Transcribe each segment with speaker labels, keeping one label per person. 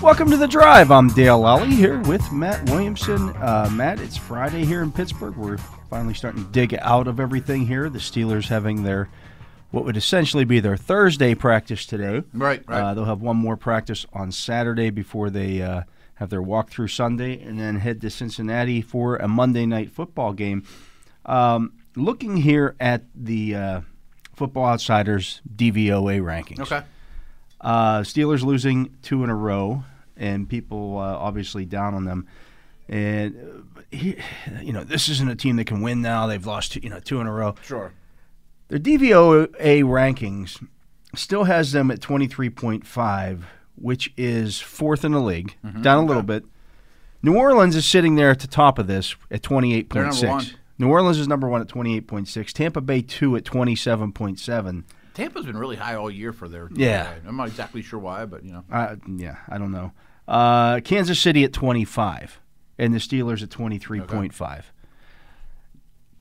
Speaker 1: Welcome to the drive. I'm Dale Lally here with Matt Williamson. Uh, Matt, it's Friday here in Pittsburgh. We're finally starting to dig out of everything here. The Steelers having their what would essentially be their Thursday practice today.
Speaker 2: Right, right.
Speaker 1: Uh, they'll have one more practice on Saturday before they uh, have their walk through Sunday, and then head to Cincinnati for a Monday night football game. Um, looking here at the uh, Football Outsiders DVOA rankings.
Speaker 2: Okay.
Speaker 1: Uh, Steelers losing two in a row, and people uh, obviously down on them. And uh, he, you know, this isn't a team that can win now. They've lost, two, you know, two in a row.
Speaker 2: Sure.
Speaker 1: Their DVOA rankings still has them at 23.5, which is fourth in the league,
Speaker 2: Mm-hmm.
Speaker 1: down a little bit. New Orleans is sitting there at the top of this at 28.6.
Speaker 2: They're number one.
Speaker 1: New Orleans is number one at 28.6. Tampa Bay 2 at 27.7.
Speaker 2: Tampa's been really high all year for their.
Speaker 1: Yeah.
Speaker 2: I'm not exactly sure why, but you know.
Speaker 1: Uh, yeah, I don't know. Uh, Kansas City at 25, and the Steelers at 23.5.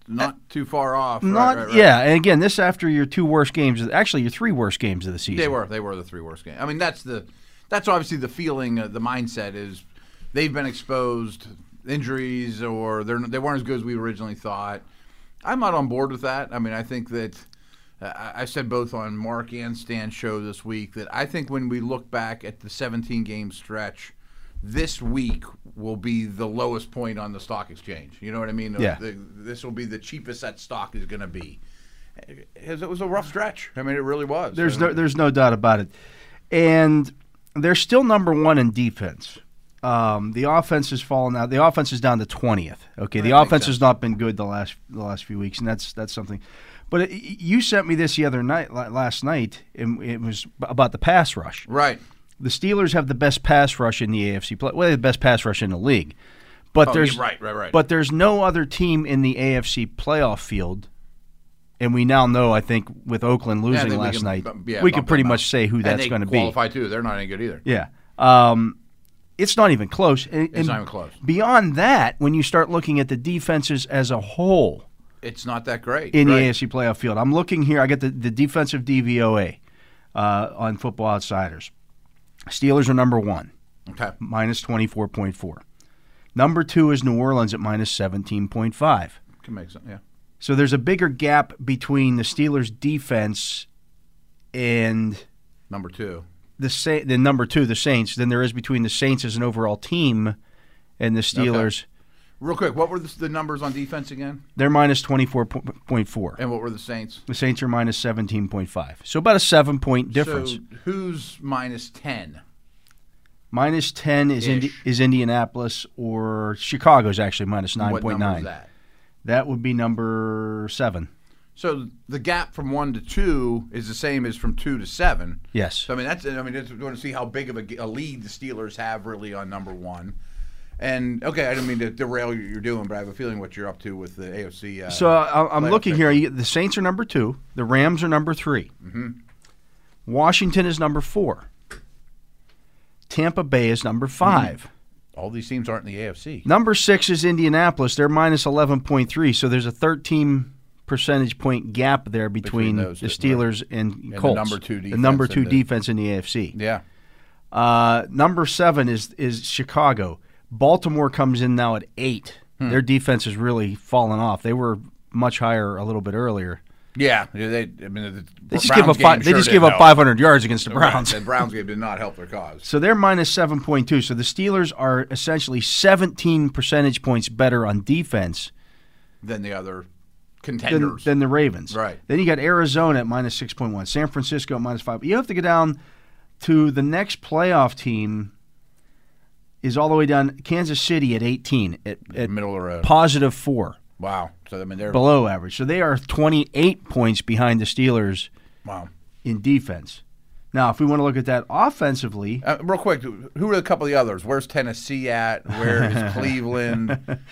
Speaker 2: Not too far off. Right,
Speaker 1: Not
Speaker 2: right, right.
Speaker 1: yeah, and again, this after your two worst games, of- actually your three worst games of the season.
Speaker 2: They were they were the three worst games. I mean that's the that's obviously the feeling uh, the mindset is they've been exposed injuries or they're they weren't as good as we originally thought. I'm not on board with that. I mean I think that uh, I- I said both on Mark and Stan's show this week that I think when we look back at the 17 game stretch this week will be the lowest point on the stock exchange. You know what I mean?
Speaker 1: Yeah.
Speaker 2: The- this will be the cheapest that stock is going to be. It was a rough stretch. I mean, it really was.
Speaker 1: There's
Speaker 2: And-
Speaker 1: no, there's no doubt about it, and they're still number one in defense. Um, the offense has fallen out. The offense is down to twentieth. Okay, the offense has not been good the last the last few weeks, and that's that's something. But it, you sent me this the other night, la- last night, and it was about the pass rush.
Speaker 2: Right.
Speaker 1: The Steelers have the best pass rush in the AFC. Play. Well, they have the best pass rush in the league. But
Speaker 2: Oh,
Speaker 1: there's
Speaker 2: yeah, right, right, right.
Speaker 1: But there's no other team in the AFC playoff field, and we now know. I think with Oakland
Speaker 2: Yeah, I
Speaker 1: losing
Speaker 2: think we
Speaker 1: last
Speaker 2: can
Speaker 1: night,
Speaker 2: bump- um, yeah,
Speaker 1: we
Speaker 2: bump
Speaker 1: could pretty
Speaker 2: them
Speaker 1: much
Speaker 2: up.
Speaker 1: say who
Speaker 2: And
Speaker 1: that's
Speaker 2: they
Speaker 1: going to be.
Speaker 2: Qualify too. They're not any good either.
Speaker 1: Yeah. Um, it's not even close. And, and
Speaker 2: not even close.
Speaker 1: Beyond that, when you start looking at the defenses as a whole
Speaker 2: It's not that great.
Speaker 1: in
Speaker 2: right?
Speaker 1: the AFC playoff field, I'm looking here. I got the, the defensive DVOA uh, on Football Outsiders. Steelers are number one.
Speaker 2: Okay.
Speaker 1: minus 24.4. Number two is New Orleans at minus 17.5.
Speaker 2: Can make sense. Yeah.
Speaker 1: So there's a bigger gap between the Steelers' defense and
Speaker 2: Number two.
Speaker 1: the Sa- the number two, the Saints, than there is between the Saints as an overall team and the Steelers.
Speaker 2: Real quick, what were the, the numbers on defense again?
Speaker 1: They're minus 24.4.
Speaker 2: And what were the Saints?
Speaker 1: The Saints are minus 17.5. So about a seven point difference.
Speaker 2: So who's minus 10?
Speaker 1: minus 10 is, Indi-
Speaker 2: Ish.
Speaker 1: is Indianapolis, or Chicago's actually minus
Speaker 2: What number is
Speaker 1: 9.9.
Speaker 2: that?
Speaker 1: that would be number seven.
Speaker 2: So the gap from one to two is the same as from two to seven.
Speaker 1: Yes.
Speaker 2: So I mean, that's I mean, it's, we want to see how big of a, g- a lead the Steelers have really on number one. And okay, I don't mean to derail what you're doing, but I have a feeling what you're up to with the AFC. Uh,
Speaker 1: So I, I'm
Speaker 2: playoff
Speaker 1: looking
Speaker 2: picture.
Speaker 1: here. You- The Saints are number two. The Rams are number 3
Speaker 2: Mm-hmm.
Speaker 1: Washington is number four. Tampa Bay is number
Speaker 2: Mm-hmm.
Speaker 1: 5
Speaker 2: all these teams aren't in the AFC.
Speaker 1: Number six is Indianapolis. They're minus 11.3. So there's a 13 percentage point gap there between,
Speaker 2: Between those
Speaker 1: the
Speaker 2: that- right.
Speaker 1: Steelers and
Speaker 2: the
Speaker 1: Colts.
Speaker 2: number two
Speaker 1: The number
Speaker 2: defense in
Speaker 1: two
Speaker 2: the-
Speaker 1: defense in the AFC.
Speaker 2: Yeah.
Speaker 1: Uh, number seven is is Chicago. Baltimore comes in now at eight.
Speaker 2: Hmm.
Speaker 1: Their defense has really fallen off. They were much higher a little bit earlier.
Speaker 2: Yeah, yeah, they. I mean, the
Speaker 1: They just
Speaker 2: Browns
Speaker 1: gave up
Speaker 2: game
Speaker 1: five. They
Speaker 2: sure
Speaker 1: just
Speaker 2: didn't
Speaker 1: gave up
Speaker 2: help.
Speaker 1: 500 yards against the
Speaker 2: The Browns-
Speaker 1: Browns.
Speaker 2: The Browns game did not help their cause.
Speaker 1: So they're minus 7.2. So the Steelers are essentially 17 percentage points better on defense
Speaker 2: Than the other
Speaker 1: than,
Speaker 2: contenders.
Speaker 1: than the Ravens.
Speaker 2: Right.
Speaker 1: Then you got Arizona at minus 6.1, San Francisco at minus 5. You have to go down to the next playoff team is all the way down Kansas City at 18 at, at
Speaker 2: Middle of the road.
Speaker 1: positive four,
Speaker 2: Wow. So I mean they're
Speaker 1: below average. So they are 28 points behind the Steelers
Speaker 2: wow.
Speaker 1: in defense. Now, if we want to look at that offensively,
Speaker 2: Uh, real quick, who are a couple of the others? Where's Tennessee at? Where is Cleveland?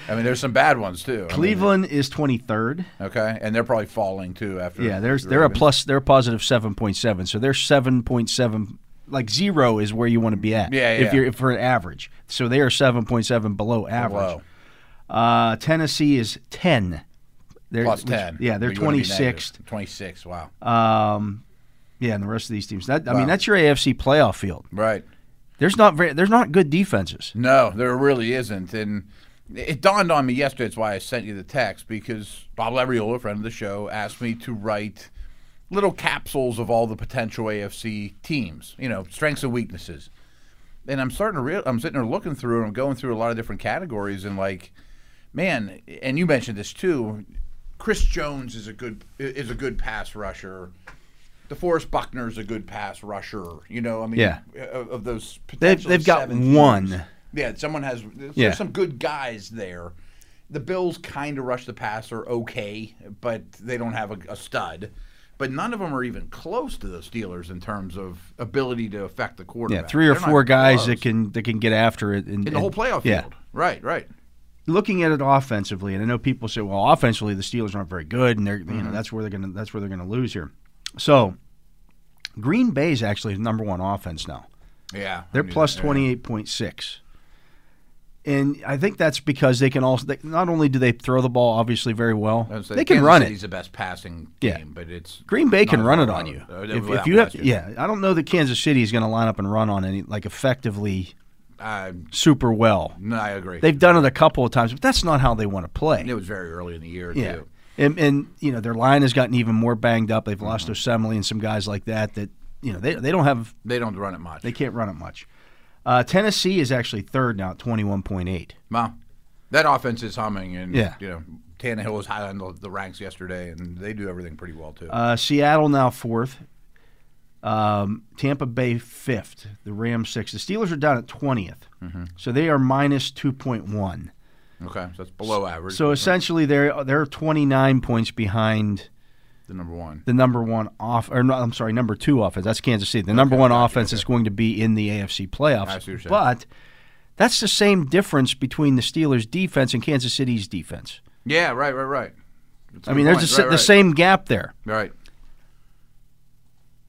Speaker 2: I mean, there's some bad ones too. I mean, Mm-hmm.
Speaker 1: Cleveland is 23rd.
Speaker 2: okay, and they're probably falling too after.
Speaker 1: Yeah, there's
Speaker 2: the
Speaker 1: they're a
Speaker 2: Ravens.
Speaker 1: plus they're a positive 7.7. So they're 7.7 like 0 is where you want to be at
Speaker 2: Yeah,
Speaker 1: if
Speaker 2: yeah.
Speaker 1: you're if for an average. So they are 7.7 below average.
Speaker 2: Below.
Speaker 1: Uh, Tennessee is 10. They're,
Speaker 2: plus
Speaker 1: which-
Speaker 2: ten.
Speaker 1: yeah, they're
Speaker 2: But you wanna be
Speaker 1: 26th.
Speaker 2: negative. 26. Wow.
Speaker 1: Um, yeah, and the rest of these teams. That I
Speaker 2: Wow.
Speaker 1: mean, that's your AFC playoff field.
Speaker 2: right.
Speaker 1: There's not very, there's not good defenses.
Speaker 2: No, there really isn't. And it dawned on me yesterday. It's why I sent you the text because Bob Labriola, a friend of the show, asked me to write little capsules of all the potential AFC teams. You know, strengths and weaknesses. And I'm starting to real. I'm sitting there looking through, and I'm going through a lot of different categories, and like, man, and you mentioned this too. Chris Jones is a good is a good pass rusher. DeForest Buckner is a good pass rusher. You know, I mean,
Speaker 1: Yeah.
Speaker 2: of, of those
Speaker 1: They've
Speaker 2: potentially
Speaker 1: they've got
Speaker 2: seven teams.
Speaker 1: one.
Speaker 2: Yeah, someone has. There's
Speaker 1: Yeah.
Speaker 2: some good guys there. The Bills kind of rush the passer, okay, but they don't have a, a stud. But none of them are even close to the Steelers in terms of ability to affect the quarterback.
Speaker 1: Yeah, three or
Speaker 2: They're not
Speaker 1: four guys that
Speaker 2: close
Speaker 1: can that can get after it and,
Speaker 2: in the whole playoff
Speaker 1: yeah.
Speaker 2: field. Right, right.
Speaker 1: looking at it offensively, and I know people say, "Well, offensively, the Steelers aren't very good, and they're you
Speaker 2: Mm-hmm.
Speaker 1: know that's where they're gonna that's where they're gonna lose here." So, Green Bay's actually the number one offense now.
Speaker 2: Yeah,
Speaker 1: They're
Speaker 2: I mean,
Speaker 1: plus
Speaker 2: yeah.
Speaker 1: twenty eight point six, and I think that's because they can also. They, not only do they throw the ball obviously very well,
Speaker 2: I would say
Speaker 1: they can
Speaker 2: Kansas
Speaker 1: run
Speaker 2: City's
Speaker 1: it.
Speaker 2: the best passing
Speaker 1: Yeah.
Speaker 2: team, but it's
Speaker 1: Green Bay
Speaker 2: not
Speaker 1: can
Speaker 2: as
Speaker 1: run
Speaker 2: well
Speaker 1: it on you.
Speaker 2: Uh,
Speaker 1: If, if
Speaker 2: without
Speaker 1: you have,
Speaker 2: last year.
Speaker 1: yeah, I don't know that Kansas City is going to line up and run on any like effectively
Speaker 2: I,
Speaker 1: super well.
Speaker 2: no, I agree.
Speaker 1: They've done it a couple of times, but that's not how they want to play.
Speaker 2: it was very early in the year
Speaker 1: Yeah.
Speaker 2: too.
Speaker 1: And, and you know their line has gotten even more banged up. They've lost Osemele and some guys like that. That you know they they don't have
Speaker 2: They don't run it much.
Speaker 1: they can't run it much. Uh, Tennessee is actually third now, at twenty one point eight.
Speaker 2: Wow. That offense is humming, and
Speaker 1: Yeah.
Speaker 2: you know Tannehill was high on the, the ranks yesterday, and they do everything pretty well too.
Speaker 1: Uh, Seattle now fourth. Um, Tampa Bay fifth. The Rams sixth. The Steelers are down at 20th so they are minus two point one.
Speaker 2: okay, so that's below average.
Speaker 1: So essentially, they're they're twenty nine points behind
Speaker 2: the number one.
Speaker 1: the number one off, or no, I'm sorry, number two offense. That's Kansas City. The number one offense is going to be in the AFC playoffs.
Speaker 2: I see what you're saying.
Speaker 1: but that's the same difference between the Steelers' defense and Kansas City's defense.
Speaker 2: Yeah, right, right, right. That's a
Speaker 1: I
Speaker 2: good
Speaker 1: mean, there's
Speaker 2: point.
Speaker 1: the, sa-
Speaker 2: right,
Speaker 1: the
Speaker 2: right.
Speaker 1: same gap there.
Speaker 2: Right.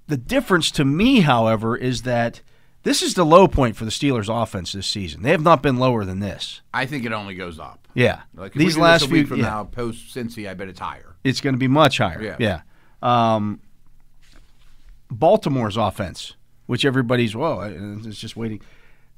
Speaker 1: The difference to me, however, is that this is the low point for the Steelers' offense this season. They have not been lower than this.
Speaker 2: I think it only goes up.
Speaker 1: Yeah,
Speaker 2: Like if we
Speaker 1: these
Speaker 2: do this
Speaker 1: last
Speaker 2: a week
Speaker 1: few
Speaker 2: from
Speaker 1: yeah.
Speaker 2: now, post Cincy, I bet it's higher.
Speaker 1: it's going to be much higher.
Speaker 2: Yeah.
Speaker 1: Um, Baltimore's offense, which everybody's whoa, it's just waiting.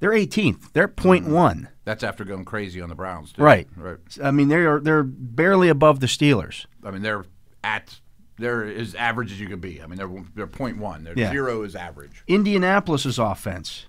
Speaker 1: They're 18th. They're point
Speaker 2: Mm-hmm.
Speaker 1: one.
Speaker 2: That's after going crazy on the Browns. Too.
Speaker 1: Right.
Speaker 2: Right.
Speaker 1: I mean, they are they're barely above the Steelers.
Speaker 2: I mean, they're at they're as average as you can be. I mean, they're they're point one. Their
Speaker 1: Yeah.
Speaker 2: zero is average.
Speaker 1: Indianapolis's offense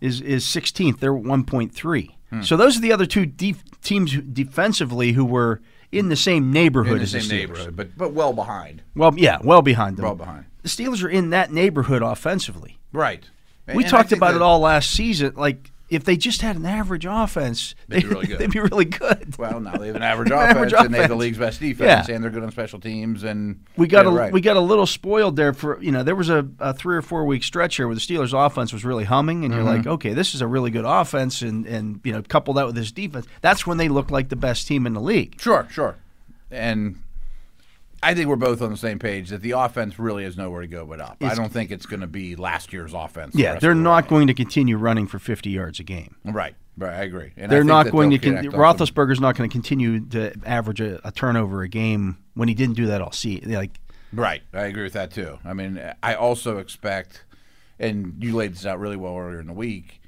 Speaker 1: is is 16th. They're 1.3.
Speaker 2: Hmm.
Speaker 1: So those are the other two def- teams who- defensively who were in the same neighborhood
Speaker 2: In the
Speaker 1: as
Speaker 2: same
Speaker 1: the Steelers.
Speaker 2: neighborhood, but but well behind.
Speaker 1: Well, yeah, well behind them.
Speaker 2: Well behind.
Speaker 1: The Steelers are in that neighborhood offensively.
Speaker 2: Right.
Speaker 1: we
Speaker 2: And I
Speaker 1: talked
Speaker 2: think
Speaker 1: about it
Speaker 2: that-
Speaker 1: all last season. Like if they just had an average offense,
Speaker 2: They'd be really good.
Speaker 1: they'd be really good.
Speaker 2: Well, now they have an average
Speaker 1: An
Speaker 2: offense,
Speaker 1: average
Speaker 2: and they have the
Speaker 1: offense.
Speaker 2: league's best defense,
Speaker 1: Yeah.
Speaker 2: and they're good on special teams. And
Speaker 1: We got
Speaker 2: Yeah,
Speaker 1: a
Speaker 2: right.
Speaker 1: we got a little spoiled there for you know there was a, a three or four week stretch here where the Steelers offense was really humming and you're like okay this is a really good offense and and you know couple that with this defense that's when they look like the best team in the league
Speaker 2: sure, sure. And I think we're both on the same page that the offense really has nowhere to go but up. I
Speaker 1: It's-
Speaker 2: don't think it's going to be last year's offense. the
Speaker 1: yeah
Speaker 2: rest
Speaker 1: they're
Speaker 2: of the
Speaker 1: not going to continue running for 50 yards a game
Speaker 2: way. right. Right, I agree. And I
Speaker 1: they're
Speaker 2: think
Speaker 1: not
Speaker 2: that
Speaker 1: going to
Speaker 2: they'll
Speaker 1: con-
Speaker 2: connect on some-
Speaker 1: Roethlisberger's not going to continue to average a, a turnover a game when he didn't do that all season like
Speaker 2: Right, I agree with that too. I mean, I also expect, and you laid this out really well earlier in the week.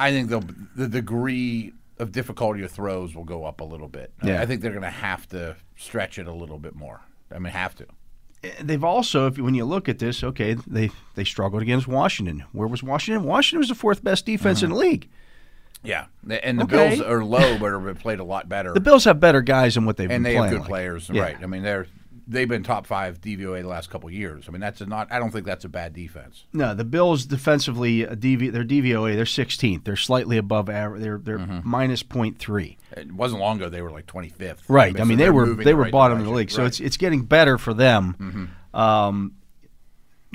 Speaker 2: I think they'll, the degree of difficulty of throws will go up a little bit. I-
Speaker 1: Yeah.
Speaker 2: I think they're going to have to stretch it a little bit more. I mean, have to.
Speaker 1: they've also, if you- when you look at this, okay, they they struggled against Washington. Where was Washington? Washington was the fourth best defense in the
Speaker 2: Uh-huh.
Speaker 1: league.
Speaker 2: Yeah, and the
Speaker 1: Okay.
Speaker 2: Bills are low, but are played a lot better.
Speaker 1: The Bills have better guys than what they've
Speaker 2: and
Speaker 1: been
Speaker 2: they have
Speaker 1: playing
Speaker 2: good
Speaker 1: like.
Speaker 2: players,
Speaker 1: Yeah.
Speaker 2: right? I mean, they're they've been top five DVOA the last couple of years. I mean, that's a not. I don't think that's a bad defense.
Speaker 1: No, the Bills defensively, uh, DV, their DVOA, they're 16th. They're slightly above average. They're they're
Speaker 2: Mm-hmm.
Speaker 1: minus 0.3.
Speaker 2: It wasn't long ago they were like 25th.
Speaker 1: Right. I mean,
Speaker 2: so
Speaker 1: they
Speaker 2: they're
Speaker 1: were
Speaker 2: moving
Speaker 1: they
Speaker 2: the
Speaker 1: were
Speaker 2: right
Speaker 1: bottom of the
Speaker 2: direction.
Speaker 1: league, so
Speaker 2: Right. Mm-hmm.
Speaker 1: it's it's getting better for them. Um,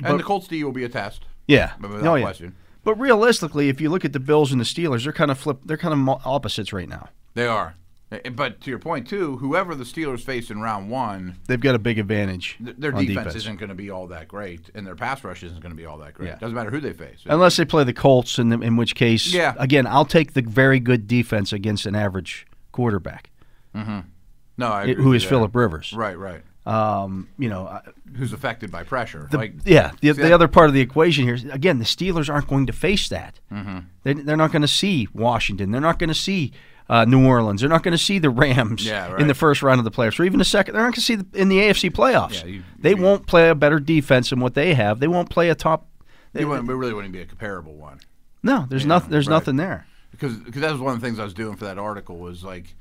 Speaker 2: and the Colts D will be a test.
Speaker 1: yeah.
Speaker 2: But
Speaker 1: No,
Speaker 2: without
Speaker 1: yeah.
Speaker 2: question.
Speaker 1: But realistically, if you look at the Bills and the Steelers, they're kind of flip. They're kind of mo- opposites right now.
Speaker 2: They are. Eh, But to your point too, whoever the Steelers face in round one,
Speaker 1: They've got a big advantage.
Speaker 2: th- their
Speaker 1: on
Speaker 2: defense, isn't going to be all that great, and their pass rush isn't going to be all that great.
Speaker 1: Yeah.
Speaker 2: Doesn't matter who they face.
Speaker 1: unless they play the Colts, in, the, in which case,
Speaker 2: Yeah.
Speaker 1: Again, I'll take the very good defense against an average quarterback eh,
Speaker 2: no, I agree
Speaker 1: who
Speaker 2: with
Speaker 1: is
Speaker 2: you there.
Speaker 1: Philip Rivers.
Speaker 2: Right, right.
Speaker 1: Um, you know, I-
Speaker 2: Who's affected by pressure? like
Speaker 1: yeah. The,
Speaker 2: See,
Speaker 1: the
Speaker 2: that-
Speaker 1: other part of the equation here is again, the Steelers aren't going to face that.
Speaker 2: Mm-hmm.
Speaker 1: They, they're not going to see Washington. They're not going to see uh, New Orleans. They're not going to see the Rams
Speaker 2: Yeah,
Speaker 1: in the
Speaker 2: right.
Speaker 1: first round of the playoffs, or even the second. They're not going to see the, in the AFC playoffs.
Speaker 2: Yeah, you-
Speaker 1: they
Speaker 2: you-
Speaker 1: won't play a better defense than what they have. They won't play a top.
Speaker 2: it wouldn't, it really wouldn't be a comparable one.
Speaker 1: No, there's nothing. There's
Speaker 2: right.
Speaker 1: nothing there.
Speaker 2: because because that was one of the things I was doing for that article was like,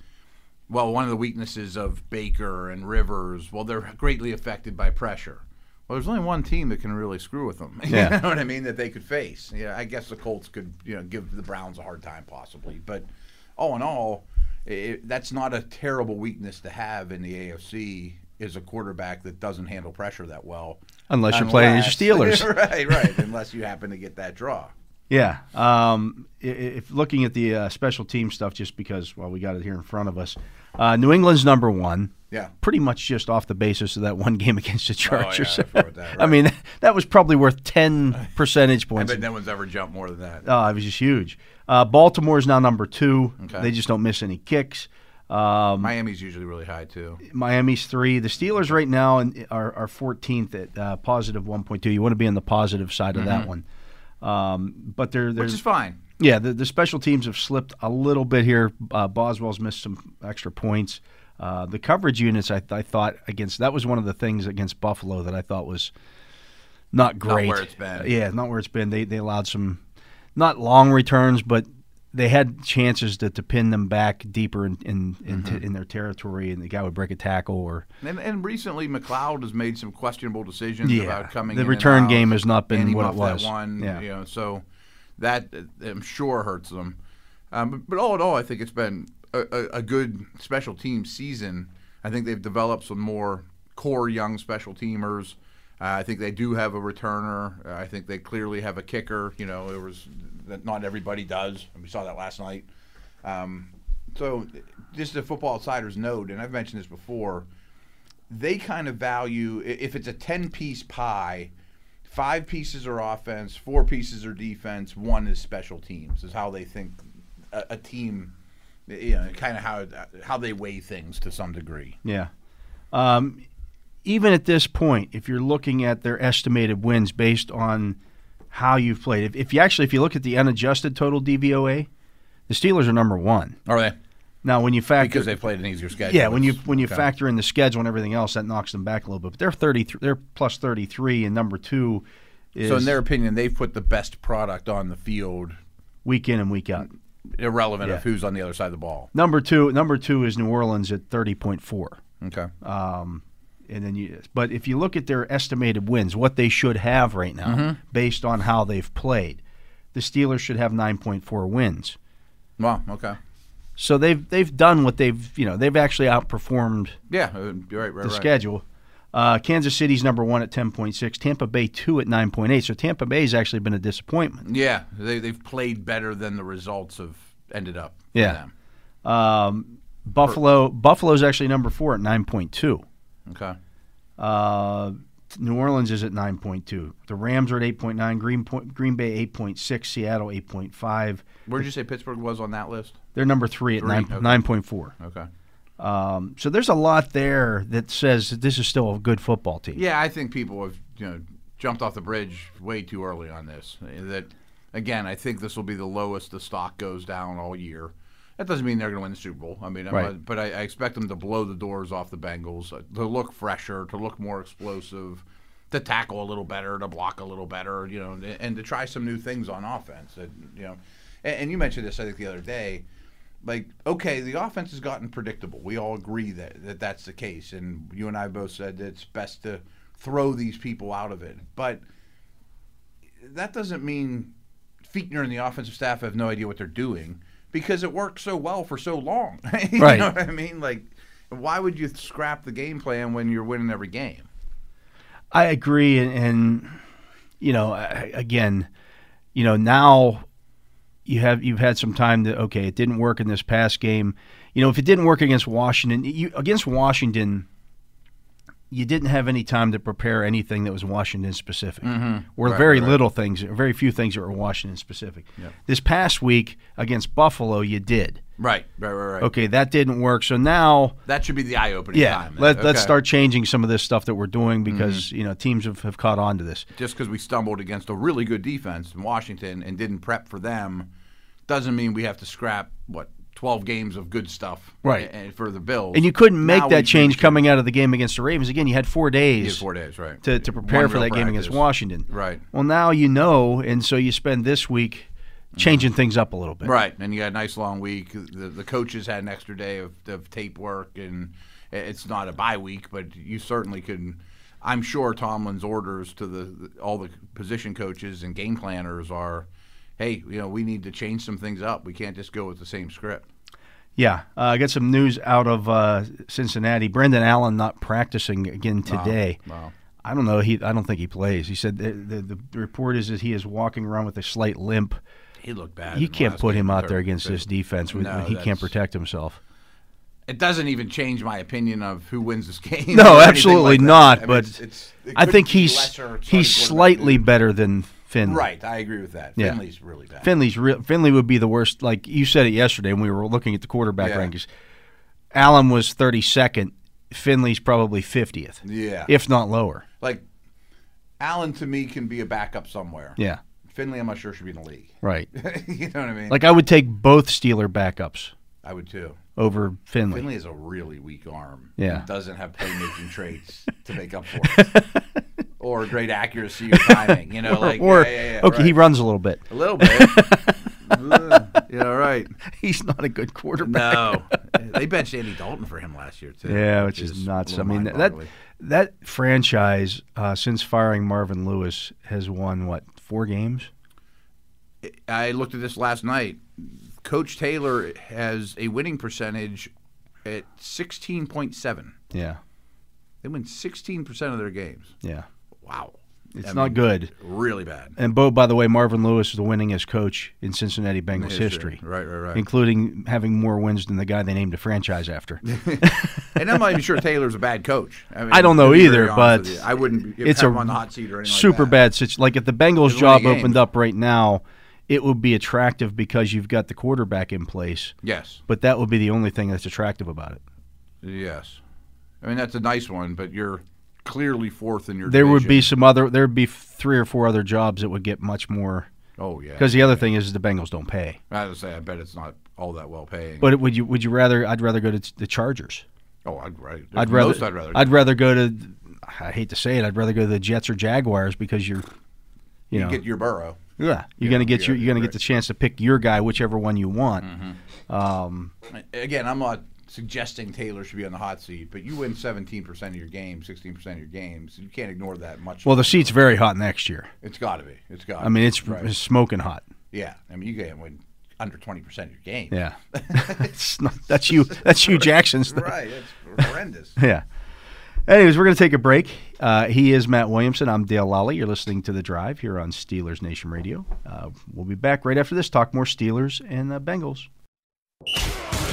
Speaker 2: well, one of the weaknesses of Baker and Rivers, well, they're greatly affected by pressure. Well, there's only one team that can really screw with them.
Speaker 1: Yeah.
Speaker 2: you know what I mean? That they could face. Yeah, I guess the Colts could you know give the Browns a hard time possibly, but all in all, it, that's not a terrible weakness to have in the AFC. Is a quarterback that doesn't handle pressure that well.
Speaker 1: Unless you're playing against your
Speaker 2: Unless-
Speaker 1: Steelers.
Speaker 2: right, right. Unless you happen to get that draw.
Speaker 1: Yeah. Um, i- i- if looking at the uh, special team stuff, just because well, we got it here in front of us. Uh, New England's number one.
Speaker 2: Yeah. Oh,
Speaker 1: Pretty much just off the basis of that one game against the
Speaker 2: yeah,
Speaker 1: Chargers.
Speaker 2: I forgot that,
Speaker 1: I mean, that was probably worth ten percentage
Speaker 2: I
Speaker 1: points.
Speaker 2: bet no one's ever jumped more than that.
Speaker 1: Oh, it was just huge. Uh, Baltimore's now number two.
Speaker 2: Okay.
Speaker 1: They just don't miss any kicks. Um,
Speaker 2: Miami's usually really high too.
Speaker 1: Miami's three. The Steelers right now in, are, are 14th at uh, positive 1.2. You want to be on the positive side of that one. Um, but they're, they're
Speaker 2: Mm-hmm. Which is fine.
Speaker 1: Yeah, the, the special teams have slipped a little bit here. Uh, Boswell's missed some extra points. Uh, the coverage units, I, I thought against that was one of the things against Buffalo that I thought was not great.
Speaker 2: where it's been.
Speaker 1: Yeah, not where it's been. They they allowed some not long returns, but they had chances to, to pin them back deeper in in, in,
Speaker 2: Mm-hmm.
Speaker 1: in their territory, and the guy would break a tackle or
Speaker 2: And, and recently, McLeod has made some questionable decisions
Speaker 1: Yeah.
Speaker 2: about coming.
Speaker 1: The
Speaker 2: in and
Speaker 1: return
Speaker 2: out,
Speaker 1: game has not been
Speaker 2: and he
Speaker 1: what it
Speaker 2: muffed that
Speaker 1: was.
Speaker 2: one,
Speaker 1: Yeah.
Speaker 2: you know, so that uh, I'm sure hurts them. Um, but, but all in all, I think it's been a, a, a good special team season. I think they've developed some more core young special teamers. Uh, I think they do have a returner. Uh, I think they clearly have a kicker. You know, it was that not everybody does. We saw that last night. Um, so, just the football outsiders note, and I've mentioned this before they kind of value i- if it's a 10 piece pie five pieces are offense four pieces are defense one is special teams is how they think a, a team you know kind of how how they weigh things to some degree
Speaker 1: Yeah. Um, even at this point, if you're looking at their estimated wins based on how you've played, if, if you actually if you look at the unadjusted total DVOA, the Steelers are number one.
Speaker 2: are they
Speaker 1: Now, when you factor
Speaker 2: because they played an easier schedule
Speaker 1: yeah, when you
Speaker 2: It's-
Speaker 1: when you
Speaker 2: okay.
Speaker 1: factor in the schedule and everything else, that knocks them back a little bit. But they're thirty three. They're plus thirty three, and number two is
Speaker 2: so in their opinion they've put the best product on the field
Speaker 1: week in and week out.
Speaker 2: irrelevant
Speaker 1: Yeah.
Speaker 2: of who's on the other side of the ball
Speaker 1: Number two, number two is New Orleans at thirty point four.
Speaker 2: okay
Speaker 1: and then you but if you look at their estimated wins what they should have right now based on how they've played the steelers should have 9.4 wins
Speaker 2: wow okay
Speaker 1: so they've they've done what they've you know they've actually outperformed
Speaker 2: yeah uh, you're right right
Speaker 1: the
Speaker 2: right
Speaker 1: schedule uh, kansas city's number one at 10.6 tampa bay two at 9.8 so tampa bay's actually been a disappointment
Speaker 2: yeah they, they've played better than the results have ended up for
Speaker 1: Yeah.
Speaker 2: them.
Speaker 1: um, buffalo buffalo's actually number four at 9.2
Speaker 2: okay
Speaker 1: Uh, New Orleans is at 9.2. The Rams are at 8.9. Green, point, Green Bay 8.6. Seattle 8.5.
Speaker 2: Where did you say Pittsburgh was on that list?
Speaker 1: They're number three at
Speaker 2: Three,
Speaker 1: nine,
Speaker 2: okay.
Speaker 1: 9.4.
Speaker 2: Okay.
Speaker 1: Um, so there's a lot there that says that this is still a good football team.
Speaker 2: Yeah, I think people have you know jumped off the bridge way too early on this. That again, I think this will be the lowest the stock goes down all year. That doesn't mean they're going to win the Super Bowl. I mean, I'm
Speaker 1: Right.
Speaker 2: not- but I, I expect them to blow the doors off the Bengals, uh, to look fresher, to look more explosive, to tackle a little better, to block a little better, you know, and, and to try some new things on offense. That, you know, and, and you mentioned this I think the other day. like okay, the offense has gotten predictable. We all agree that, that that's the case, and you and I both said that it's best to throw these people out of it. But that doesn't mean Fiechner and the offensive staff have no idea what they're doing because it worked so well for so long. you
Speaker 1: Right.
Speaker 2: know what I mean? Like, why would you scrap the game plan when you're winning every game?
Speaker 1: I agree, and, and you know, I- again, you know, now you have you've had some time to okay, it didn't work in this past game. You know, if it didn't work against Washington, you, against Washington, you didn't have any time to prepare anything that was Washington specific, or
Speaker 2: Mm-hmm. Right,
Speaker 1: very
Speaker 2: right.
Speaker 1: little things, or very few things that were Washington specific. This past week against Buffalo, you did.
Speaker 2: Right, right, right, right.
Speaker 1: Okay, that didn't work. So now
Speaker 2: That should be the eye opening
Speaker 1: yeah,
Speaker 2: time.
Speaker 1: let, let's
Speaker 2: Ah, Okay. Mm-hmm.
Speaker 1: start changing some of this stuff that we're doing because you know teams have, have caught on to this.
Speaker 2: Just because we stumbled against a really good defense in Washington and didn't prep for them doesn't mean we have to scrap, what, 12 games of good stuff
Speaker 1: Right.
Speaker 2: a- and for the Bills.
Speaker 1: And you couldn't make
Speaker 2: Now we
Speaker 1: that change
Speaker 2: can-
Speaker 1: coming out of the game against the Ravens. Again, you had four days,
Speaker 2: Yeah, four days, right.
Speaker 1: to, to prepare
Speaker 2: One
Speaker 1: for
Speaker 2: real
Speaker 1: that game against
Speaker 2: practice.
Speaker 1: Washington.
Speaker 2: Right.
Speaker 1: Well, now you know, and so you spend this week changing things up a little bit.
Speaker 2: Mm-hmm. Right, and you got a nice long week. The, the coaches had an extra day of, of tape work, and i- it's not a bye week, but you certainly could. I'm sure Tomlin's orders to the all the position coaches and game planners are, hey, you know, we need to change some things up. We can't just go with the same script.
Speaker 1: Yeah. Uh, I got some news out of uh, Cincinnati. Brendan Allen not practicing again today.
Speaker 2: wow.
Speaker 1: I don't know. He. I don't think he plays. He said the, the, the report is that he is walking around with a slight limp.
Speaker 2: He looked bad.
Speaker 1: You
Speaker 2: in the
Speaker 1: can't
Speaker 2: last
Speaker 1: put
Speaker 2: game
Speaker 1: him
Speaker 2: with
Speaker 1: out there
Speaker 2: third-
Speaker 1: against this defense when,
Speaker 2: No,
Speaker 1: when he can't
Speaker 2: that's-
Speaker 1: protect himself.
Speaker 2: It doesn't even change my opinion of who wins this game. or
Speaker 1: No,
Speaker 2: anything
Speaker 1: absolutely
Speaker 2: like that.
Speaker 1: not.
Speaker 2: I mean,
Speaker 1: but
Speaker 2: it's- it's- it
Speaker 1: I
Speaker 2: couldn't
Speaker 1: think
Speaker 2: be
Speaker 1: he's
Speaker 2: lesser starting
Speaker 1: he's
Speaker 2: quarterback,
Speaker 1: slightly
Speaker 2: dude.
Speaker 1: better than Finley.
Speaker 2: right. I agree with that.
Speaker 1: Yeah.
Speaker 2: Finley's really bad.
Speaker 1: Finley's real, Finley would be the worst. Like you said it yesterday when we were looking at the quarterback
Speaker 2: Yeah.
Speaker 1: rankings. Allen was 32nd. Finley's probably 50th,
Speaker 2: yeah.
Speaker 1: if not lower.
Speaker 2: like Allen to me can be a backup somewhere.
Speaker 1: Yeah,
Speaker 2: Finley, I'm not sure should be in the league.
Speaker 1: right.
Speaker 2: you know what I mean?
Speaker 1: Like I would take both Steeler backups
Speaker 2: I would too.
Speaker 1: over Finley.
Speaker 2: Finley has a really weak arm.
Speaker 1: Yeah.
Speaker 2: and doesn't have playmaking traits to make up for it, or great accuracy or timing. You know, like
Speaker 1: or
Speaker 2: yeah, yeah, yeah,
Speaker 1: okay, he
Speaker 2: right.
Speaker 1: runs a little bit.
Speaker 2: a little bit. Ugh, yeah, right.
Speaker 1: He's not a good quarterback.
Speaker 2: No, they benched Andy Dalton for him last year too.
Speaker 1: Yeah, which is nuts. I mean, that that franchise uh, since firing Marvin Lewis has won what four games?
Speaker 2: I looked at this last night. Coach Taylor has a winning percentage at sixteen point seven.
Speaker 1: Yeah,
Speaker 2: They win 16% of their games.
Speaker 1: yeah.
Speaker 2: Wow.
Speaker 1: It's
Speaker 2: I
Speaker 1: not
Speaker 2: mean,
Speaker 1: good.
Speaker 2: Really bad.
Speaker 1: And Bo, by the way, Marvin Lewis is the winningest coach in Cincinnati Bengals history,
Speaker 2: Right, right, right.
Speaker 1: including having more wins than the guy they named a franchise after.
Speaker 2: and I'm not even sure Taylor's a bad coach. mean,
Speaker 1: I don't know
Speaker 2: to be
Speaker 1: either,
Speaker 2: very honest with
Speaker 1: but
Speaker 2: you, I wouldn't be-
Speaker 1: it's
Speaker 2: have
Speaker 1: a
Speaker 2: him on the hot seat or anything. like
Speaker 1: Super
Speaker 2: that.
Speaker 1: bad situation. Like if the Bengals
Speaker 2: They're
Speaker 1: job
Speaker 2: winning
Speaker 1: opened
Speaker 2: games.
Speaker 1: up right now, it would be attractive because you've got the quarterback in place.
Speaker 2: Yes,
Speaker 1: But that would be the only thing that's attractive about it.
Speaker 2: yes. I mean, that's a nice one, but you're clearly fourth in your
Speaker 1: There would be
Speaker 2: division.
Speaker 1: some other. There would be three or four other jobs that would get much more.
Speaker 2: Oh, yeah.
Speaker 1: Because the other thing is the Bengals don't pay.
Speaker 2: I would say, I bet it's not all that well paying.
Speaker 1: But would you would you rather? I'd rather go to t- the Chargers.
Speaker 2: oh, I'd, right.
Speaker 1: I'd rather.
Speaker 2: Most I'd rather.
Speaker 1: go to. I hate to say it. I'd rather go to the Jets or Jaguars because you're. You,
Speaker 2: you
Speaker 1: know,
Speaker 2: get your burrow.
Speaker 1: yeah, you're gonna get
Speaker 2: yeah, Mm-hmm.
Speaker 1: your you're gonna
Speaker 2: you're
Speaker 1: get the chance to pick your guy, whichever one you want.
Speaker 2: Again, I'm not suggesting Taylor should be on the hot seat, but you win 17% of your games, 16% of your games. You can't ignore that much.
Speaker 1: Well, the seat's very hot next year.
Speaker 2: It's got to be. It's got.
Speaker 1: I mean, it's,
Speaker 2: right.
Speaker 1: it's smoking hot.
Speaker 2: yeah. I mean, you can't win under twenty percent of your game.
Speaker 1: Yeah, it's not, that's you. That's you, Jackson's. thing.
Speaker 2: right. That's horrendous.
Speaker 1: Yeah. Anyways, we're going to take a break. Uh, he is Matt Williamson. I'm Dale Lally. You're listening to The Drive here on Steelers Nation Radio. Uh, we'll be back right after this. Talk more Steelers and uh, Bengals.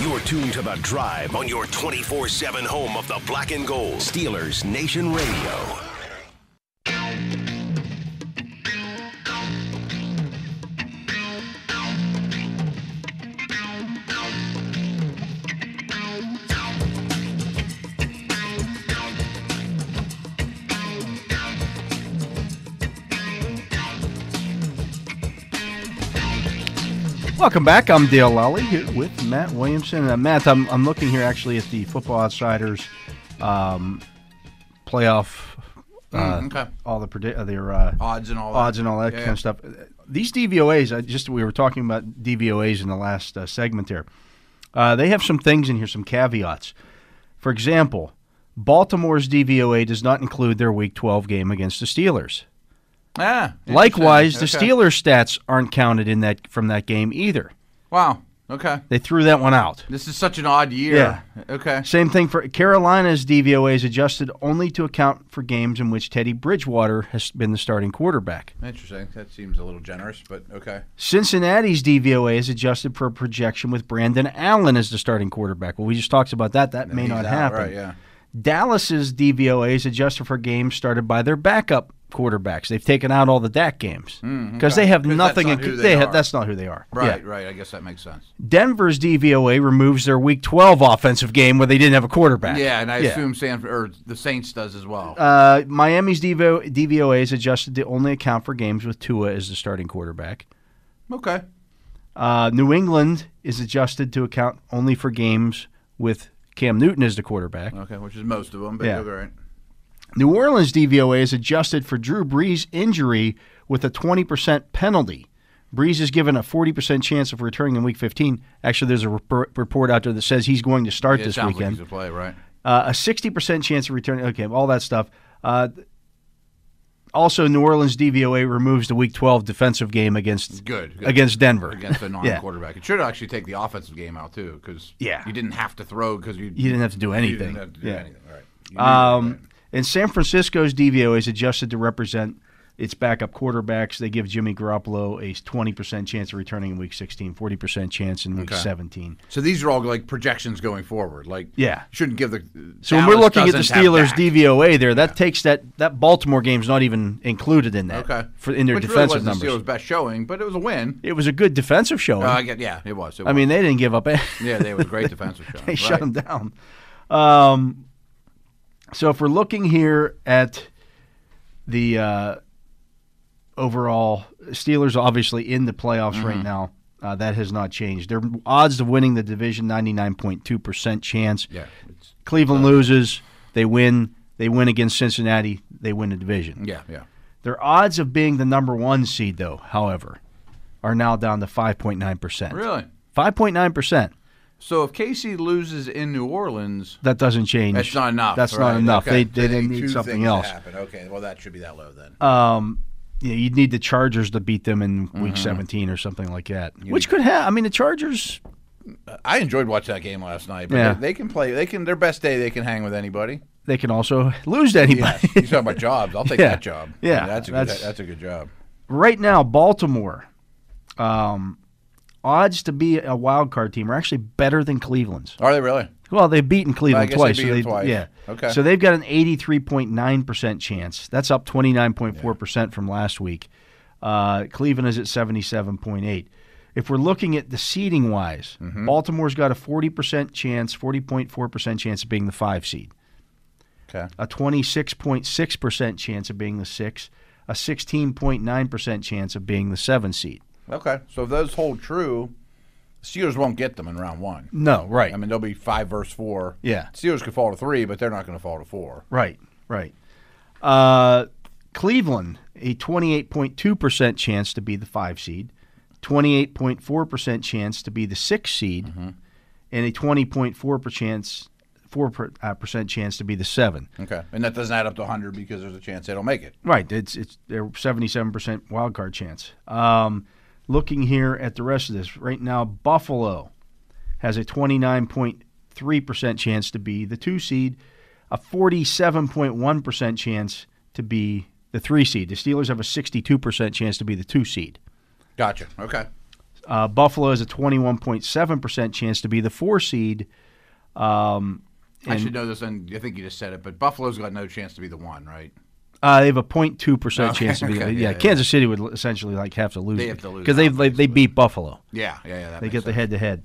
Speaker 3: You're tuned to The Drive on your 24 7 home of the black and gold. Steelers Nation Radio.
Speaker 1: Welcome back. I'm Dale Lally here with Matt Williamson. Uh, Matt, I'm, I'm looking here actually at the Football Outsiders um, playoff, uh,
Speaker 2: Mm, okay.
Speaker 1: all the predi- uh, their uh,
Speaker 2: Odds and all. That.
Speaker 1: odds and all that
Speaker 2: Yeah,
Speaker 1: kind of stuff. These DVOAs, I just we were talking about DVOAs in the last uh, segment there. Uh, they have some things in here, some caveats. For example, Baltimore's DVOA does not include their Week 12 game against the Steelers.
Speaker 2: Ah, interesting.
Speaker 1: Likewise, the
Speaker 2: Okay.
Speaker 1: Steelers stats aren't counted in that from that game either.
Speaker 2: Wow. Okay.
Speaker 1: They threw that one out.
Speaker 2: This is such an odd year.
Speaker 1: Yeah.
Speaker 2: Okay.
Speaker 1: Same thing for Carolina's DVOA is adjusted only to account for games in which Teddy Bridgewater has been the starting quarterback.
Speaker 2: Interesting. That seems a little generous, but okay.
Speaker 1: Cincinnati's DVOA is adjusted for a projection with Brandon Allen as the starting quarterback. Well, we just talked about that. That may
Speaker 2: He's
Speaker 1: not
Speaker 2: out,
Speaker 1: happen.
Speaker 2: Right. Yeah.
Speaker 1: Dallas's DVOA is adjusted for games started by their backup quarterbacks. They've taken out all the DAC games because they have
Speaker 2: 'Cause Hmm, that's
Speaker 1: nothing.
Speaker 2: not
Speaker 1: in,
Speaker 2: who
Speaker 1: they
Speaker 2: they
Speaker 1: have,
Speaker 2: are.
Speaker 1: that's not who they are.
Speaker 2: Right.
Speaker 1: Yeah.
Speaker 2: Right. I guess that makes sense.
Speaker 1: Denver's DVOA removes their Week 12 offensive game where they didn't have a quarterback.
Speaker 2: Yeah, and I assume Sanford or the Saints does as well.
Speaker 1: Uh, Miami's DVO, DVOA is adjusted to only account for games with Tua as the starting quarterback.
Speaker 2: okay.
Speaker 1: Uh, New England is adjusted to account only for games with Cam Newton as the quarterback.
Speaker 2: Okay, which is most of them, but
Speaker 1: Yeah.
Speaker 2: all right.
Speaker 1: New Orleans DVOA is adjusted for Drew Brees' injury with a 20% penalty. Brees is given a 40% chance of returning in Week 15. Actually, there's a repor- report out there that says he's going to start
Speaker 2: It
Speaker 1: this
Speaker 2: sounds like
Speaker 1: weekend.
Speaker 2: he's a play, right?
Speaker 1: uh, a 60% chance of returning. Okay, all that stuff. Uh, also, New Orleans DVOA removes the Week 12 defensive game against
Speaker 2: Good, good.
Speaker 1: against Denver.
Speaker 2: Against a
Speaker 1: yeah.
Speaker 2: non-quarterback, it should actually take the offensive game out too, because
Speaker 1: Yeah.
Speaker 2: you didn't have to throw because you
Speaker 1: You didn't have to do
Speaker 2: you
Speaker 1: anything.
Speaker 2: didn't have to do
Speaker 1: yeah.
Speaker 2: anything. All right. You knew that,
Speaker 1: Um, and San Francisco's DVOA is adjusted to represent its backup quarterbacks. They give Jimmy Garoppolo a 20% chance of returning in Week 16, 40% chance in Week
Speaker 2: Okay.
Speaker 1: 17.
Speaker 2: right. So these are all like projections going forward. Like
Speaker 1: Yeah.
Speaker 2: you shouldn't give the.
Speaker 1: So when we're
Speaker 2: Dallas
Speaker 1: looking at the
Speaker 2: doesn't have
Speaker 1: Steelers
Speaker 2: Dak.
Speaker 1: DVOA there, that takes that that Baltimore game's not even included in that
Speaker 2: okay,
Speaker 1: for, in their
Speaker 2: Which really
Speaker 1: defensive
Speaker 2: wasn't
Speaker 1: numbers.
Speaker 2: The Steelers' best showing, but it was a win.
Speaker 1: It was a good defensive showing.
Speaker 2: Uh, I get, yeah, it was. It was.
Speaker 1: I mean, they didn't give up. a-
Speaker 2: yeah, they were great defensive showing.
Speaker 1: they
Speaker 2: right.
Speaker 1: shut them down. Um, so if we're looking here at the uh, overall Steelers, obviously in the playoffs
Speaker 2: Mm-hmm.
Speaker 1: right now, uh, that has not changed. Their odds of winning the division ninety nine point two percent chance.
Speaker 2: Yeah, it's,
Speaker 1: Cleveland loses, they win. They win against Cincinnati, they win the division.
Speaker 2: yeah, yeah.
Speaker 1: Their odds of being the number one seed, though, however, are now down to five point nine percent.
Speaker 2: Really.
Speaker 1: Five point nine percent.
Speaker 2: So if KC loses in New Orleans,
Speaker 1: That doesn't change.
Speaker 2: that's not enough.
Speaker 1: Mm. That's
Speaker 2: right?
Speaker 1: not enough.
Speaker 2: Okay.
Speaker 1: They, they,
Speaker 2: So
Speaker 1: didn't
Speaker 2: two
Speaker 1: need something
Speaker 2: things to
Speaker 1: else.
Speaker 2: happen. Okay, well that should be that low then.
Speaker 1: Um, you know, you'd need the Chargers to beat them in
Speaker 2: Mm-hmm.
Speaker 1: Week 17 or something like that, which could happen. I mean, the Chargers.
Speaker 2: I enjoyed watching that game last night. But
Speaker 1: Yeah.
Speaker 2: they, they can play. They can their best day. They can hang with anybody.
Speaker 1: They can also lose to anybody.
Speaker 2: Yes. you talking about jobs? I'll take
Speaker 1: Yeah.
Speaker 2: that job.
Speaker 1: Yeah,
Speaker 2: that's a
Speaker 1: that's-
Speaker 2: good, that's a good job.
Speaker 1: right now, Baltimore, um, odds to be a wild card team are actually better than Cleveland's.
Speaker 2: Are they really?
Speaker 1: Well, they've beaten Cleveland
Speaker 2: guess they
Speaker 1: twice.
Speaker 2: beat
Speaker 1: so
Speaker 2: them twice.
Speaker 1: Yeah.
Speaker 2: Okay.
Speaker 1: So they've got an 83.9% chance. That's up 29.4% from last week. Uh, Cleveland is at 77.8. If we're looking at the seeding wise, Baltimore's got a 40% chance, 40.4% chance of being the 5 seed,
Speaker 2: Okay.
Speaker 1: a 26.6% chance of being the 6, a 16.9% chance of being the 7 seed.
Speaker 2: Okay. So if those hold true, Steelers won't get them in round one.
Speaker 1: No, right.
Speaker 2: I mean, they'll be five versus four.
Speaker 1: Yeah.
Speaker 2: Steelers could fall to three, but they're not going to fall to four.
Speaker 1: Right, right. Uh, Cleveland, a 28.2% chance to be the five seed, 28.4% chance to be the six seed, and a 20.4% chance, 4% uh, percent chance to be the seven.
Speaker 2: Okay. And that doesn't add up to 100 because there's a chance they don't make it.
Speaker 1: Right, it's, it's they're 77% wild card chance. Um, looking here at the rest of this, right now, Buffalo has a 29.3% chance to be the two seed, a 47.1% chance to be the three seed. The Steelers have a 62% chance to be the two seed.
Speaker 2: Gotcha. Okay.
Speaker 1: Uh, Buffalo has a 21.7% chance to be the four seed.
Speaker 2: I should know this, and I think you just said it, but Buffalo's got no chance to be the one, right?
Speaker 1: Uh, they have a 0.2% chance to be.
Speaker 2: okay,
Speaker 1: yeah,
Speaker 2: yeah, yeah.
Speaker 1: Kansas City would essentially like have to lose
Speaker 2: They have to lose,
Speaker 1: because they, they they beat Buffalo.
Speaker 2: Yeah, yeah, yeah. That
Speaker 1: They
Speaker 2: makes
Speaker 1: get the
Speaker 2: sense.
Speaker 1: head to head,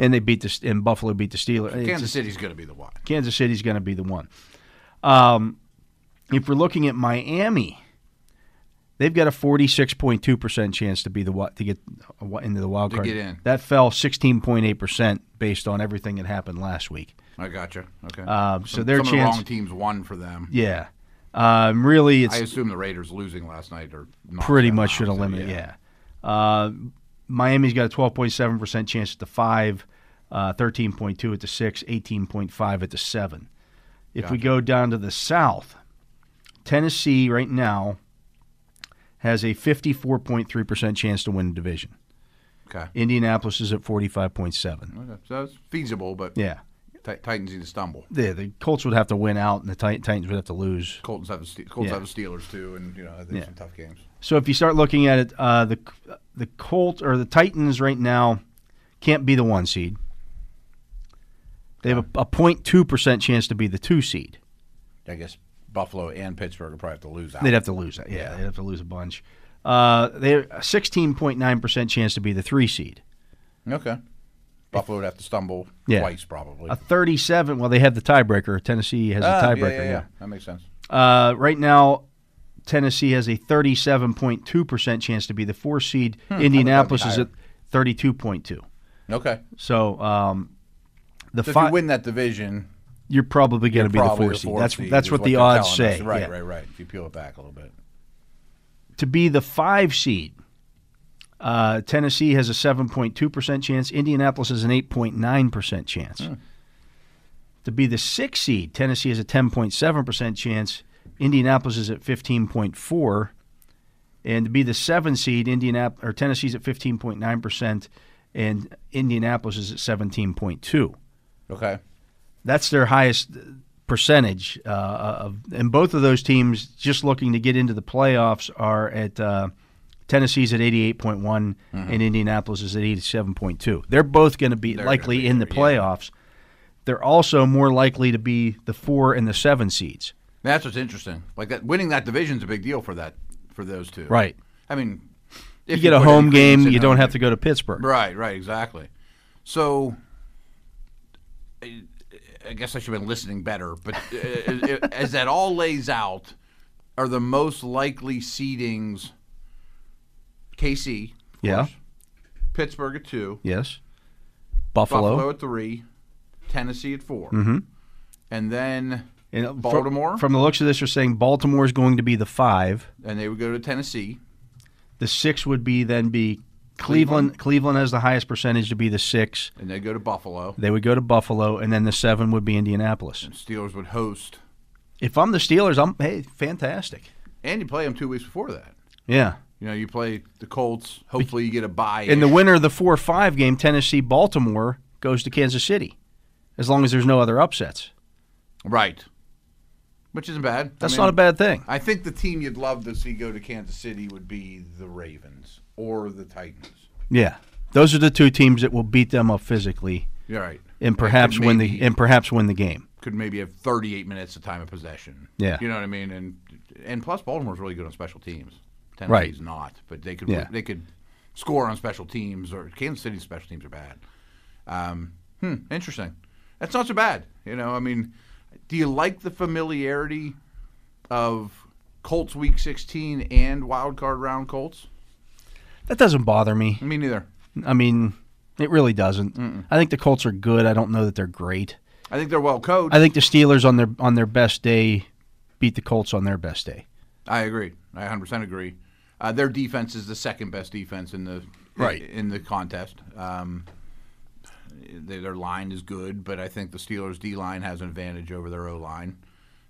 Speaker 1: and they beat the St- and Buffalo beat the Steelers. It's
Speaker 2: Kansas
Speaker 1: just-
Speaker 2: City's going to be the one.
Speaker 1: Kansas City's going to be the one. Um, if we're looking at Miami, they've got a forty six point two percent chance to be the wi- to get uh, wi- into the wild
Speaker 2: To
Speaker 1: card.
Speaker 2: get in.
Speaker 1: That fell sixteen point eight percent based on everything that happened last week.
Speaker 2: I gotcha. Okay.
Speaker 1: Um, so
Speaker 2: Some-
Speaker 1: their
Speaker 2: some
Speaker 1: chance-
Speaker 2: of the wrong teams won for them.
Speaker 1: Yeah, um, really, it's
Speaker 2: I assume the Raiders losing last night are not
Speaker 1: pretty much should eliminate. Yeah, Uh, Miami's got a twelve point seven percent chance at the five. uh, 13.2 at the 6, 18.5 at the 7. If we go down to the South, Tennessee right now has a 54.3% chance to win the division.
Speaker 2: Okay.
Speaker 1: Indianapolis is at 45.7.
Speaker 2: Okay, So it's feasible, but
Speaker 1: Yeah.
Speaker 2: Ti- Titans need to stumble.
Speaker 1: The, the Colts would have to win out, and the Tit- Titans would have to lose.
Speaker 2: Colts have the Ste- Colts
Speaker 1: Yeah.
Speaker 2: have the Steelers too, and you know there's
Speaker 1: Yeah.
Speaker 2: some tough games.
Speaker 1: So if you start looking at it, uh, the the Colt or the Titans right now can't be the one seed. They have a, a 0.2 percent chance to be the two seed.
Speaker 2: I guess Buffalo and Pittsburgh will probably have to lose out.
Speaker 1: They'd have to lose that. Yeah, they'd have to lose a bunch. Uh, they have a 16.9 percent chance to be the three seed.
Speaker 2: Okay. Buffalo would have to stumble
Speaker 1: Yeah.
Speaker 2: twice probably.
Speaker 1: A 37. Well, they have the tiebreaker. Tennessee has a
Speaker 2: Ah,
Speaker 1: tiebreaker.
Speaker 2: yeah,
Speaker 1: Yeah.
Speaker 2: that makes sense.
Speaker 1: Uh, right now, Tennessee has a 37.2 percent chance to be the four seed.
Speaker 2: Hmm,
Speaker 1: Indianapolis is
Speaker 2: higher.
Speaker 1: at 32.2.
Speaker 2: Okay,
Speaker 1: So um, the
Speaker 2: so if
Speaker 1: five,
Speaker 2: you win that division,
Speaker 1: you're probably going to be the
Speaker 2: probably
Speaker 1: four seed.
Speaker 2: fourth
Speaker 1: That's
Speaker 2: seed
Speaker 1: that's
Speaker 2: is
Speaker 1: what the
Speaker 2: they're
Speaker 1: odds
Speaker 2: telling
Speaker 1: say.
Speaker 2: us. Right,
Speaker 1: yeah.
Speaker 2: right, right. If you peel it back a little bit,
Speaker 1: To be the five seed, uh, Tennessee has a 7.2 percent chance. Indianapolis has an 8.9 percent chance.
Speaker 2: Hmm.
Speaker 1: To be the six seed, Tennessee has a 10.7 percent chance. Indianapolis is at 15.4, and to be the seven seed, Indianap- or Tennessee's at 15.9 percent, and Indianapolis is at 17.2.
Speaker 2: okay.
Speaker 1: That's their highest percentage. Uh, of, and both of those teams, just looking to get into the playoffs, are at uh, Tennessee's at 88one and Indianapolis is at 87.2. They're both going to be
Speaker 2: Mm-hmm. They're
Speaker 1: likely
Speaker 2: gonna be
Speaker 1: in the
Speaker 2: there, yeah.
Speaker 1: playoffs. They're also more likely to be the four and the seven seeds.
Speaker 2: That's what's interesting. Like that, winning that division's a big deal for that for those two.
Speaker 1: Right.
Speaker 2: I mean,
Speaker 1: You
Speaker 2: if
Speaker 1: get a
Speaker 2: put
Speaker 1: home
Speaker 2: any
Speaker 1: game,
Speaker 2: credence in
Speaker 1: you don't
Speaker 2: home
Speaker 1: have
Speaker 2: game.
Speaker 1: to go to Pittsburgh.
Speaker 2: Right, right, exactly. So, I I guess I should have been listening better. But uh, uh, as that all lays out, are the most likely seedings KC, of
Speaker 1: Yeah.
Speaker 2: course, Pittsburgh at two,
Speaker 1: Yes.
Speaker 2: Buffalo,
Speaker 1: Buffalo.
Speaker 2: at three, Tennessee at 4
Speaker 1: Mhm.
Speaker 2: and then
Speaker 1: And fro-
Speaker 2: Baltimore?
Speaker 1: From the looks of this, you're saying Baltimore is going to be the five.
Speaker 2: and they would go to Tennessee.
Speaker 1: The six would be then be Cleveland. Cleveland has the highest percentage to be the six.
Speaker 2: and they go to Buffalo.
Speaker 1: They would go to Buffalo, and then the seven would be Indianapolis.
Speaker 2: Steelers would host,
Speaker 1: If I'm the Steelers, I'm hey, fantastic.
Speaker 2: and you play them two weeks before that.
Speaker 1: Yeah.
Speaker 2: You know, you play the Colts. Hopefully, you get a bye.
Speaker 1: And the winner of the four five game, Tennessee Baltimore, goes to Kansas City. As long as there's no other upsets.
Speaker 2: right, which isn't bad.
Speaker 1: That's
Speaker 2: I
Speaker 1: not a bad thing.
Speaker 2: I think the team you'd love to see go to Kansas City would be the Ravens or the Titans.
Speaker 1: Yeah. Those are the two teams that will beat them up physically
Speaker 2: You're right.
Speaker 1: and perhaps
Speaker 2: could
Speaker 1: win the
Speaker 2: maybe-
Speaker 1: and perhaps win the game.
Speaker 2: Could maybe have 38 minutes of time of possession.
Speaker 1: Yeah.
Speaker 2: you know what I mean. And and plus, Baltimore's really good on special teams.
Speaker 1: Right.
Speaker 2: Tennessee's not, but they could
Speaker 1: Yeah.
Speaker 2: they could score on special teams. Or Kansas City's special teams are bad. Um, hmm, interesting. That's not so bad. You know, I mean, do you like the familiarity of Colts Week 16 and Wild Card Round Colts?
Speaker 1: That doesn't bother me.
Speaker 2: Me neither.
Speaker 1: I mean, it really doesn't. I think the Colts are good. I don't know that they're great.
Speaker 2: I think they're well coached.
Speaker 1: I think the Steelers on their on their best day beat the Colts on their best day.
Speaker 2: I agree. I 100% agree. Uh, their defense is the second best defense in the
Speaker 1: Right.
Speaker 2: in the contest. Um, they, their line is good, but I think the Steelers' D line has an advantage over their O line.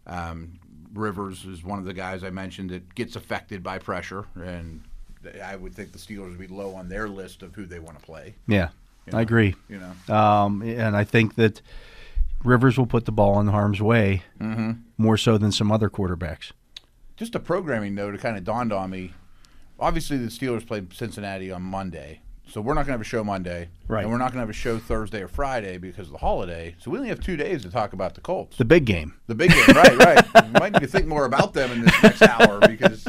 Speaker 2: Um, Rivers is one of the guys I mentioned that gets affected by pressure, and th- I would think the Steelers would be low on their list of who they want to play.
Speaker 1: Yeah, I agree.
Speaker 2: You know,
Speaker 1: Um, and I think that Rivers will put the ball in harm's way
Speaker 2: Mm-hmm.
Speaker 1: more so than some other quarterbacks.
Speaker 2: just a programming note, it kind of dawned on me. Obviously, the Steelers played Cincinnati on Monday, so we're not going to have a show Monday,
Speaker 1: Right.
Speaker 2: And we're not going to have a show Thursday or Friday because of the holiday. So we only have two days to talk about the Colts,
Speaker 1: The
Speaker 2: the,
Speaker 1: big game.
Speaker 2: big game, right? Right. We might need to think more about them in this next hour because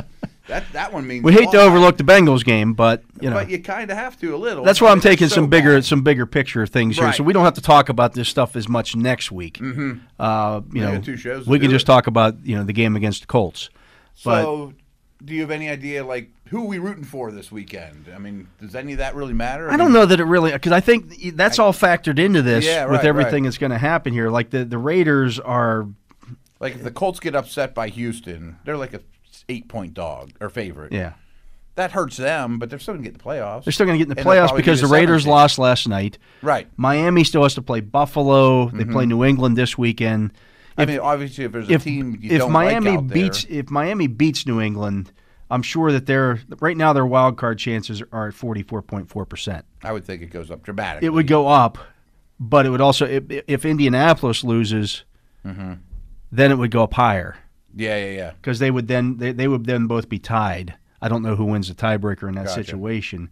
Speaker 2: that that one means
Speaker 1: We
Speaker 2: a
Speaker 1: hate to
Speaker 2: lot.
Speaker 1: overlook the Bengals game, but you know
Speaker 2: but you kind of have to a little.
Speaker 1: that's why I'm
Speaker 2: It's
Speaker 1: taking
Speaker 2: so
Speaker 1: some bigger
Speaker 2: bad.
Speaker 1: some bigger picture things here, so
Speaker 2: Right.
Speaker 1: we don't have to talk about this stuff as much next week. Mm-hmm. Uh, you
Speaker 2: got
Speaker 1: know,
Speaker 2: two shows to
Speaker 1: we can
Speaker 2: do
Speaker 1: just
Speaker 2: it.
Speaker 1: talk about you know the game against the Colts. But
Speaker 2: So, do you have any idea like who are we rooting for this weekend? I mean, does any of that really matter?
Speaker 1: I don't know that it really because I think that's all factored into this
Speaker 2: Yeah,
Speaker 1: with
Speaker 2: right,
Speaker 1: everything
Speaker 2: right.
Speaker 1: that's going to happen here. Like the the Raiders are
Speaker 2: Like if the Colts get upset by Houston, they're like a eight point dog or favorite.
Speaker 1: yeah
Speaker 2: that hurts them, but they're still going to get the playoffs.
Speaker 1: They're still going to get in the
Speaker 2: And they'll
Speaker 1: playoffs
Speaker 2: probably be
Speaker 1: because
Speaker 2: the
Speaker 1: the Raiders
Speaker 2: seventh seed.
Speaker 1: lost last night.
Speaker 2: Right.
Speaker 1: Miami still has to play Buffalo. They play New England this weekend.
Speaker 2: I mean, obviously, if there's Mm-hmm. a
Speaker 1: If
Speaker 2: team you
Speaker 1: if
Speaker 2: don't
Speaker 1: Miami
Speaker 2: like out
Speaker 1: beats
Speaker 2: there,
Speaker 1: if Miami beats New England, I'm sure that they're right now their wild card chances are at 44.4 percent.
Speaker 2: I would think it goes up dramatically.
Speaker 1: It would go up, but it would also if, if Indianapolis loses,
Speaker 2: Mm-hmm.
Speaker 1: then it would go up higher
Speaker 2: Yeah, yeah, yeah.
Speaker 1: because they would then they, they would then both be tied. I don't know who wins the tiebreaker in that
Speaker 2: Gotcha.
Speaker 1: situation.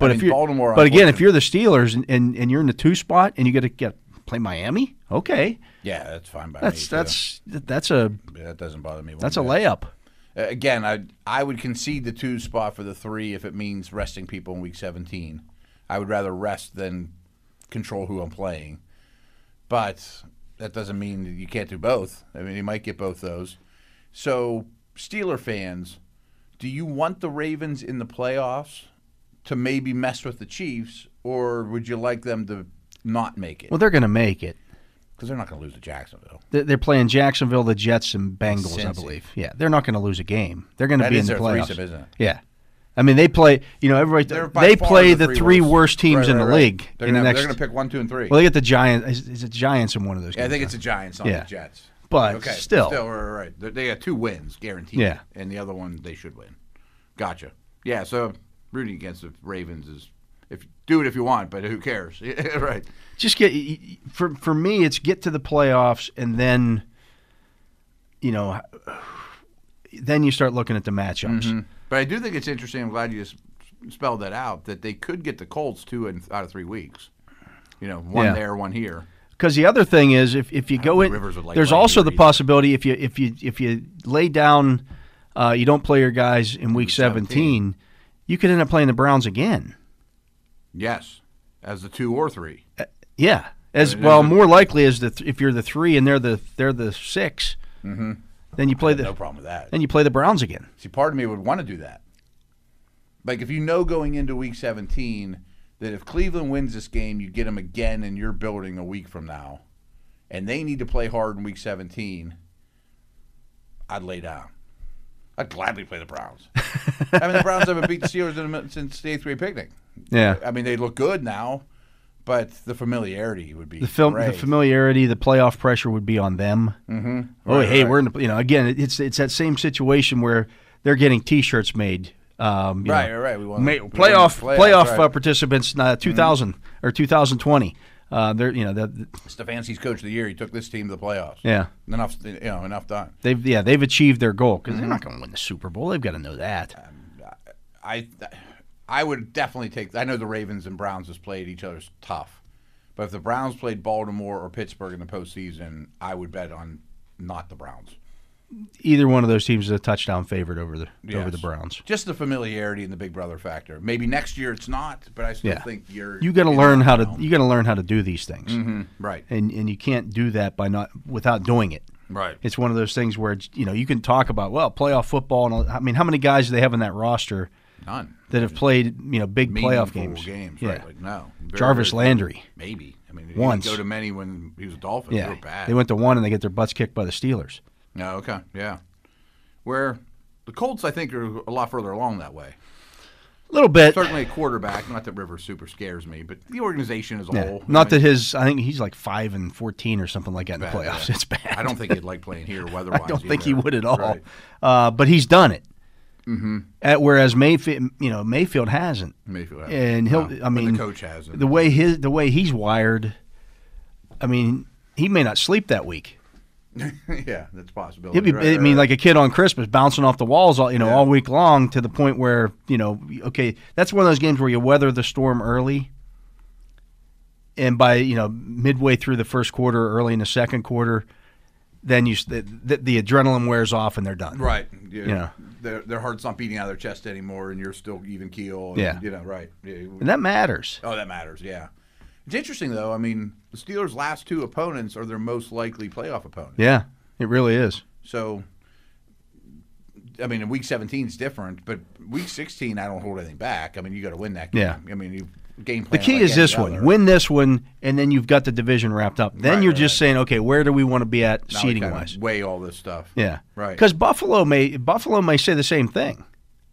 Speaker 1: But
Speaker 2: mean,
Speaker 1: if you're,
Speaker 2: Baltimore,
Speaker 1: but again, if
Speaker 2: unfortunately-
Speaker 1: you're the Steelers and, and, and you're in the two spot and you get to get play Miami, okay,
Speaker 2: Yeah, that's fine by me.
Speaker 1: that's
Speaker 2: too.
Speaker 1: that's that's a
Speaker 2: that doesn't bother me. one
Speaker 1: that's a
Speaker 2: bit.
Speaker 1: layup.
Speaker 2: Uh, Again, I I would concede the two spot for the three if it means resting people in week 17. I would rather rest than control who I'm playing. But that doesn't mean that you can't do both. I mean, you might get both those. So, Steeler fans, do you want the Ravens in the playoffs to maybe mess with the Chiefs, or would you like them to not make it?
Speaker 1: Well, they're going to make it.
Speaker 2: Because they're not going to lose to Jacksonville.
Speaker 1: They- They're playing Jacksonville, the Jets, and Bengals, I
Speaker 2: Cincy.
Speaker 1: believe. Yeah, they're not going to lose a game. They're going to
Speaker 2: That
Speaker 1: be
Speaker 2: is
Speaker 1: in the
Speaker 2: their
Speaker 1: playoffs.
Speaker 2: threesome, isn't it?
Speaker 1: Yeah, I mean they play. You know, everybody
Speaker 2: They're by
Speaker 1: they
Speaker 2: far
Speaker 1: play the, three worst, teams
Speaker 2: Right,
Speaker 1: in
Speaker 2: right,
Speaker 1: the
Speaker 2: right.
Speaker 1: league.
Speaker 2: They're
Speaker 1: in
Speaker 2: gonna,
Speaker 1: the
Speaker 2: have-
Speaker 1: next,
Speaker 2: they're going to pick one, two, and three.
Speaker 1: well, they get the Giants. Is, is it Giants in one of those?
Speaker 2: Yeah, I
Speaker 1: games,
Speaker 2: think
Speaker 1: huh?
Speaker 2: it's the Giants, not
Speaker 1: Yeah.
Speaker 2: the Jets.
Speaker 1: But
Speaker 2: okay,
Speaker 1: still.
Speaker 2: still right, right. They- They got two wins guaranteed.
Speaker 1: Yeah.
Speaker 2: and the other one they should win. Gotcha. Yeah, so rooting against the Ravens is if do it if you want, but who cares? Yeah, right.
Speaker 1: just get y- y- for for me it's get to the playoffs and then you know then you start looking at the matchups
Speaker 2: But I do think it's interesting. I'm glad you just spelled that out. That they could get the Colts two and out of three weeks. You know, one
Speaker 1: Yeah.
Speaker 2: there, one here.
Speaker 1: because the other thing is if, if you go
Speaker 2: think
Speaker 1: in
Speaker 2: Rivers would like
Speaker 1: there's
Speaker 2: Mike
Speaker 1: also
Speaker 2: either
Speaker 1: the
Speaker 2: either.
Speaker 1: possibility if you if you if you lay down uh, you don't play your guys in week 17,
Speaker 2: 17.
Speaker 1: you could end up playing the browns again
Speaker 2: Yes, as the two or three.
Speaker 1: yeah as
Speaker 2: Right,
Speaker 1: well
Speaker 2: there's a-
Speaker 1: more likely as the th- if you're the three and they're the they're the 6 then you play the
Speaker 2: Mm-hmm. No problem with that.
Speaker 1: then you play the browns again
Speaker 2: See, part of me would want to do that. Like, if you know going into week 17 that if Cleveland wins this game, you get them again in your building a week from now, and they need to play hard in week 17, I'd lay down. I'd gladly play the Browns. I mean, the Browns haven't beat the Steelers in a, minute since the eighth grade picnic.
Speaker 1: yeah
Speaker 2: I mean, they look good now, but the familiarity would be
Speaker 1: the film, the
Speaker 2: great.
Speaker 1: familiarity, the playoff pressure would be on them. Mm-hmm. Oh, hey,
Speaker 2: right.
Speaker 1: we're in the you know again. it- It's it's that same situation where they're getting T-shirts made. Um, you
Speaker 2: Right,
Speaker 1: know,
Speaker 2: right, Mm-hmm. right. We want
Speaker 1: ma-
Speaker 2: we want
Speaker 1: playoff
Speaker 2: playoffs,
Speaker 1: playoff
Speaker 2: right.
Speaker 1: uh, participants uh, 2000 or two thousand twenty. Uh, they're you know that
Speaker 2: Stefanski's coach of the year. He took this team to the playoffs.
Speaker 1: yeah
Speaker 2: Enough, you know, enough done.
Speaker 1: they've yeah they've achieved their goal because they're not
Speaker 2: Mm-hmm.
Speaker 1: going to win the Super Bowl. They've got to know that.
Speaker 2: I I would definitely take. I know the Ravens and Browns has played each other's tough, but if the Browns played Baltimore or Pittsburgh in the postseason, I would bet on not the Browns.
Speaker 1: Either one of those teams is a touchdown favorite over the over
Speaker 2: Yes.
Speaker 1: the Browns.
Speaker 2: Just the familiarity and the Big Brother factor. Maybe next year it's not, but I still
Speaker 1: Yeah.
Speaker 2: think you're
Speaker 1: You got to
Speaker 2: in Mm-hmm.
Speaker 1: learn
Speaker 2: that
Speaker 1: how to
Speaker 2: realm.
Speaker 1: you got to learn how to do these things,
Speaker 2: right,
Speaker 1: and and you can't do that by not without doing it.
Speaker 2: right.
Speaker 1: it's one of those things where it's, you know you can talk about well playoff football and all- I mean how many guys do they have in that roster
Speaker 2: None
Speaker 1: that have played you know big playoff
Speaker 2: Meaningful
Speaker 1: games?
Speaker 2: games,
Speaker 1: yeah,
Speaker 2: right? Like no, Very,
Speaker 1: Jarvis
Speaker 2: very-
Speaker 1: Landry.
Speaker 2: Maybe. I mean, he
Speaker 1: Once.
Speaker 2: didn't go to many when he was a Dolphin.
Speaker 1: Yeah,
Speaker 2: they were bad.
Speaker 1: they went to one and they get their butts kicked by the Steelers.
Speaker 2: No, okay, yeah. Where the Colts, I think, are a lot further along that way.
Speaker 1: A little bit.
Speaker 2: certainly a quarterback. Not that Rivers super scares me, but the organization as a
Speaker 1: Yeah.
Speaker 2: whole.
Speaker 1: Not
Speaker 2: I
Speaker 1: that
Speaker 2: mean,
Speaker 1: his I think he's like five and fourteen or something like that in the
Speaker 2: Bad,
Speaker 1: playoffs.
Speaker 2: yeah.
Speaker 1: It's bad.
Speaker 2: I don't think he'd like playing here weather-wise.
Speaker 1: I don't think he
Speaker 2: either.
Speaker 1: would at all.
Speaker 2: Right. Mm-hmm.
Speaker 1: Uh, but he's done it. At, whereas Mayfield, you know, Mayfield hasn't.
Speaker 2: Mayfield hasn't.
Speaker 1: and he'll.
Speaker 2: No,
Speaker 1: I
Speaker 2: but the
Speaker 1: mean,
Speaker 2: coach has him.
Speaker 1: The way his, the way he's wired. I mean, he may not sleep that week.
Speaker 2: yeah, that's a possibility.
Speaker 1: He'll be.
Speaker 2: Right,
Speaker 1: I
Speaker 2: right,
Speaker 1: mean,
Speaker 2: right.
Speaker 1: like a kid on Christmas, bouncing off the walls, all you know,
Speaker 2: Yeah.
Speaker 1: all week long, to the point where you know, okay, that's one of those games where you weather the storm early. And by you know midway through the first quarter, early in the second quarter, then you s- the, the, the adrenaline wears off and they're done.
Speaker 2: right. Yeah,
Speaker 1: Yeah.
Speaker 2: Their, their heart's not beating out of their chest anymore, and you're still even keel. and,
Speaker 1: Yeah.
Speaker 2: you know, right. Yeah,
Speaker 1: And that matters.
Speaker 2: oh, that matters. Yeah, it's interesting though. I mean, the Steelers' last two opponents are their most likely playoff opponents.
Speaker 1: Yeah, it really is.
Speaker 2: So, I mean, in week 17 is different, but week 16, I don't hold anything back. I mean, you got to win that game.
Speaker 1: Yeah.
Speaker 2: I mean, you game
Speaker 1: The
Speaker 2: plan.
Speaker 1: key
Speaker 2: like
Speaker 1: is
Speaker 2: any
Speaker 1: this
Speaker 2: other.
Speaker 1: one. Win this one, and then you've got the division wrapped up. Then
Speaker 2: Right,
Speaker 1: you're
Speaker 2: right,
Speaker 1: just saying, okay, where do we want to be at
Speaker 2: Now we
Speaker 1: seating
Speaker 2: kinda
Speaker 1: wise?
Speaker 2: Weigh all this stuff.
Speaker 1: Yeah,
Speaker 2: Right.
Speaker 1: Because Buffalo may Buffalo may say the same thing.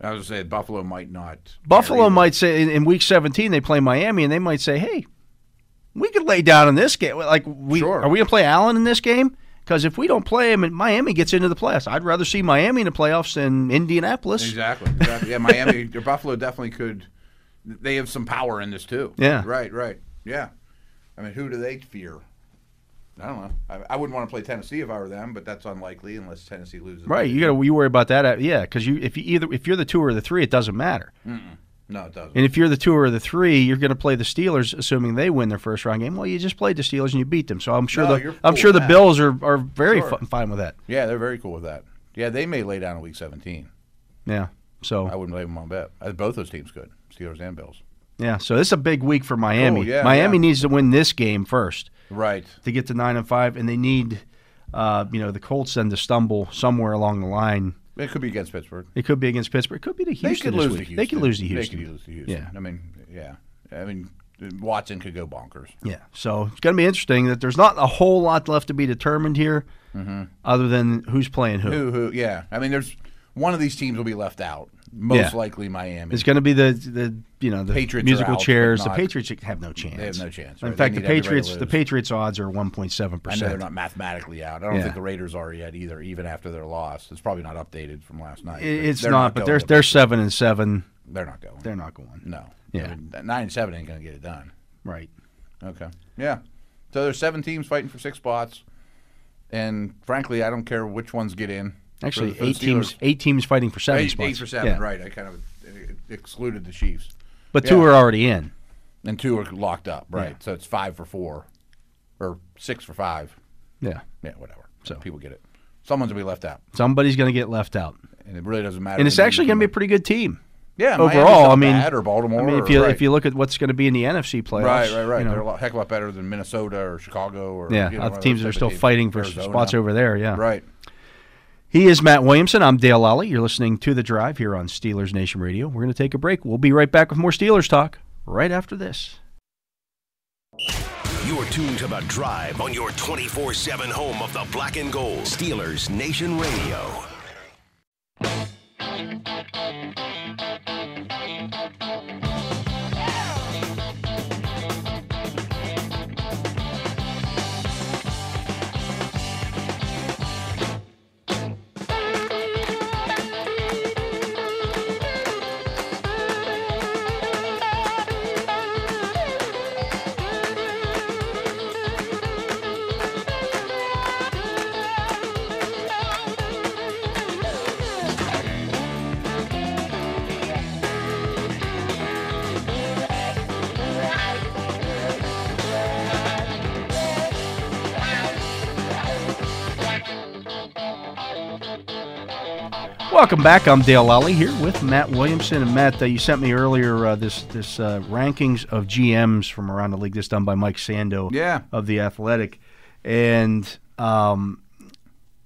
Speaker 2: I was saying Buffalo might not.
Speaker 1: Buffalo
Speaker 2: carry it.
Speaker 1: might say in, in week 17 they play Miami and they might say, "Hey, we could lay down in this game. Like we
Speaker 2: Sure.
Speaker 1: are we going to play Allen in this game? Because if we don't play him, and Miami gets into the playoffs, I'd rather see Miami in the playoffs than Indianapolis.
Speaker 2: Exactly. exactly. Yeah, Miami or Buffalo definitely could. They have some power in this too.
Speaker 1: Yeah.
Speaker 2: Right. Right. Yeah. I mean, who do they fear? I don't know. I, I wouldn't want to play Tennessee if I were them, but that's unlikely unless Tennessee loses.
Speaker 1: Right? You got to you worry about that. uh, Yeah, because you if you either if you're the two or the three, it doesn't matter.
Speaker 2: No, it doesn't.
Speaker 1: And if you're the two or the three, you're going to play the Steelers, assuming they win their first round game. Well, you just played the Steelers and you beat them, so I'm sure
Speaker 2: No,
Speaker 1: the
Speaker 2: you're
Speaker 1: I'm
Speaker 2: cool
Speaker 1: sure
Speaker 2: with
Speaker 1: the
Speaker 2: that.
Speaker 1: Bills are are very
Speaker 2: Sure.
Speaker 1: fi- fine with that.
Speaker 2: yeah, they're very cool with that. Yeah, they may lay down in week 17.
Speaker 1: Yeah. So
Speaker 2: I wouldn't blame them on bet. I- Both those teams could, Steelers and Bills.
Speaker 1: yeah, so this is a big week for Miami.
Speaker 2: Cool, yeah,
Speaker 1: Miami
Speaker 2: yeah.
Speaker 1: needs to win this game first.
Speaker 2: Right.
Speaker 1: to get to nine and five, and they need, uh, you know, the Colts then to stumble somewhere along the line.
Speaker 2: It could be against Pittsburgh.
Speaker 1: It could be against Pittsburgh. It could be to Houston.
Speaker 2: they could
Speaker 1: this week.
Speaker 2: lose to Houston.
Speaker 1: They could lose to Houston.
Speaker 2: They could lose to Houston.
Speaker 1: Yeah.
Speaker 2: I mean, yeah. I mean, Watson could go bonkers.
Speaker 1: Yeah. So it's going to be interesting that there's not a whole lot left to be determined here, other than who's playing who.
Speaker 2: Mm-hmm. Who, who, yeah. I mean, there's one of these teams will be left out. Most
Speaker 1: Yeah.
Speaker 2: likely Miami.
Speaker 1: It's going to be the the you know the
Speaker 2: Patriots are
Speaker 1: musical
Speaker 2: out, but
Speaker 1: chairs. The
Speaker 2: not-
Speaker 1: Patriots have no chance.
Speaker 2: They have no chance,
Speaker 1: In
Speaker 2: right?
Speaker 1: fact,
Speaker 2: They
Speaker 1: the
Speaker 2: need everybody to
Speaker 1: Patriots the
Speaker 2: lose.
Speaker 1: Patriots odds are one point seven
Speaker 2: I know they're
Speaker 1: percent.
Speaker 2: not mathematically out. I don't
Speaker 1: Yeah.
Speaker 2: think the Raiders are yet either, even after their loss. It's probably not updated from last night. but
Speaker 1: It's
Speaker 2: they're
Speaker 1: not, but
Speaker 2: going
Speaker 1: they're
Speaker 2: to-
Speaker 1: they're seven and seven.
Speaker 2: they're not going.
Speaker 1: They're not going
Speaker 2: no.
Speaker 1: Yeah.
Speaker 2: I mean, nine and seven ain't going to get it done.
Speaker 1: right.
Speaker 2: Okay. Yeah. So there's seven teams fighting for six spots, and frankly, I don't care which ones get in. For
Speaker 1: Actually,
Speaker 2: the- for the
Speaker 1: eight teams
Speaker 2: Steelers-
Speaker 1: eight teams fighting for seven
Speaker 2: Eight,
Speaker 1: spots.
Speaker 2: eight for seven,
Speaker 1: Yeah.
Speaker 2: right? I kind of uh, excluded the Chiefs,
Speaker 1: But two
Speaker 2: Yeah.
Speaker 1: are already in.
Speaker 2: and two are locked up, right?
Speaker 1: Yeah.
Speaker 2: So it's five for four, or six for five.
Speaker 1: Yeah.
Speaker 2: Yeah, whatever.
Speaker 1: So-
Speaker 2: So people get it. Someone's gonna be left out,
Speaker 1: Somebody's going to get left out,
Speaker 2: and it really doesn't matter.
Speaker 1: and it's actually going to be a pretty good team.
Speaker 2: yeah. Miami's
Speaker 1: overall,
Speaker 2: not
Speaker 1: I mean-
Speaker 2: bad, or Baltimore,
Speaker 1: I mean,
Speaker 2: or-
Speaker 1: if you
Speaker 2: right.
Speaker 1: if you look at what's going to be in the NFC playoffs,
Speaker 2: Right, right, right.
Speaker 1: you know,
Speaker 2: They're a lot, heck of a lot better than Minnesota or Chicago or
Speaker 1: yeah,
Speaker 2: you know,
Speaker 1: other
Speaker 2: one of
Speaker 1: teams that
Speaker 2: those type
Speaker 1: are
Speaker 2: of
Speaker 1: still
Speaker 2: teams.
Speaker 1: fighting for
Speaker 2: Arizona.
Speaker 1: spots over there. Yeah,
Speaker 2: Right.
Speaker 1: He is Matt Williamson. I'm Dale Lally. You're listening to the Drive here on Steelers Nation Radio. We're going to take a break. We'll be right back with more Steelers talk right after this.
Speaker 3: You're tuned to The Drive on your 24 7 home of the black and gold. Steelers Nation Radio.
Speaker 1: Welcome back. I'm Dale Lally here with Matt Williamson. And Matt, uh, you sent me earlier uh, this this uh, rankings of GMs from around the league. This done by Mike Sando.
Speaker 2: Yeah.
Speaker 1: of the Athletic, and um,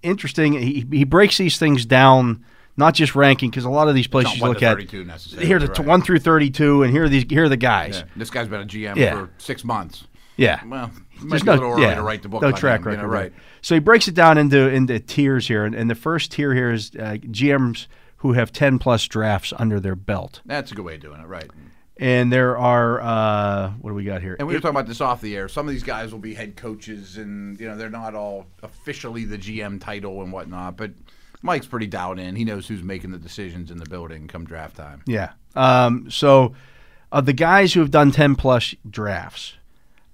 Speaker 1: interesting. He, he breaks these things down, not just ranking, because a lot of these places
Speaker 2: Not
Speaker 1: you
Speaker 2: one
Speaker 1: look
Speaker 2: to
Speaker 1: at
Speaker 2: 32 necessarily.
Speaker 1: here to
Speaker 2: right.
Speaker 1: to one through thirty-two, and here are these here are the guys.
Speaker 2: Yeah. This guy's been a GM
Speaker 1: Yeah.
Speaker 2: for six months.
Speaker 1: Yeah,
Speaker 2: Well, it might
Speaker 1: There's
Speaker 2: be a
Speaker 1: no,
Speaker 2: little early
Speaker 1: yeah,
Speaker 2: to write the book.
Speaker 1: no
Speaker 2: on
Speaker 1: track
Speaker 2: him, you
Speaker 1: record,
Speaker 2: know, right?
Speaker 1: So he breaks it down into into tiers here, and, and the first tier here is uh, GMs who have ten plus drafts under their belt,
Speaker 2: That's a good way of doing it, right?
Speaker 1: and there are uh, what do we got here?
Speaker 2: And we were talking about this off the air. Some of these guys will be head coaches, and you know they're not all officially the GM title and whatnot. But Mike's pretty down in. He knows who's making the decisions in the building come draft time.
Speaker 1: Yeah. Um, so, of the guys who have done 10 plus drafts,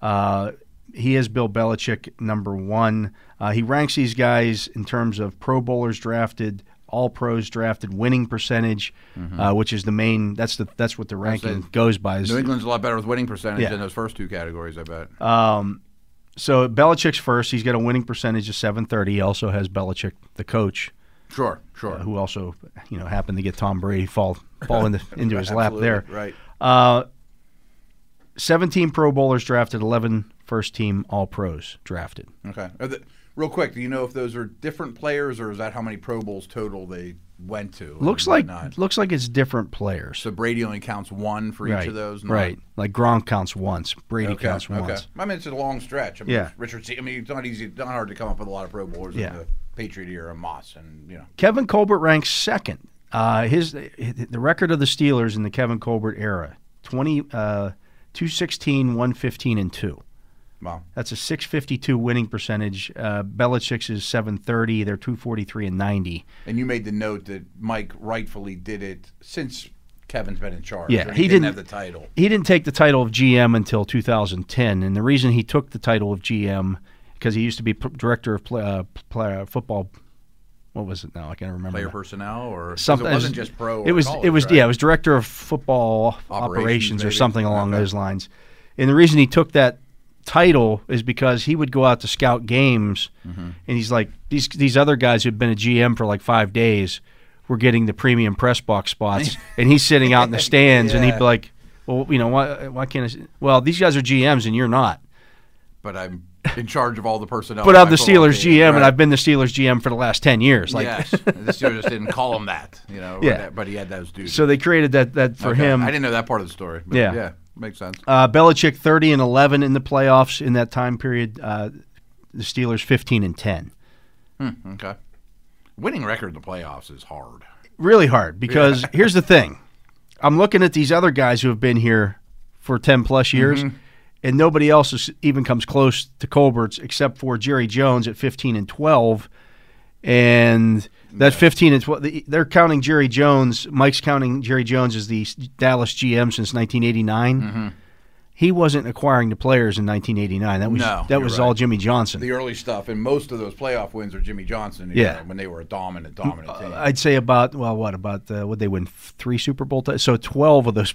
Speaker 1: uh, he is Bill Belichick, number one. Uh, he ranks these guys in terms of Pro Bowlers drafted, All Pros drafted, winning percentage, uh, which is the main. That's the that's what the ranking goes by. is-
Speaker 2: Mm-hmm. New England's a lot better with winning percentage
Speaker 1: Yeah. Uh,
Speaker 2: than those first two categories, I bet.
Speaker 1: so Belichick's first. He's got a winning percentage of 730. He also has Belichick, the coach,
Speaker 2: sure, sure.
Speaker 1: who also you know happened to get Tom Brady fall fall into into his lap
Speaker 2: Absolutely,
Speaker 1: there.
Speaker 2: right?
Speaker 1: 17 Pro Bowlers drafted, 11 first team All Pros drafted.
Speaker 2: Okay. Are the, real quick, do you know if those are different players, or is that how many Pro Bowls total they went to? and
Speaker 1: Looks like
Speaker 2: whatnot?
Speaker 1: looks like it's different players.
Speaker 2: so. Brady only counts one for
Speaker 1: right.
Speaker 2: each of those, not-
Speaker 1: right. Like Gronk counts once, Brady
Speaker 2: Okay.
Speaker 1: counts
Speaker 2: okay.
Speaker 1: once.
Speaker 2: I mean, it's a long stretch. I mean,
Speaker 1: Yeah.
Speaker 2: Richard. Se- I mean, it's not easy, not hard to come up with a lot of Pro Bowlers
Speaker 1: Yeah.
Speaker 2: in the Patriot era, Moss, and you know.
Speaker 1: Kevin Colbert ranks second Uh, his the record of the Steelers in the Kevin Colbert era 20, uh, 216, 115, and 2.
Speaker 2: Wow.
Speaker 1: That's a 652 winning percentage. Uh, Belichick's is 730. They're 243 and 90.
Speaker 2: And you made the note that Mike rightfully did it since Kevin's been in charge.
Speaker 1: Yeah,
Speaker 2: and
Speaker 1: he
Speaker 2: he, didn't,
Speaker 1: didn't-
Speaker 2: have the title.
Speaker 1: He didn't take the title of GM until 2010. And the reason he took the title of GM, because he used to be p- director of play, uh, player, football. What was it now? I can't remember.
Speaker 2: Player
Speaker 1: now.
Speaker 2: personnel or 'cause
Speaker 1: something.
Speaker 2: It wasn't just pro. Or
Speaker 1: It was.
Speaker 2: college,
Speaker 1: it was.
Speaker 2: right?
Speaker 1: Yeah, it was director of football operations,
Speaker 2: Operations,
Speaker 1: or
Speaker 2: maybe.
Speaker 1: something along
Speaker 2: Okay.
Speaker 1: those lines. And the reason he took that title is because he would go out to scout games,
Speaker 2: Mm-hmm.
Speaker 1: and he's like these these other guys who've been a GM for like five days were getting the premium press box spots, and he's sitting out in the stands, and he'd be like, "Well, you know, why why can't I? s- Well, these guys are GMs, and you're not."
Speaker 2: But I'm in charge of all the personnel.
Speaker 1: But
Speaker 2: on
Speaker 1: I'm
Speaker 2: my
Speaker 1: the
Speaker 2: football
Speaker 1: Steelers
Speaker 2: team,
Speaker 1: GM, and
Speaker 2: right?
Speaker 1: I've been the Steelers GM for the last ten years. Like,
Speaker 2: yes, the Steelers didn't call him that, you know. or
Speaker 1: Yeah.
Speaker 2: that- but he had those dudes.
Speaker 1: so they created that that for
Speaker 2: Okay.
Speaker 1: him.
Speaker 2: I didn't know that part of the story. But
Speaker 1: Yeah.
Speaker 2: yeah, makes sense.
Speaker 1: Uh, Belichick 30 and 11 in the playoffs in that time period. Uh, the Steelers 15 and 10.
Speaker 2: Okay, winning record in the playoffs is hard.
Speaker 1: Really hard because here's the thing I'm looking at these other guys who have been here for 10
Speaker 2: Mm-hmm.
Speaker 1: plus years, and nobody else is, even comes close to Colbert's except for Jerry Jones at 15 and 12. And that 15 and 12, the- they're counting Jerry Jones. Mike's counting Jerry Jones as the Dallas GM since 1989.
Speaker 2: Mm-hmm.
Speaker 1: He wasn't acquiring the players in 1989. That was
Speaker 2: No,
Speaker 1: that
Speaker 2: you're
Speaker 1: was
Speaker 2: right.
Speaker 1: all Jimmy Johnson.
Speaker 2: The early stuff and most of those playoff wins are Jimmy Johnson. you
Speaker 1: Yeah. Uh,
Speaker 2: know, when they were a dominant, dominant team.
Speaker 1: I'd say about well, what about uh, would they win f- three Super Bowl? T- so twelve of those,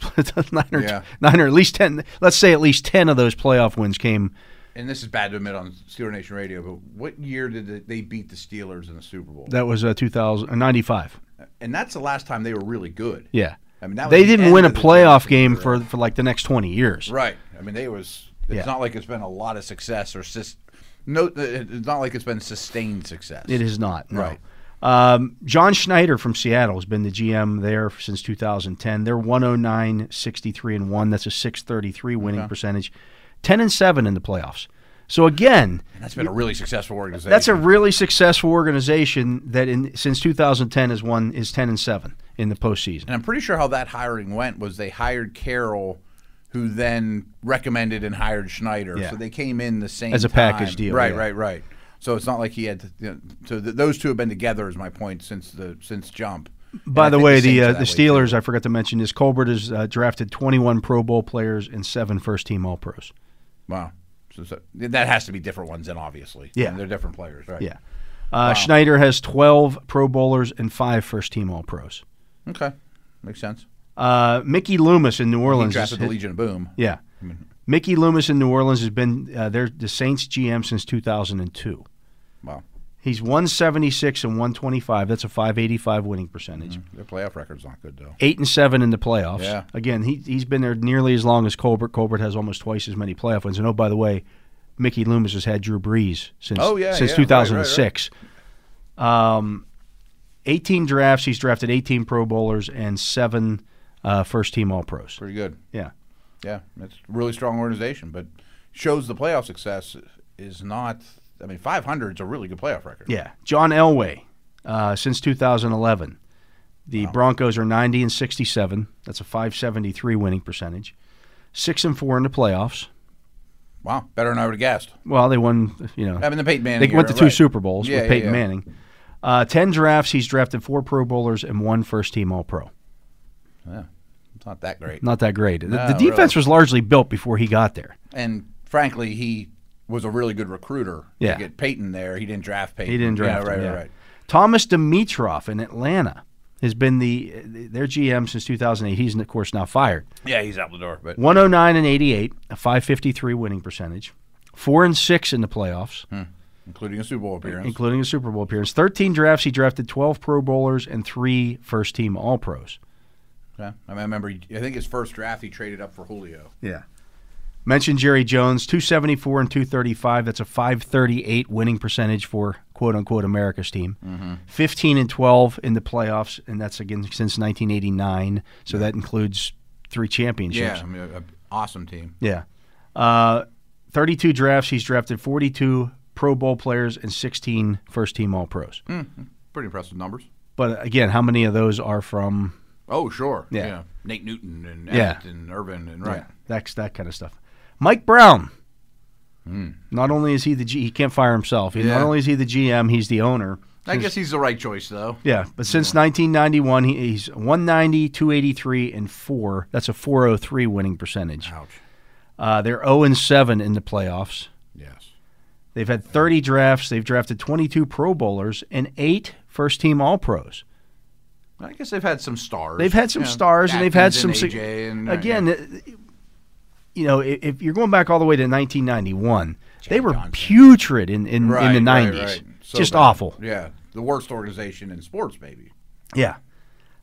Speaker 1: nine or
Speaker 2: Yeah.
Speaker 1: nine or at least ten. Let's say at least ten of those playoff wins came.
Speaker 2: and this is bad to admit on Steeler Nation Radio, but what year did they- they beat the Steelers in the Super Bowl?
Speaker 1: That was uh, 2000, uh, 95.
Speaker 2: and that's the last time they were really good.
Speaker 1: Yeah,
Speaker 2: I mean, that was
Speaker 1: they
Speaker 2: the
Speaker 1: didn't
Speaker 2: end
Speaker 1: win a
Speaker 2: of the
Speaker 1: playoff
Speaker 2: Steelers
Speaker 1: game
Speaker 2: era.
Speaker 1: for for like the next twenty years.
Speaker 2: Right. I mean, they was. It's
Speaker 1: Yeah.
Speaker 2: not like it's been a lot of success or sus- no. It's not like it's been sustained success.
Speaker 1: It is not no.
Speaker 2: Right.
Speaker 1: Um, John Schneider from Seattle has been the GM there since 2010. They're 109, 63 and one. That's a 633 winning percentage, 10 and seven in the playoffs. So again,
Speaker 2: That's been a really successful organization.
Speaker 1: That's a really successful organization that in since 2010 has won is 10 and 7 in the postseason.
Speaker 2: and I'm pretty sure how that hiring went was they hired Carroll, who then recommended and hired Schneider.
Speaker 1: Yeah.
Speaker 2: So they came in the same
Speaker 1: As a package
Speaker 2: time.
Speaker 1: deal,
Speaker 2: Right,
Speaker 1: yeah.
Speaker 2: right, right. So it's not like he had. To, you know, so th- those two have been together is my point since the since jump. And
Speaker 1: By
Speaker 2: I
Speaker 1: the
Speaker 2: think
Speaker 1: way, the
Speaker 2: Saints
Speaker 1: uh,
Speaker 2: are
Speaker 1: the
Speaker 2: that way, too.
Speaker 1: Steelers I forgot to mention is Colbert has uh, drafted 21 Pro Bowl players and seven first team All Pros.
Speaker 2: Wow. So, so- that has to be different ones, then obviously.
Speaker 1: Yeah.
Speaker 2: And they're different players, right?
Speaker 1: Yeah. Uh, Schneider has 12 Pro Bowlers and five first team All Pros.
Speaker 2: Okay, makes sense.
Speaker 1: Uh, Mickey Loomis in New
Speaker 2: He
Speaker 1: Orleans. is
Speaker 2: drafted the
Speaker 1: hit-
Speaker 2: Legion of Boom.
Speaker 1: yeah. Mickey Loomis in New Orleans has been uh, their, the Saints GM since 2002.
Speaker 2: Wow,
Speaker 1: He's 176 and 125. That's a 585 winning percentage.
Speaker 2: their playoff record's not good though.
Speaker 1: eight and seven in the playoffs.
Speaker 2: Yeah.
Speaker 1: Again, he he's been there nearly as long as Colbert. Colbert has almost twice as many playoff wins. And oh, by the way, Mickey Loomis has had Drew Brees since
Speaker 2: Oh, yeah,
Speaker 1: since
Speaker 2: yeah. Right, right,
Speaker 1: two
Speaker 2: right.
Speaker 1: thousand and six. Um, eighteen drafts. He's drafted eighteen Pro Bowlers and seven uh, first team All Pros.
Speaker 2: Pretty good.
Speaker 1: Yeah.
Speaker 2: Yeah, it's a really strong organization, but shows the playoff success is not. I mean, 500 is a really good playoff record.
Speaker 1: Yeah, John Elway, uh, since 2011, the Broncos are 90 and 67. That's a 573 winning percentage. Six and four in the playoffs.
Speaker 2: Wow, better than I would have guessed.
Speaker 1: Well, they won. You know,
Speaker 2: I mean, the Peyton Manning.
Speaker 1: They went to
Speaker 2: era,
Speaker 1: two
Speaker 2: right.
Speaker 1: Super Bowls
Speaker 2: Yeah,
Speaker 1: with
Speaker 2: yeah,
Speaker 1: Peyton
Speaker 2: yeah.
Speaker 1: Manning. Uh, ten drafts, he's drafted four Pro Bowlers and one first team All Pro.
Speaker 2: Yeah, it's not that great.
Speaker 1: Not that great. The,
Speaker 2: No,
Speaker 1: the defense was largely built before he got there.
Speaker 2: And frankly, he was a really good recruiter.
Speaker 1: Yeah.
Speaker 2: to get Peyton there. He didn't draft Peyton.
Speaker 1: He didn't
Speaker 2: Yeah,
Speaker 1: draft
Speaker 2: right,
Speaker 1: him,
Speaker 2: right,
Speaker 1: yeah.
Speaker 2: right.
Speaker 1: Thomas Dimitrov in Atlanta has been the their GM since 2008. He's of course now fired.
Speaker 2: Yeah, he's out the door. But
Speaker 1: 109 and 88, a 553 winning percentage, four and six in the playoffs,
Speaker 2: Hmm. including a Super Bowl appearance.
Speaker 1: including a Super Bowl appearance. 13 drafts, he drafted 12 Pro Bowlers and three first team All Pros.
Speaker 2: Yeah, I, mean, I remember. I think his first draft, he traded up for Julio.
Speaker 1: Yeah. Mentioned Jerry Jones, 274 and 235. That's a 538 winning percentage for quote unquote America's team. 15 and 12 in the playoffs, and that's again since 1989. So that includes three championships.
Speaker 2: Yeah, I mean, a, a awesome team.
Speaker 1: Yeah. Uh, 32 drafts. He's drafted 42 Pro Bowl players and 16 first team All Pros.
Speaker 2: Pretty impressive numbers.
Speaker 1: But again, how many of those are from
Speaker 2: Oh, sure.
Speaker 1: Yeah.
Speaker 2: Nate Newton and
Speaker 1: Yeah.
Speaker 2: Emmett and Irvin and right.
Speaker 1: that's that kind of stuff? Mike Brown. Not only is he the G, he can't fire himself. He, Not
Speaker 2: Hmm. Yeah.
Speaker 1: only is he the GM, he's the owner.
Speaker 2: I guess he's the right choice though.
Speaker 1: Yeah, but since 1991, he, he's 190, 283, and four. That's a 403 winning percentage.
Speaker 2: Ouch.
Speaker 1: Uh, they're 0 and 7 in the playoffs.
Speaker 2: Yes.
Speaker 1: They've had 30 drafts. They've drafted 22 Pro Bowlers and eight first team All Pros.
Speaker 2: I guess they've had some stars.
Speaker 1: They've had some stars and they've had
Speaker 2: Atkins
Speaker 1: some
Speaker 2: and
Speaker 1: sig-
Speaker 2: AJ and, uh,
Speaker 1: Again,
Speaker 2: yeah.
Speaker 1: uh, you know, i- if you're going back all the way to 1991, they were
Speaker 2: Johnson.
Speaker 1: putrid in, in,
Speaker 2: Right,
Speaker 1: in the
Speaker 2: right,
Speaker 1: 90s.
Speaker 2: right. So
Speaker 1: Just
Speaker 2: bad.
Speaker 1: awful.
Speaker 2: Yeah, the worst organization in sports, maybe.
Speaker 1: Yeah.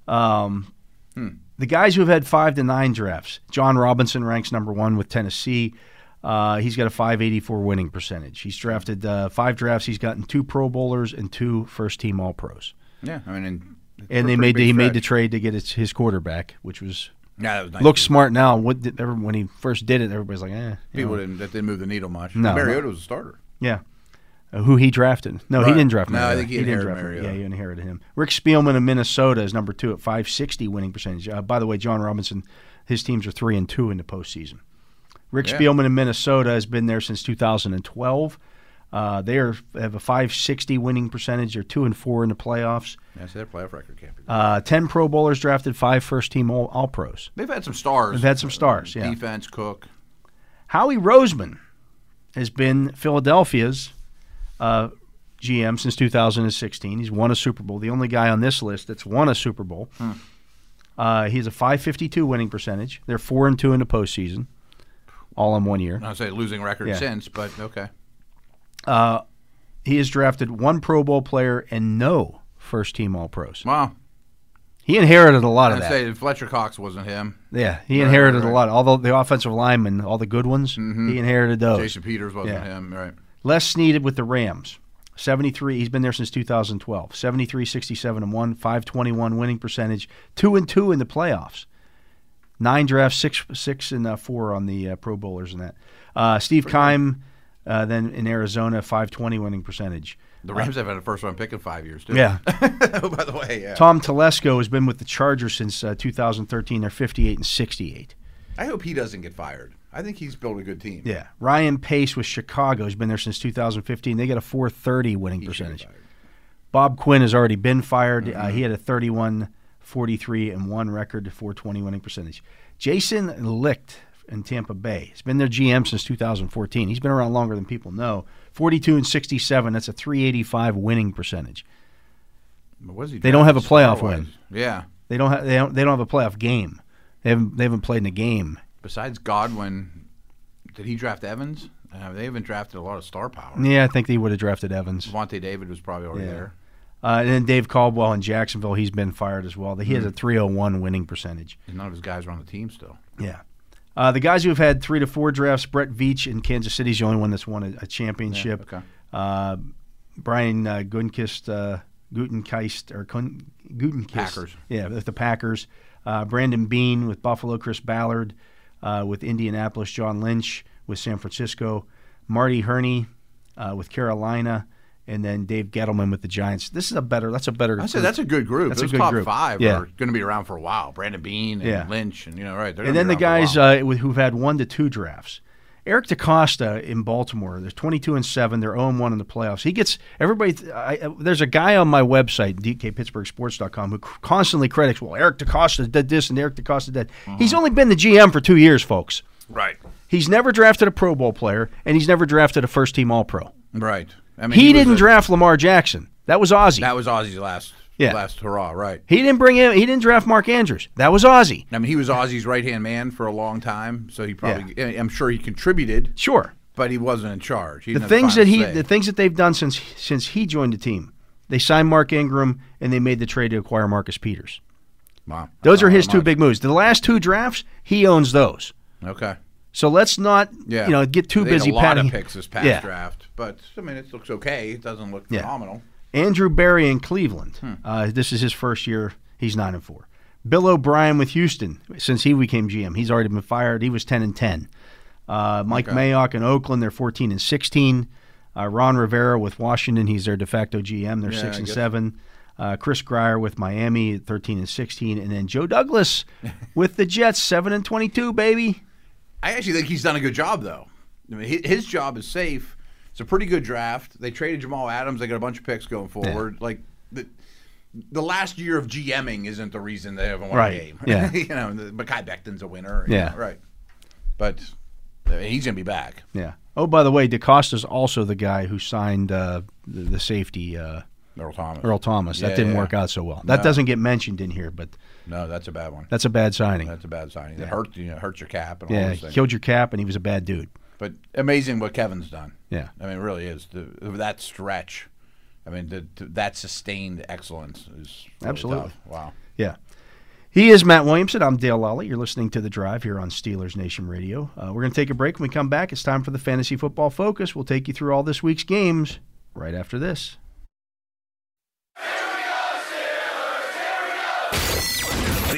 Speaker 1: Um,
Speaker 2: Hmm.
Speaker 1: The guys who have had five to nine drafts, John Robinson ranks number one with Tennessee. Uh, he's got a 584 winning percentage. He's drafted uh, five drafts. He's gotten two Pro Bowlers and two first team All Pros.
Speaker 2: Yeah, I mean, and,
Speaker 1: And they
Speaker 2: pretty
Speaker 1: made the,
Speaker 2: big
Speaker 1: he made the
Speaker 2: stretch.
Speaker 1: trade to get his, his quarterback, which was
Speaker 2: Yeah, that was nice.
Speaker 1: looks smart now. What did, every- when he first did it, everybody's like, eh. you know.
Speaker 2: people didn't that didn't move the needle much.
Speaker 1: No.
Speaker 2: Mariota was a starter.
Speaker 1: Yeah. Uh, who he drafted? No, he
Speaker 2: Right.
Speaker 1: didn't draft.
Speaker 2: No, I
Speaker 1: Mariota.
Speaker 2: think he
Speaker 1: didn't
Speaker 2: inherited
Speaker 1: draft him.
Speaker 2: Mariota.
Speaker 1: Yeah, he inherited him. Rick Spielman of Minnesota is number two at 560 winning percentage. Uh, by the way, John Robinson, his teams are three and two in the postseason. Rick
Speaker 2: Yeah.
Speaker 1: Spielman in Minnesota has been there since 2012. Uh, they are, have a 560 winning percentage. They're two and four in the playoffs.
Speaker 2: Yeah, so their playoff record can't be.
Speaker 1: Uh, Ten Pro Bowlers drafted, five first team All, all Pros.
Speaker 2: They've had some stars.
Speaker 1: They've had some stars, yeah.
Speaker 2: Defense, Cook.
Speaker 1: Howie Roseman has been Philadelphia's uh, GM since 2016. He's won a Super Bowl. The only guy on this list that's won a Super Bowl.
Speaker 2: Hmm.
Speaker 1: Uh, he has a 552 winning percentage. They're four and two in the postseason, all in one year.
Speaker 2: I say losing record
Speaker 1: Yeah.
Speaker 2: since, but okay.
Speaker 1: He has drafted one Pro Bowl player and no first team All Pros.
Speaker 2: Wow.
Speaker 1: He inherited a lot of
Speaker 2: I
Speaker 1: that.
Speaker 2: say if Fletcher Cox wasn't him.
Speaker 1: yeah, he
Speaker 2: Right,
Speaker 1: inherited
Speaker 2: right,
Speaker 1: a
Speaker 2: right.
Speaker 1: lot.
Speaker 2: Mm-hmm.
Speaker 1: Although the offensive linemen, all the good ones, he inherited those.
Speaker 2: Jason Peters wasn't
Speaker 1: Oh, Yeah.
Speaker 2: him. Right.
Speaker 1: Les Snead with the Rams. 73, he's been there since 2012. 73, 67 and 1, 521 winning percentage, 2 and 2 in the playoffs. 9 drafts, 6 6 and uh, 4 on the uh, Pro Bowlers and that. Uh, Steve Keim uh, then in Arizona, 520 winning percentage.
Speaker 2: The Rams have had a first round pick in five years too.
Speaker 1: Uh, Yeah.
Speaker 2: oh, by the way, yeah.
Speaker 1: Tom Telesco has been with the Chargers since uh, 2013. They're 58 and 68.
Speaker 2: I hope he doesn't get fired. I think he's built a good team.
Speaker 1: Yeah. Ryan Pace with Chicago has been there since 2015. They got a 430 winning
Speaker 2: He should get
Speaker 1: percentage.
Speaker 2: fired. Mm-hmm.
Speaker 1: Bob Quinn has already been fired. Uh, he had a 31 43 and 1 record, 420 winning percentage. Jason Licht in Tampa Bay has been their GM since 2014. He's been around longer than people know. 42 and 67, that's a 385 winning percentage.
Speaker 2: But what is he
Speaker 1: They don't have a
Speaker 2: drafted
Speaker 1: playoff
Speaker 2: star-wise?
Speaker 1: win.
Speaker 2: Yeah.
Speaker 1: They don't have they don't, they don't have a playoff game. They haven't they haven't played in a game.
Speaker 2: Besides Godwin, did he draft Evans? Uh, they haven't drafted a lot of star power.
Speaker 1: Yeah, I think they would have drafted Evans.
Speaker 2: Devontae David was probably already
Speaker 1: Yeah.
Speaker 2: there.
Speaker 1: Uh, and then Dave Caldwell in Jacksonville, he's been fired as well. He has a
Speaker 2: Hmm.
Speaker 1: 301 winning percentage.
Speaker 2: And none of his guys are on the team still.
Speaker 1: Yeah. Uh, the guys who have had three to four drafts, Brett Veach in Kansas City's the only one that's won a, a championship.
Speaker 2: okay.
Speaker 1: Uh, Brian uh, Gutenkist, uh, Gutenkist or Kun, Gutenkist.
Speaker 2: Packers.
Speaker 1: Yeah, with the Packers. Uh, Brandon Bean with Buffalo, Chris Ballard uh, with Indianapolis, John Lynch with San Francisco, Marty Herney uh, with Carolina, and then Dave Gettleman with the Giants. This is a better. That's a better.
Speaker 2: I said
Speaker 1: group.
Speaker 2: that's a good group.
Speaker 1: That's a
Speaker 2: Those
Speaker 1: good
Speaker 2: top
Speaker 1: group.
Speaker 2: five
Speaker 1: Yeah.
Speaker 2: are going to be around for a while. Brandon Bean and
Speaker 1: Yeah.
Speaker 2: Lynch, and you know, right? they're
Speaker 1: and then
Speaker 2: gonna
Speaker 1: the
Speaker 2: be around
Speaker 1: guys
Speaker 2: for a while.
Speaker 1: uh, with, who've had one to two drafts. Eric DaCosta in Baltimore, they're 22 and 7, they're 0 and 1 in the playoffs. He gets everybody. I, I- there's a guy on my website, dkpittsburghsports.com, who c- constantly credits, well, Eric DaCosta did this and Eric DaCosta did.
Speaker 2: Uh-huh.
Speaker 1: He's only been the GM for two years, folks.
Speaker 2: right,
Speaker 1: He's never drafted a Pro Bowl player, and he's never drafted a first team All Pro.
Speaker 2: right. I mean,
Speaker 1: uh, He,
Speaker 2: was
Speaker 1: didn't
Speaker 2: a-
Speaker 1: draft Lamar Jackson. That was Ozzie.
Speaker 2: That was Ozzy's last,
Speaker 1: Yeah.
Speaker 2: last hurrah, right?
Speaker 1: he didn't bring him. He didn't draft Mark Andrews. That was Ozzie.
Speaker 2: I mean, he was Ozzy's right hand man for a long time, so he probably, I'm sure he contributed,
Speaker 1: Sure.
Speaker 2: but he wasn't in charge. He
Speaker 1: the
Speaker 2: didn't have
Speaker 1: things
Speaker 2: final
Speaker 1: that he
Speaker 2: say.
Speaker 1: the things that they've done since since he joined the team they signed mark ingram and they made the trade to acquire marcus peters
Speaker 2: Wow.
Speaker 1: those
Speaker 2: Not
Speaker 1: are his
Speaker 2: that
Speaker 1: two
Speaker 2: much.
Speaker 1: big moves the last two drafts he owns those
Speaker 2: Okay.
Speaker 1: so let's not
Speaker 2: Yeah.
Speaker 1: you know get too
Speaker 2: they
Speaker 1: busy
Speaker 2: Had a lot
Speaker 1: patting-
Speaker 2: of picks this past
Speaker 1: yeah.
Speaker 2: draft, but I mean, it looks okay. It doesn't look
Speaker 1: Yeah.
Speaker 2: phenomenal.
Speaker 1: andrew barry in cleveland
Speaker 2: Hmm.
Speaker 1: uh, this is his first year he's 9 and 4 bill o'brien with houston since he became gm he's already been fired he was 10 and 10 uh, mike mayock in oakland they're 14 and 16 uh, ron rivera with washington he's their de facto gm they're
Speaker 2: Yeah,
Speaker 1: 6
Speaker 2: I
Speaker 1: and
Speaker 2: guess-
Speaker 1: 7 Uh, Chris Grier with Miami at 13 and 16, and then Joe Douglas with the Jets 7 and 22, baby.
Speaker 2: I actually think he's done a good job, though. I mean, hi- his job is safe. It's a pretty good draft. They traded Jamal Adams. They got a bunch of picks going forward. Like the, the last year of GMing isn't the reason they haven't won
Speaker 1: Right.
Speaker 2: a game.
Speaker 1: Yeah.
Speaker 2: you know, the, but Kai Becton's a winner.
Speaker 1: Yeah.
Speaker 2: You know, right. But I mean, he's gonna be back.
Speaker 1: Yeah. Oh, by the way, DaCosta's also the guy who signed uh, the, the safety uh,
Speaker 2: Earl Thomas.
Speaker 1: Earl Thomas. That
Speaker 2: Yeah,
Speaker 1: didn't
Speaker 2: yeah.
Speaker 1: work out so well. That doesn't get mentioned in here, but
Speaker 2: No, that's a bad one.
Speaker 1: that's a bad signing.
Speaker 2: That's a bad signing. It hurt. You know, hurts your cap and all
Speaker 1: yeah,
Speaker 2: those things.
Speaker 1: killed your cap, and he was a bad dude.
Speaker 2: But amazing what Kevin's done.
Speaker 1: Yeah.
Speaker 2: I mean, it really is the, that stretch. I mean, the, the- that sustained excellence is really
Speaker 1: Absolutely.
Speaker 2: tough. Wow.
Speaker 1: Yeah. He is Matt Williamson. I'm Dale Lally. You're listening to The Drive here on Steelers Nation Radio. Uh, we're going to take a break. When we come back, it's time for the Fantasy Football Focus. We'll take you through all this week's games right after this.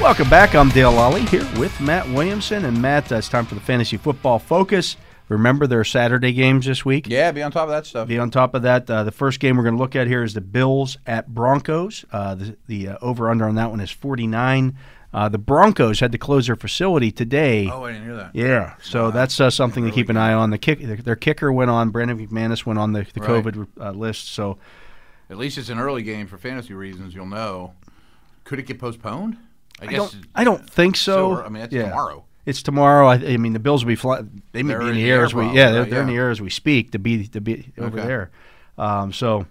Speaker 1: Welcome back. I'm Dale Lally here with Matt Williamson. And Matt, uh, it's time for the Fantasy Football Focus. Remember, there are Saturday games this week.
Speaker 2: Yeah, be on top of that stuff.
Speaker 1: Be on top of that, uh, the first game we're going to look at here is the Bills at Broncos. Uh, the the uh, over under on that one is 49. Uh, the Broncos had to close their facility today.
Speaker 2: Oh, I didn't hear that.
Speaker 1: Yeah, so that's uh, something to keep an eye on. The kick, their, their kicker went on. Brandon McManus went on the, the
Speaker 2: Right.
Speaker 1: COVID uh, list. So
Speaker 2: At least it's an early game for fantasy reasons. You'll know. Could it get postponed? I,
Speaker 1: I don't,
Speaker 2: it-
Speaker 1: I don't think so.
Speaker 2: so, I mean, that's
Speaker 1: Yeah.
Speaker 2: tomorrow.
Speaker 1: It's tomorrow. I, I mean, the Bills will be flying. They may
Speaker 2: They're
Speaker 1: be in the air as we.
Speaker 2: probably,
Speaker 1: yeah, they're,
Speaker 2: right?
Speaker 1: they're in
Speaker 2: Yeah.
Speaker 1: the air as we speak to be to be over
Speaker 2: Okay.
Speaker 1: there. Um, so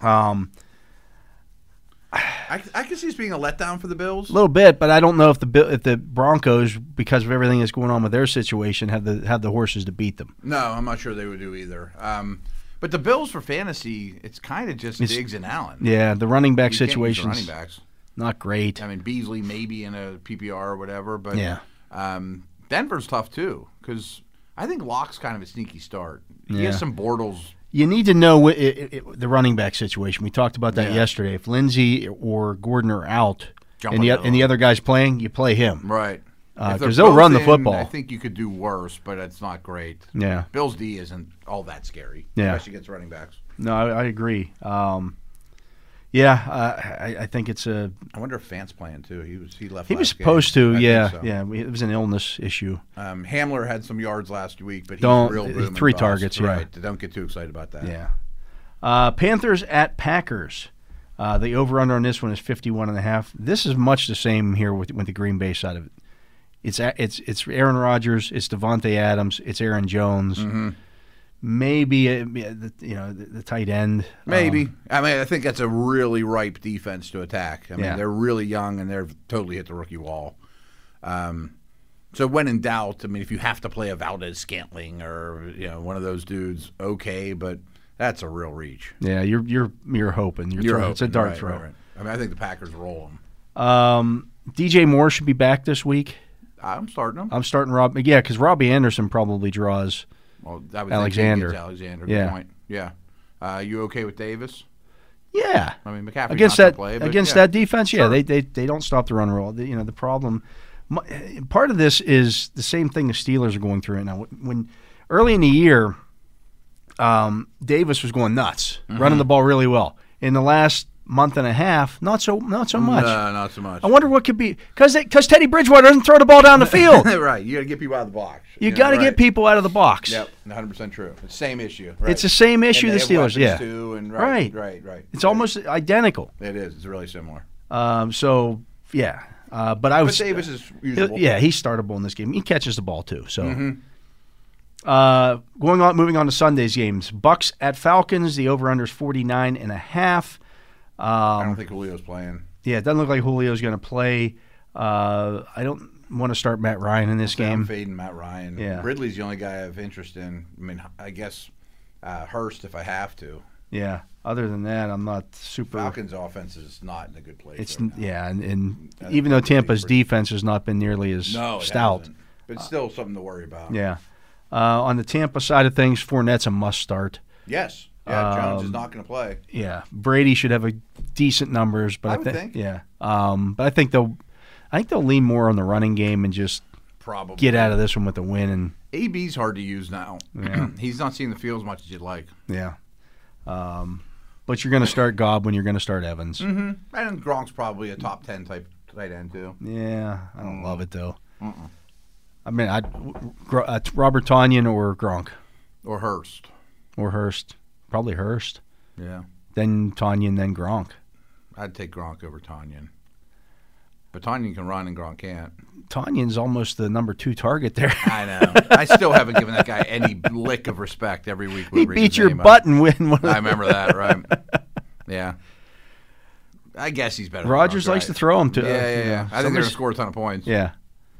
Speaker 2: I, I can see this being a letdown for the Bills.
Speaker 1: a little bit, but I don't know if the Bill- if the Broncos, because of everything that's going on with their situation, have the have the horses to beat them.
Speaker 2: No, I'm not sure they would do either. Um, but the Bills for fantasy, it's kind of just Diggs and Allen.
Speaker 1: Yeah, the running back
Speaker 2: You can't use the
Speaker 1: situation's
Speaker 2: Running backs.
Speaker 1: not great.
Speaker 2: I mean, Beasley maybe in a PPR or whatever, but
Speaker 1: Yeah.
Speaker 2: um, Denver's tough too because I think Locke's kind of a sneaky start. He
Speaker 1: Yeah.
Speaker 2: has some Bortles.
Speaker 1: You need to know wh- it, it, it, the running back situation. We talked about that
Speaker 2: Yeah.
Speaker 1: yesterday. If Lindsey or Gordon are out,
Speaker 2: Jump
Speaker 1: and
Speaker 2: on
Speaker 1: the,
Speaker 2: the
Speaker 1: and the other guy's playing, you play him.
Speaker 2: Right.
Speaker 1: Uh,
Speaker 2: If they're
Speaker 1: 'cause they'll
Speaker 2: both
Speaker 1: run the
Speaker 2: in,
Speaker 1: football.
Speaker 2: I think you could do worse, but it's not great.
Speaker 1: Yeah.
Speaker 2: Bills D isn't all that scary,
Speaker 1: Yeah.
Speaker 2: especially against running backs.
Speaker 1: No, I, I agree. Um, yeah, uh, I, I think it's a.
Speaker 2: I wonder if Fant's playing too. He was he left.
Speaker 1: He was
Speaker 2: last game.
Speaker 1: supposed
Speaker 2: I
Speaker 1: to.
Speaker 2: think
Speaker 1: Yeah,
Speaker 2: so.
Speaker 1: yeah. we- It was an illness issue.
Speaker 2: Um, Hamler had some yards last week, but he's
Speaker 1: Don't-
Speaker 2: real boom and
Speaker 1: three
Speaker 2: bust.
Speaker 1: targets, yeah.
Speaker 2: Right. Don't get too excited about that.
Speaker 1: Yeah. Uh, Panthers at Packers. Uh, the over under on this one is 51 and a half. This is much the same here with, with the Green Bay side of it. It's a- it's it's Aaron Rodgers, it's Devontae Adams, it's Aaron Jones.
Speaker 2: Mm-hmm.
Speaker 1: Maybe uh, the, you know the, the tight end. Um,
Speaker 2: Maybe. I mean, I think that's a really ripe defense to attack. I mean,
Speaker 1: Yeah.
Speaker 2: they're really young and they've totally hit the rookie wall. Um, so when in doubt, I mean, if you have to play a Valdez Scantling or you know one of those dudes, okay, but that's a real reach.
Speaker 1: yeah, you're you're you're hoping. You're, throwing- It's a
Speaker 2: hoping,
Speaker 1: dart
Speaker 2: right,
Speaker 1: throw.
Speaker 2: right, right. I mean, I think the Packers roll them.
Speaker 1: Um, DJ Moore should be back this week.
Speaker 2: I'm starting them.
Speaker 1: I'm starting Rob. Yeah, because Robbie Anderson probably draws.
Speaker 2: Well, that would
Speaker 1: Alexander.
Speaker 2: Think he gets Alexander. good
Speaker 1: Yeah.
Speaker 2: Point. Yeah. Uh, you okay with Davis?
Speaker 1: Yeah.
Speaker 2: I mean, McCaffrey's
Speaker 1: against
Speaker 2: not gonna
Speaker 1: that
Speaker 2: play, but
Speaker 1: against
Speaker 2: yeah.
Speaker 1: that defense. Yeah, they, they they don't stop the run roll. The- you know the problem. my- Part of this is the same thing the Steelers are going through right now. When early in the year, um, Davis was going nuts,
Speaker 2: Mm-hmm.
Speaker 1: running the ball really well. In the last month and a half, not so not so much.
Speaker 2: No, not so much.
Speaker 1: I wonder what could be because because Teddy Bridgewater doesn't throw the ball down the field.
Speaker 2: right. You got to get people out of the box.
Speaker 1: You
Speaker 2: know,
Speaker 1: got to
Speaker 2: right.
Speaker 1: get people out of the box.
Speaker 2: Yep, 100 percent true. It's the same issue. right.
Speaker 1: It's the same issue
Speaker 2: And
Speaker 1: the
Speaker 2: they have
Speaker 1: Steelers,
Speaker 2: weapons,
Speaker 1: yeah.
Speaker 2: Too, and right, right, right,
Speaker 1: It's almost identical.
Speaker 2: It is. It's really similar.
Speaker 1: Um, so yeah, uh, but I
Speaker 2: But
Speaker 1: was
Speaker 2: Davis is
Speaker 1: He'll-
Speaker 2: usable. Mm-hmm.
Speaker 1: Yeah, he's startable in this game. He catches the ball too. So Uh, going on, moving on to Sunday's games. Bucks at Falcons. The over under is 49 and a half. Um,
Speaker 2: I don't think Julio's playing.
Speaker 1: Yeah, it doesn't look like Julio's going to play. Uh, I don't want to start Matt Ryan in this
Speaker 2: Yeah, I'm
Speaker 1: game.
Speaker 2: fading Matt Ryan.
Speaker 1: Yeah.
Speaker 2: Ridley's the only guy I have interest in. I mean, I guess uh, Hurst if I have to.
Speaker 1: Yeah. Other than that, I'm not super.
Speaker 2: Falcons' offense is not in a good place.
Speaker 1: It's
Speaker 2: right now.
Speaker 1: yeah, and, and
Speaker 2: That's
Speaker 1: even though
Speaker 2: probably
Speaker 1: Tampa's
Speaker 2: pretty-
Speaker 1: defense has not been nearly as
Speaker 2: no, it
Speaker 1: stout,
Speaker 2: hasn't. but it's still something to worry about.
Speaker 1: yeah. Uh, on the Tampa side of things, Fournette's a must start.
Speaker 2: Yes. Yeah. Jones
Speaker 1: Um,
Speaker 2: is not going to play.
Speaker 1: Yeah, Brady should have a decent numbers, but I,
Speaker 2: I would
Speaker 1: thi-
Speaker 2: think.
Speaker 1: yeah, um, but I think they'll, I think they'll lean more on the running game and just
Speaker 2: Probably.
Speaker 1: get out of this one with a win and
Speaker 2: AB's hard to use now. He's not seeing the field as much as you'd like.
Speaker 1: yeah. Um, but you're going to start Goblin. You're going to start Evans.
Speaker 2: Mm-hmm. And Gronk's probably a top ten type tight end too.
Speaker 1: Yeah, I don't love it though. I mean, I uh, Robert Tanyan or Gronk
Speaker 2: Or Hurst.
Speaker 1: or Hurst, probably Hurst.
Speaker 2: Yeah.
Speaker 1: then Tanya, and then Gronk.
Speaker 2: I'd take Gronk over Tanyan. But Tanyan can run and Gronk can't.
Speaker 1: Tanyan's almost the number two target there.
Speaker 2: I know. I still haven't given that guy any lick of respect every week. We
Speaker 1: he
Speaker 2: bring
Speaker 1: beat
Speaker 2: his
Speaker 1: your
Speaker 2: name up.
Speaker 1: butt and win one. of
Speaker 2: I
Speaker 1: the-
Speaker 2: remember that, right? Yeah. I guess he's better. than
Speaker 1: Rogers
Speaker 2: Gronk,
Speaker 1: likes to
Speaker 2: right?
Speaker 1: throw him to.
Speaker 2: Yeah, yeah, yeah. I think they're
Speaker 1: Somebody's-
Speaker 2: gonna score a ton of points.
Speaker 1: Yeah.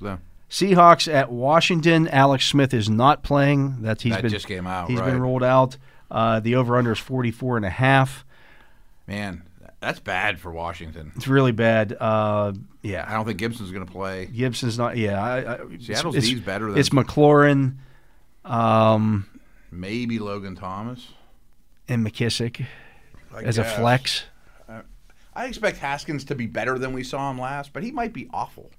Speaker 2: So,
Speaker 1: Seahawks at Washington. Alex Smith is not playing. That's he's
Speaker 2: that
Speaker 1: been
Speaker 2: just came out.
Speaker 1: he's
Speaker 2: right.
Speaker 1: been rolled out. Uh, the over under is 44 and a half.
Speaker 2: Man, that's bad for Washington.
Speaker 1: It's really bad. Uh,
Speaker 2: I
Speaker 1: yeah.
Speaker 2: don't think Gibson's gonna play.
Speaker 1: Gibson's not. Yeah. I, I,
Speaker 2: Seattle's
Speaker 1: it's,
Speaker 2: D's better than-
Speaker 1: It's McLaurin
Speaker 2: Maybe Logan Thomas
Speaker 1: and McKissick
Speaker 2: I
Speaker 1: as
Speaker 2: guess.
Speaker 1: a flex.
Speaker 2: I expect Haskins to be better than we saw him last, but he might be awful.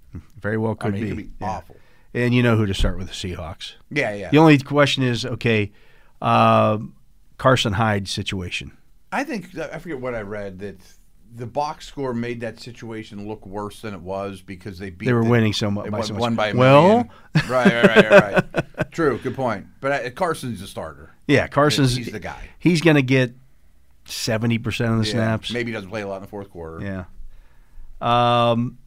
Speaker 1: Very well could
Speaker 2: I mean,
Speaker 1: be.
Speaker 2: he could be
Speaker 1: Yeah.
Speaker 2: awful.
Speaker 1: And you know who to start with the Seahawks.
Speaker 2: Yeah, yeah.
Speaker 1: The only question is, okay, uh, Carson Hyde situation.
Speaker 2: I think I forget what I read that the box score made that situation look worse than it was because they beat.
Speaker 1: They were
Speaker 2: the-
Speaker 1: winning so mu-
Speaker 2: they
Speaker 1: by
Speaker 2: won-
Speaker 1: so much.
Speaker 2: won by a
Speaker 1: Well-
Speaker 2: million. right, right, right, right, right. True, good point. But I, Carson's a starter.
Speaker 1: Yeah, Carson's
Speaker 2: He's the guy.
Speaker 1: He's going to get seventy percent of the
Speaker 2: Yeah,
Speaker 1: snaps.
Speaker 2: Maybe he doesn't play a lot in the fourth quarter.
Speaker 1: Yeah. Um,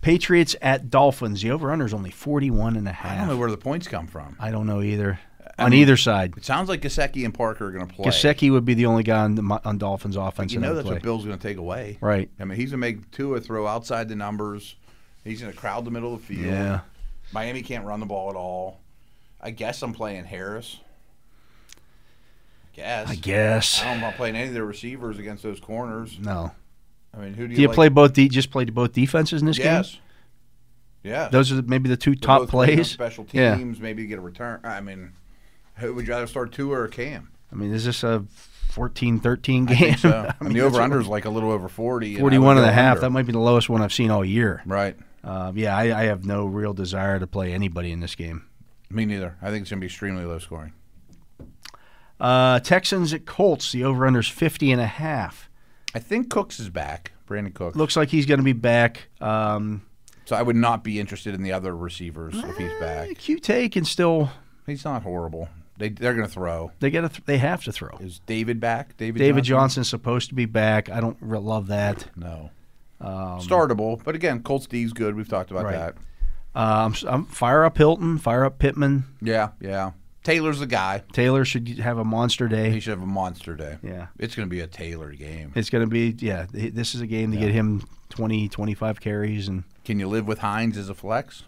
Speaker 1: Patriots at Dolphins. The over under is only 41 and a
Speaker 2: I
Speaker 1: half.
Speaker 2: don't know where the points come from.
Speaker 1: I don't know either. on either side,
Speaker 2: It sounds like Gasecki and Parker are going to play.
Speaker 1: Gasecki would be the only guy on the mo- on Dolphins offense.
Speaker 2: you
Speaker 1: that I
Speaker 2: know
Speaker 1: would
Speaker 2: that's what
Speaker 1: play.
Speaker 2: Bill's going to take away.
Speaker 1: Right.
Speaker 2: I mean, he's going to make Tua throw outside the numbers. He's going to crowd the middle of the field.
Speaker 1: Yeah.
Speaker 2: Miami can't run the ball at all. I guess I'm playing Harris. Guess.
Speaker 1: I guess.
Speaker 2: I don't want playing any of their receivers against those corners.
Speaker 1: No.
Speaker 2: I mean, who do you,
Speaker 1: Do you
Speaker 2: like?
Speaker 1: play both? De- just play both defenses in this game.
Speaker 2: Yes. Yeah.
Speaker 1: Those are maybe the two
Speaker 2: They're
Speaker 1: top
Speaker 2: both great on
Speaker 1: plays.
Speaker 2: Special
Speaker 1: Yeah.
Speaker 2: teams, maybe you get a return. I mean, who would you rather start two or a Cam?
Speaker 1: I mean, is this a 14-13
Speaker 2: I
Speaker 1: game?
Speaker 2: think so. I mean, the
Speaker 1: that's
Speaker 2: over under is like a little over 40. and I would
Speaker 1: 41 and
Speaker 2: go
Speaker 1: a half.
Speaker 2: under.
Speaker 1: That might be the lowest one I've seen all year.
Speaker 2: right.
Speaker 1: Uh, yeah, I, I have no real desire to play anybody in this game.
Speaker 2: Me neither. I think it's going to be extremely low scoring.
Speaker 1: Uh, Texans at Colts. The over-under's 50 and a half.
Speaker 2: I think Cooks is back, Brandon Cooks.
Speaker 1: Looks like he's going to be back. Um,
Speaker 2: So I would not be interested in the other receivers if he's
Speaker 1: eh,
Speaker 2: back.
Speaker 1: QT can still.
Speaker 2: He's not horrible. They, they're going to throw.
Speaker 1: They got. Th- they have to throw.
Speaker 2: Is David back? David,
Speaker 1: David
Speaker 2: Johnson?
Speaker 1: Johnson's supposed to be back. I don't re- love that.
Speaker 2: No. Startable, but again, Colts D's good. We've talked
Speaker 1: Um,
Speaker 2: about
Speaker 1: Right.
Speaker 2: that.
Speaker 1: Um, so I'm fire up Hilton. Fire up Pittman.
Speaker 2: Yeah, yeah. Taylor's the guy.
Speaker 1: Taylor should have a monster
Speaker 2: He
Speaker 1: day.
Speaker 2: should have a monster day.
Speaker 1: Yeah.
Speaker 2: It's going to be a Taylor game.
Speaker 1: It's going to be yeah. th- This is a game to get him 20, 25 carries and
Speaker 2: Can you live with Hines as a flex?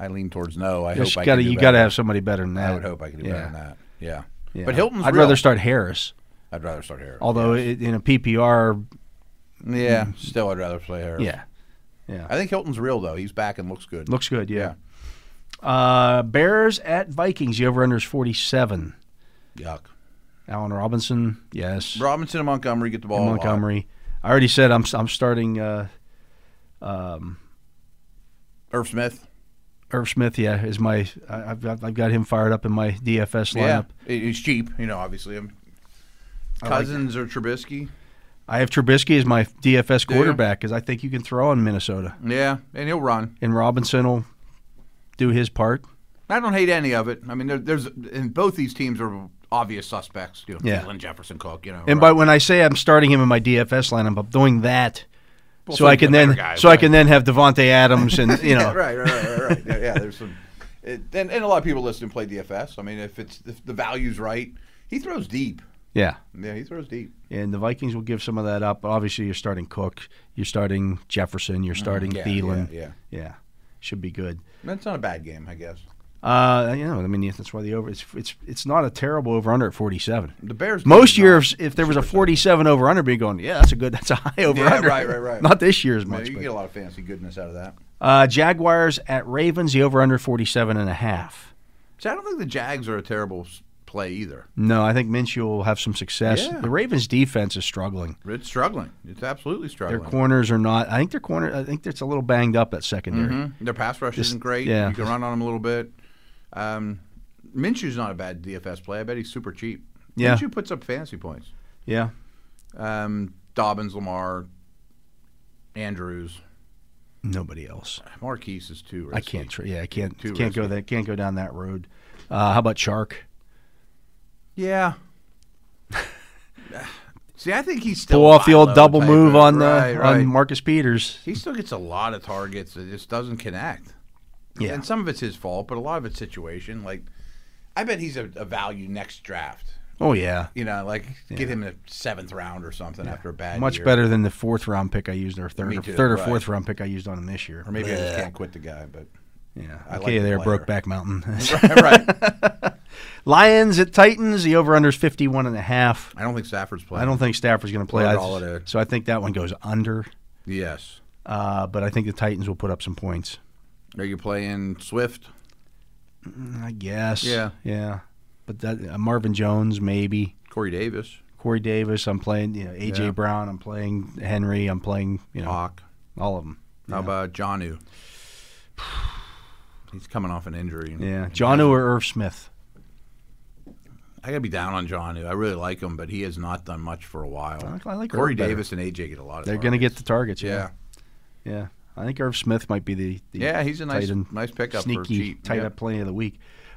Speaker 2: I lean towards no. I
Speaker 1: just
Speaker 2: hope
Speaker 1: gotta
Speaker 2: I can do
Speaker 1: you got to
Speaker 2: better.
Speaker 1: have somebody better than that.
Speaker 2: I would hope I can do
Speaker 1: yeah.
Speaker 2: better than that. Yeah.
Speaker 1: yeah.
Speaker 2: But Hilton's
Speaker 1: I'd
Speaker 2: real.
Speaker 1: rather start Harris,
Speaker 2: I'd rather start Harris.
Speaker 1: although it, in a PPR,
Speaker 2: yeah, still I'd rather play Harris.
Speaker 1: yeah, yeah,
Speaker 2: I think Hilton's real though. He's back and looks good.
Speaker 1: looks good. Yeah. Uh, Bears at Vikings. The over/under is forty-seven.
Speaker 2: Yuck.
Speaker 1: Allen Robinson, yes.
Speaker 2: Robinson and Montgomery get the ball. a lot.
Speaker 1: Montgomery. I already said I'm I'm starting uh,
Speaker 2: Irv Smith.
Speaker 1: Irv Smith. Yeah, is my I, I've got, I've got him fired up in my DFS lineup.
Speaker 2: Yeah. It- It's cheap, you know, obviously. Um, Cousins or Trubisky.
Speaker 1: I have Trubisky as my DFS
Speaker 2: you?
Speaker 1: quarterback because I think you can throw on Minnesota.
Speaker 2: Yeah, and he'll run.
Speaker 1: and Robinson will do his part.
Speaker 2: I don't hate any of it. I mean, there, there's and both these teams are obvious suspects. You know,
Speaker 1: Yeah.
Speaker 2: Jalen Jefferson, Cook. You know,
Speaker 1: And by when I say I'm starting him in my DFS lineup, I'm doing that
Speaker 2: Well,
Speaker 1: so I
Speaker 2: think
Speaker 1: can
Speaker 2: the
Speaker 1: then
Speaker 2: better guys,
Speaker 1: so I
Speaker 2: right.
Speaker 1: can then have Devonte Adams and you know
Speaker 2: yeah, right, right, right, right, right. Yeah, yeah, there's some. it, and, and a lot of people listen and play DFS. I mean, if it's if the value's right, he throws deep.
Speaker 1: Yeah.
Speaker 2: Yeah, he throws deep.
Speaker 1: And the Vikings will give some of that up. But obviously, you're starting Cook, you're starting Jefferson, you're starting
Speaker 2: Mm-hmm. yeah,
Speaker 1: Thielen.
Speaker 2: yeah,
Speaker 1: Yeah. Should be good.
Speaker 2: That's not a bad game, I guess.
Speaker 1: Uh, you know, I mean, that's why the over. It's it's it's not a terrible over under at forty seven.
Speaker 2: The Bears
Speaker 1: Most
Speaker 2: did not-
Speaker 1: years, if there was a forty seven over under, be going, yeah, that's a good, that's a high over under.
Speaker 2: right, right, right.
Speaker 1: Not this year's
Speaker 2: I mean,
Speaker 1: much.
Speaker 2: you
Speaker 1: but-
Speaker 2: get a lot of fancy goodness out of that.
Speaker 1: Uh, Jaguars at Ravens, the over under 47 and a half.
Speaker 2: See, I don't think the Jags are a terrible s- play either.
Speaker 1: No, I think Minshew will have some success.
Speaker 2: Yeah.
Speaker 1: The Ravens defense is struggling.
Speaker 2: It's struggling. It's absolutely
Speaker 1: Their
Speaker 2: struggling.
Speaker 1: corners are not. I think their corner. I think it's a little banged up at secondary.
Speaker 2: Mhm. Their pass rush
Speaker 1: Mm-hmm. Just-
Speaker 2: isn't great.
Speaker 1: yeah.
Speaker 2: You can run on them a little bit. Um, Minshew's not a bad DFS play. I bet he's super cheap.
Speaker 1: Yeah.
Speaker 2: Minshew puts up fantasy points.
Speaker 1: Yeah,
Speaker 2: Um, Dobbins, Lamar, Andrews,
Speaker 1: nobody else.
Speaker 2: Marquise is too. Risky.
Speaker 1: I can't. Tr- yeah, I can't.
Speaker 2: Too
Speaker 1: can't go
Speaker 2: risky.
Speaker 1: that. Can't go down that road. Uh, how about Chark?
Speaker 2: Yeah. See, I think he's still
Speaker 1: Pull off the
Speaker 2: high
Speaker 1: old
Speaker 2: level
Speaker 1: double
Speaker 2: type
Speaker 1: move
Speaker 2: of-
Speaker 1: on the
Speaker 2: right,
Speaker 1: on
Speaker 2: right.
Speaker 1: Marcus Peters.
Speaker 2: He still gets a lot of targets. It just doesn't connect.
Speaker 1: Yeah.
Speaker 2: And some of it's his fault, but a lot of it's situation. Like, I bet he's a, a value next draft.
Speaker 1: Oh yeah,
Speaker 2: You know, like get him in the seventh round or something after a bad
Speaker 1: much
Speaker 2: year.
Speaker 1: better than the fourth round pick I used or third
Speaker 2: Me
Speaker 1: or
Speaker 2: too,
Speaker 1: third or
Speaker 2: right.
Speaker 1: fourth round pick I used on him this year.
Speaker 2: Or maybe I just
Speaker 1: Blech.
Speaker 2: can't quit the guy, but
Speaker 1: Yeah.
Speaker 2: I
Speaker 1: okay,
Speaker 2: like the
Speaker 1: there,
Speaker 2: player.
Speaker 1: Brokeback Mountain.
Speaker 2: right.
Speaker 1: Lions at Titans. The over under is 51 and a half.
Speaker 2: I don't think Stafford's playing.
Speaker 1: I don't think Stafford's going to play.
Speaker 2: Or
Speaker 1: I-
Speaker 2: Galladay.
Speaker 1: so I think that one goes under.
Speaker 2: Yes.
Speaker 1: Uh, but I think the Titans will put up some points.
Speaker 2: Are you playing Swift?
Speaker 1: I guess.
Speaker 2: Yeah.
Speaker 1: Yeah. But that uh, Marvin Jones maybe.
Speaker 2: Corey Davis,
Speaker 1: Corey Davis. I'm playing. You know, AJ
Speaker 2: Yeah.
Speaker 1: Brown. I'm playing Henry. I'm playing. You know,
Speaker 2: Hawk.
Speaker 1: all of them.
Speaker 2: How about Janu? He's coming off an injury.
Speaker 1: Yeah. Johnu or Irv Smith.
Speaker 2: I gotta be down on Janu. I really like him, but he has not done much for a while.
Speaker 1: I like- I like
Speaker 2: Corey
Speaker 1: Irv better.
Speaker 2: Davis and AJ get a lot of.
Speaker 1: They're going to get the targets.
Speaker 2: yeah. yeah,
Speaker 1: Yeah. I think Irv Smith might be the, the
Speaker 2: yeah. He's a nice,
Speaker 1: tight end-
Speaker 2: nice pickup for
Speaker 1: sneaky
Speaker 2: cheap.
Speaker 1: tight
Speaker 2: Yeah.
Speaker 1: end play of the week.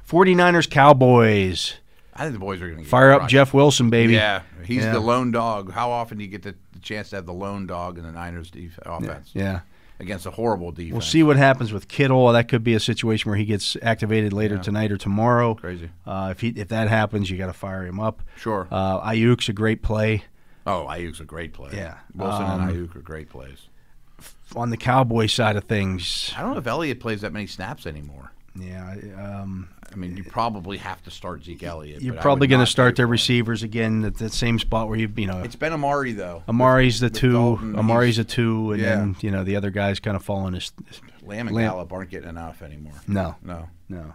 Speaker 1: 49ers Cowboys.
Speaker 2: I think the boys are gonna get
Speaker 1: Fire up
Speaker 2: crushed.
Speaker 1: Jeff Wilson, baby.
Speaker 2: Yeah, he's
Speaker 1: Yeah.
Speaker 2: the lone dog. How often do you get the, the chance to have the lone dog in the Niners' def- offense
Speaker 1: Yeah.
Speaker 2: against a horrible defense?
Speaker 1: We'll see what happens with Kittle. That could be a situation where he gets activated later
Speaker 2: Yeah.
Speaker 1: tonight or tomorrow.
Speaker 2: Crazy.
Speaker 1: Uh, if he if that happens, you got to fire him up.
Speaker 2: Sure.
Speaker 1: Uh, Ayuk's a great play
Speaker 2: oh, Ayuk's a great play.
Speaker 1: Yeah.
Speaker 2: Wilson
Speaker 1: Um,
Speaker 2: and Ayuk are great plays.
Speaker 1: on the Cowboy side of things.
Speaker 2: I don't know if Elliott plays that many snaps anymore.
Speaker 1: Yeah. Um,
Speaker 2: I mean, you probably have to start Zeke Elliott.
Speaker 1: you're
Speaker 2: but I
Speaker 1: probably
Speaker 2: would
Speaker 1: going to
Speaker 2: not
Speaker 1: start
Speaker 2: do
Speaker 1: their
Speaker 2: it.
Speaker 1: receivers again at that same spot where you you know
Speaker 2: It's been Amari though.
Speaker 1: Amari's the
Speaker 2: with
Speaker 1: two,
Speaker 2: Dalton,
Speaker 1: Amari's a
Speaker 2: he's-
Speaker 1: two, and
Speaker 2: Yeah.
Speaker 1: then you know the other guys kind of following his
Speaker 2: Lamb and
Speaker 1: Lamb.
Speaker 2: Gallup aren't getting enough anymore.
Speaker 1: no.
Speaker 2: No.
Speaker 1: No.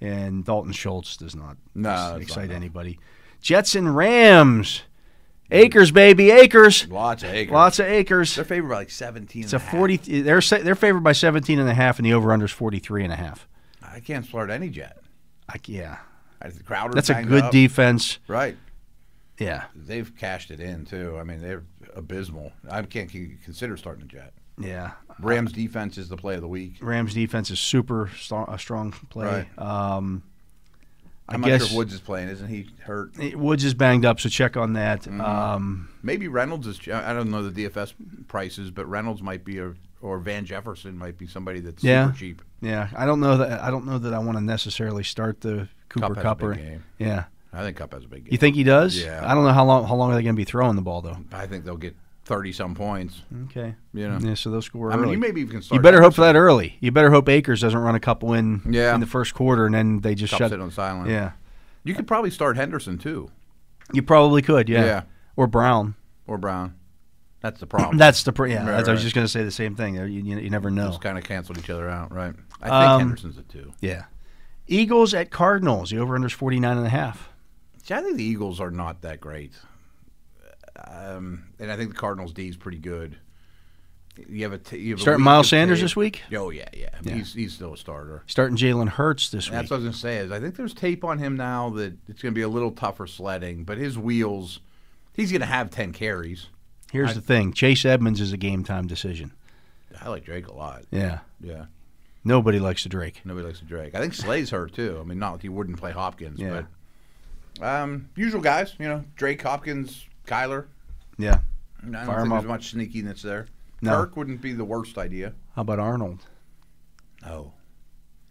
Speaker 1: And Dalton Schultz does not
Speaker 2: No,
Speaker 1: ex-
Speaker 2: it's not
Speaker 1: excite
Speaker 2: enough.
Speaker 1: anybody. Jets and Rams. Acres, baby, acres.
Speaker 2: Lots of acres.
Speaker 1: Lots of acres.
Speaker 2: They're favored by like 17.
Speaker 1: It's a 40 they're sa- they're favored by 17 and a half and the over under's 43 and a half.
Speaker 2: I can't start any jet.
Speaker 1: I, yeah.
Speaker 2: I, the Crowder.
Speaker 1: That's a good defense.
Speaker 2: Right.
Speaker 1: Yeah.
Speaker 2: They've cashed it in too. I mean, they're abysmal. I can't c- consider starting a jet.
Speaker 1: Yeah.
Speaker 2: Rams defense is the play of the week.
Speaker 1: Rams defense is super strong, a strong play.
Speaker 2: Right.
Speaker 1: Um I
Speaker 2: I'm not
Speaker 1: guess
Speaker 2: sure if Woods is playing. Isn't he hurt?
Speaker 1: eh, Woods is banged up, so check on that.
Speaker 2: Mm-hmm.
Speaker 1: Um,
Speaker 2: Maybe Reynolds is. I I don't know the DFS prices, but Reynolds might be a or Van Jefferson might be somebody that's
Speaker 1: Yeah.
Speaker 2: super cheap.
Speaker 1: yeah, I don't know that I don't know that I want to necessarily start the Cooper
Speaker 2: Cup has
Speaker 1: Cup
Speaker 2: a
Speaker 1: or
Speaker 2: big game.
Speaker 1: yeah.
Speaker 2: I think Cup has a big game.
Speaker 1: You think he does?
Speaker 2: Yeah.
Speaker 1: I don't know how long how long are they going to be throwing the ball though.
Speaker 2: I think they'll get 30 some points.
Speaker 1: Okay.
Speaker 2: You know.
Speaker 1: Yeah. So they'll score
Speaker 2: I
Speaker 1: early.
Speaker 2: mean, you maybe even
Speaker 1: You
Speaker 2: start.
Speaker 1: better hope for that early. You better hope Akers doesn't run a couple in
Speaker 2: Yeah.
Speaker 1: in the first quarter and then they just
Speaker 2: Cup
Speaker 1: shut.
Speaker 2: sit on silent.
Speaker 1: Yeah.
Speaker 2: You could probably start Henderson too,
Speaker 1: You probably could. Yeah.
Speaker 2: Yeah.
Speaker 1: Or Brown.
Speaker 2: or Brown. That's the problem.
Speaker 1: That's the pr- yeah.
Speaker 2: Right,
Speaker 1: that's- I was
Speaker 2: right.
Speaker 1: just going to say the same thing. There, You, you, you never know.
Speaker 2: Just kind of canceled each other out, right? I think
Speaker 1: Um,
Speaker 2: Henderson's a two.
Speaker 1: Yeah. Eagles at Cardinals. The over under is 49 and a half.
Speaker 2: See, I think the Eagles are not that great, um, and I think the Cardinals' D is pretty good. You have a t- you have a
Speaker 1: Starting
Speaker 2: week
Speaker 1: Miles
Speaker 2: of
Speaker 1: Sanders
Speaker 2: tape.
Speaker 1: this week.
Speaker 2: Oh yeah, yeah. He's he's still a starter.
Speaker 1: Starting Jalen Hurts this week.
Speaker 2: That's what I was gonna say. Is I think there's tape on him now that it's gonna be a little tougher sledding, but his wheels, he's gonna have ten carries.
Speaker 1: Here's the thing. Chase Edmonds is a game time decision.
Speaker 2: I like Drake a lot.
Speaker 1: Yeah.
Speaker 2: Yeah.
Speaker 1: Nobody likes to Drake.
Speaker 2: Nobody likes to Drake. I think Slade's hurt too. I mean, not that he wouldn't play Hopkins,
Speaker 1: Yeah.
Speaker 2: but um, usual guys, you know, Drake, Hopkins, Kyler.
Speaker 1: Yeah.
Speaker 2: I don't
Speaker 1: Fire 'em
Speaker 2: think
Speaker 1: up.
Speaker 2: there's much sneakiness there.
Speaker 1: No.
Speaker 2: Kirk wouldn't be the worst idea.
Speaker 1: Oh. How about Arnold?
Speaker 2: No.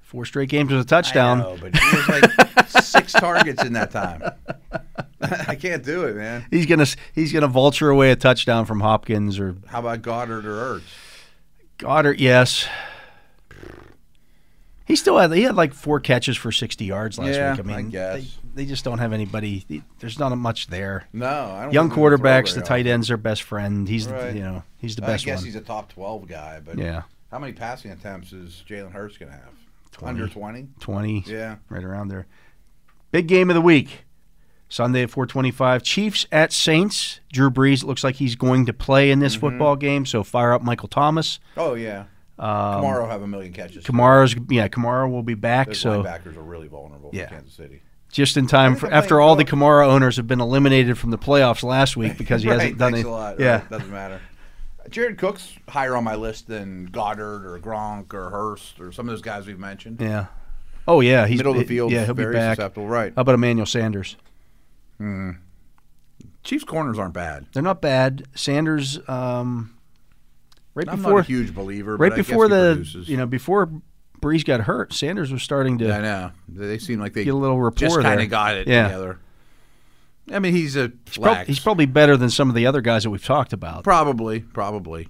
Speaker 1: Four straight games with a
Speaker 2: I
Speaker 1: touchdown.
Speaker 2: know, but it was like six targets in that time. I can't do it, man.
Speaker 1: He's gonna s- he's gonna vulture away a touchdown from Hopkins or
Speaker 2: How about Goddard or Ertz?
Speaker 1: Goddard. Yes, he still had he had like four catches for sixty yards last
Speaker 2: Yeah,
Speaker 1: week. I mean,
Speaker 2: I guess.
Speaker 1: They, they just don't have anybody. they- there's not much there.
Speaker 2: No, I don't.
Speaker 1: Young
Speaker 2: think they're gonna throw
Speaker 1: quarterbacks,
Speaker 2: very
Speaker 1: the tight end's their best friend. He's
Speaker 2: Right.
Speaker 1: the, you know he's the
Speaker 2: often. I
Speaker 1: best
Speaker 2: guess
Speaker 1: one.
Speaker 2: he's a top twelve guy, but
Speaker 1: yeah,
Speaker 2: how many passing attempts is Jalen Hurts going to have?
Speaker 1: 20.
Speaker 2: Under twenty.
Speaker 1: twenty.
Speaker 2: Yeah.
Speaker 1: right around there. Big game of the week. Sunday at 425. Chiefs at Saints. Drew Brees looks like he's going to play in this
Speaker 2: Mm-hmm.
Speaker 1: football game, so fire up Michael Thomas.
Speaker 2: Oh yeah.
Speaker 1: Um,
Speaker 2: Kamara will have a million catches.
Speaker 1: Kamara's yeah, Kamara will be back.
Speaker 2: Their
Speaker 1: so
Speaker 2: linebackers are really vulnerable
Speaker 1: Yeah.
Speaker 2: for Kansas City.
Speaker 1: just in time
Speaker 2: think
Speaker 1: for
Speaker 2: they're playing
Speaker 1: after all the
Speaker 2: Cook.
Speaker 1: Kamara owners have been eliminated from the playoffs last week because he hasn't
Speaker 2: Right,
Speaker 1: done it.
Speaker 2: thanks a lot.
Speaker 1: Yeah,
Speaker 2: right, doesn't matter. Jared Cook's higher on my list than Goddard or Gronk or Hurst or some of those guys we've mentioned.
Speaker 1: yeah. Oh yeah, he's
Speaker 2: Middle of the field,
Speaker 1: Yeah, he'll
Speaker 2: very
Speaker 1: be back.
Speaker 2: susceptible. Right.
Speaker 1: How about Emmanuel Sanders?
Speaker 2: Chiefs corners aren't bad.
Speaker 1: They're not bad. Sanders, um, right
Speaker 2: I'm
Speaker 1: before
Speaker 2: not a huge believer.
Speaker 1: right
Speaker 2: but I guess
Speaker 1: before
Speaker 2: he
Speaker 1: the
Speaker 2: produces.
Speaker 1: you know before Breeze got hurt, Sanders was starting to
Speaker 2: I know they seem like they
Speaker 1: get a little rapport.
Speaker 2: just
Speaker 1: kind
Speaker 2: kind of got it
Speaker 1: Yeah.
Speaker 2: together. I mean, he's a
Speaker 1: He's, prob-
Speaker 2: flex.
Speaker 1: he's probably better than some of the other guys that we've talked about.
Speaker 2: probably, probably.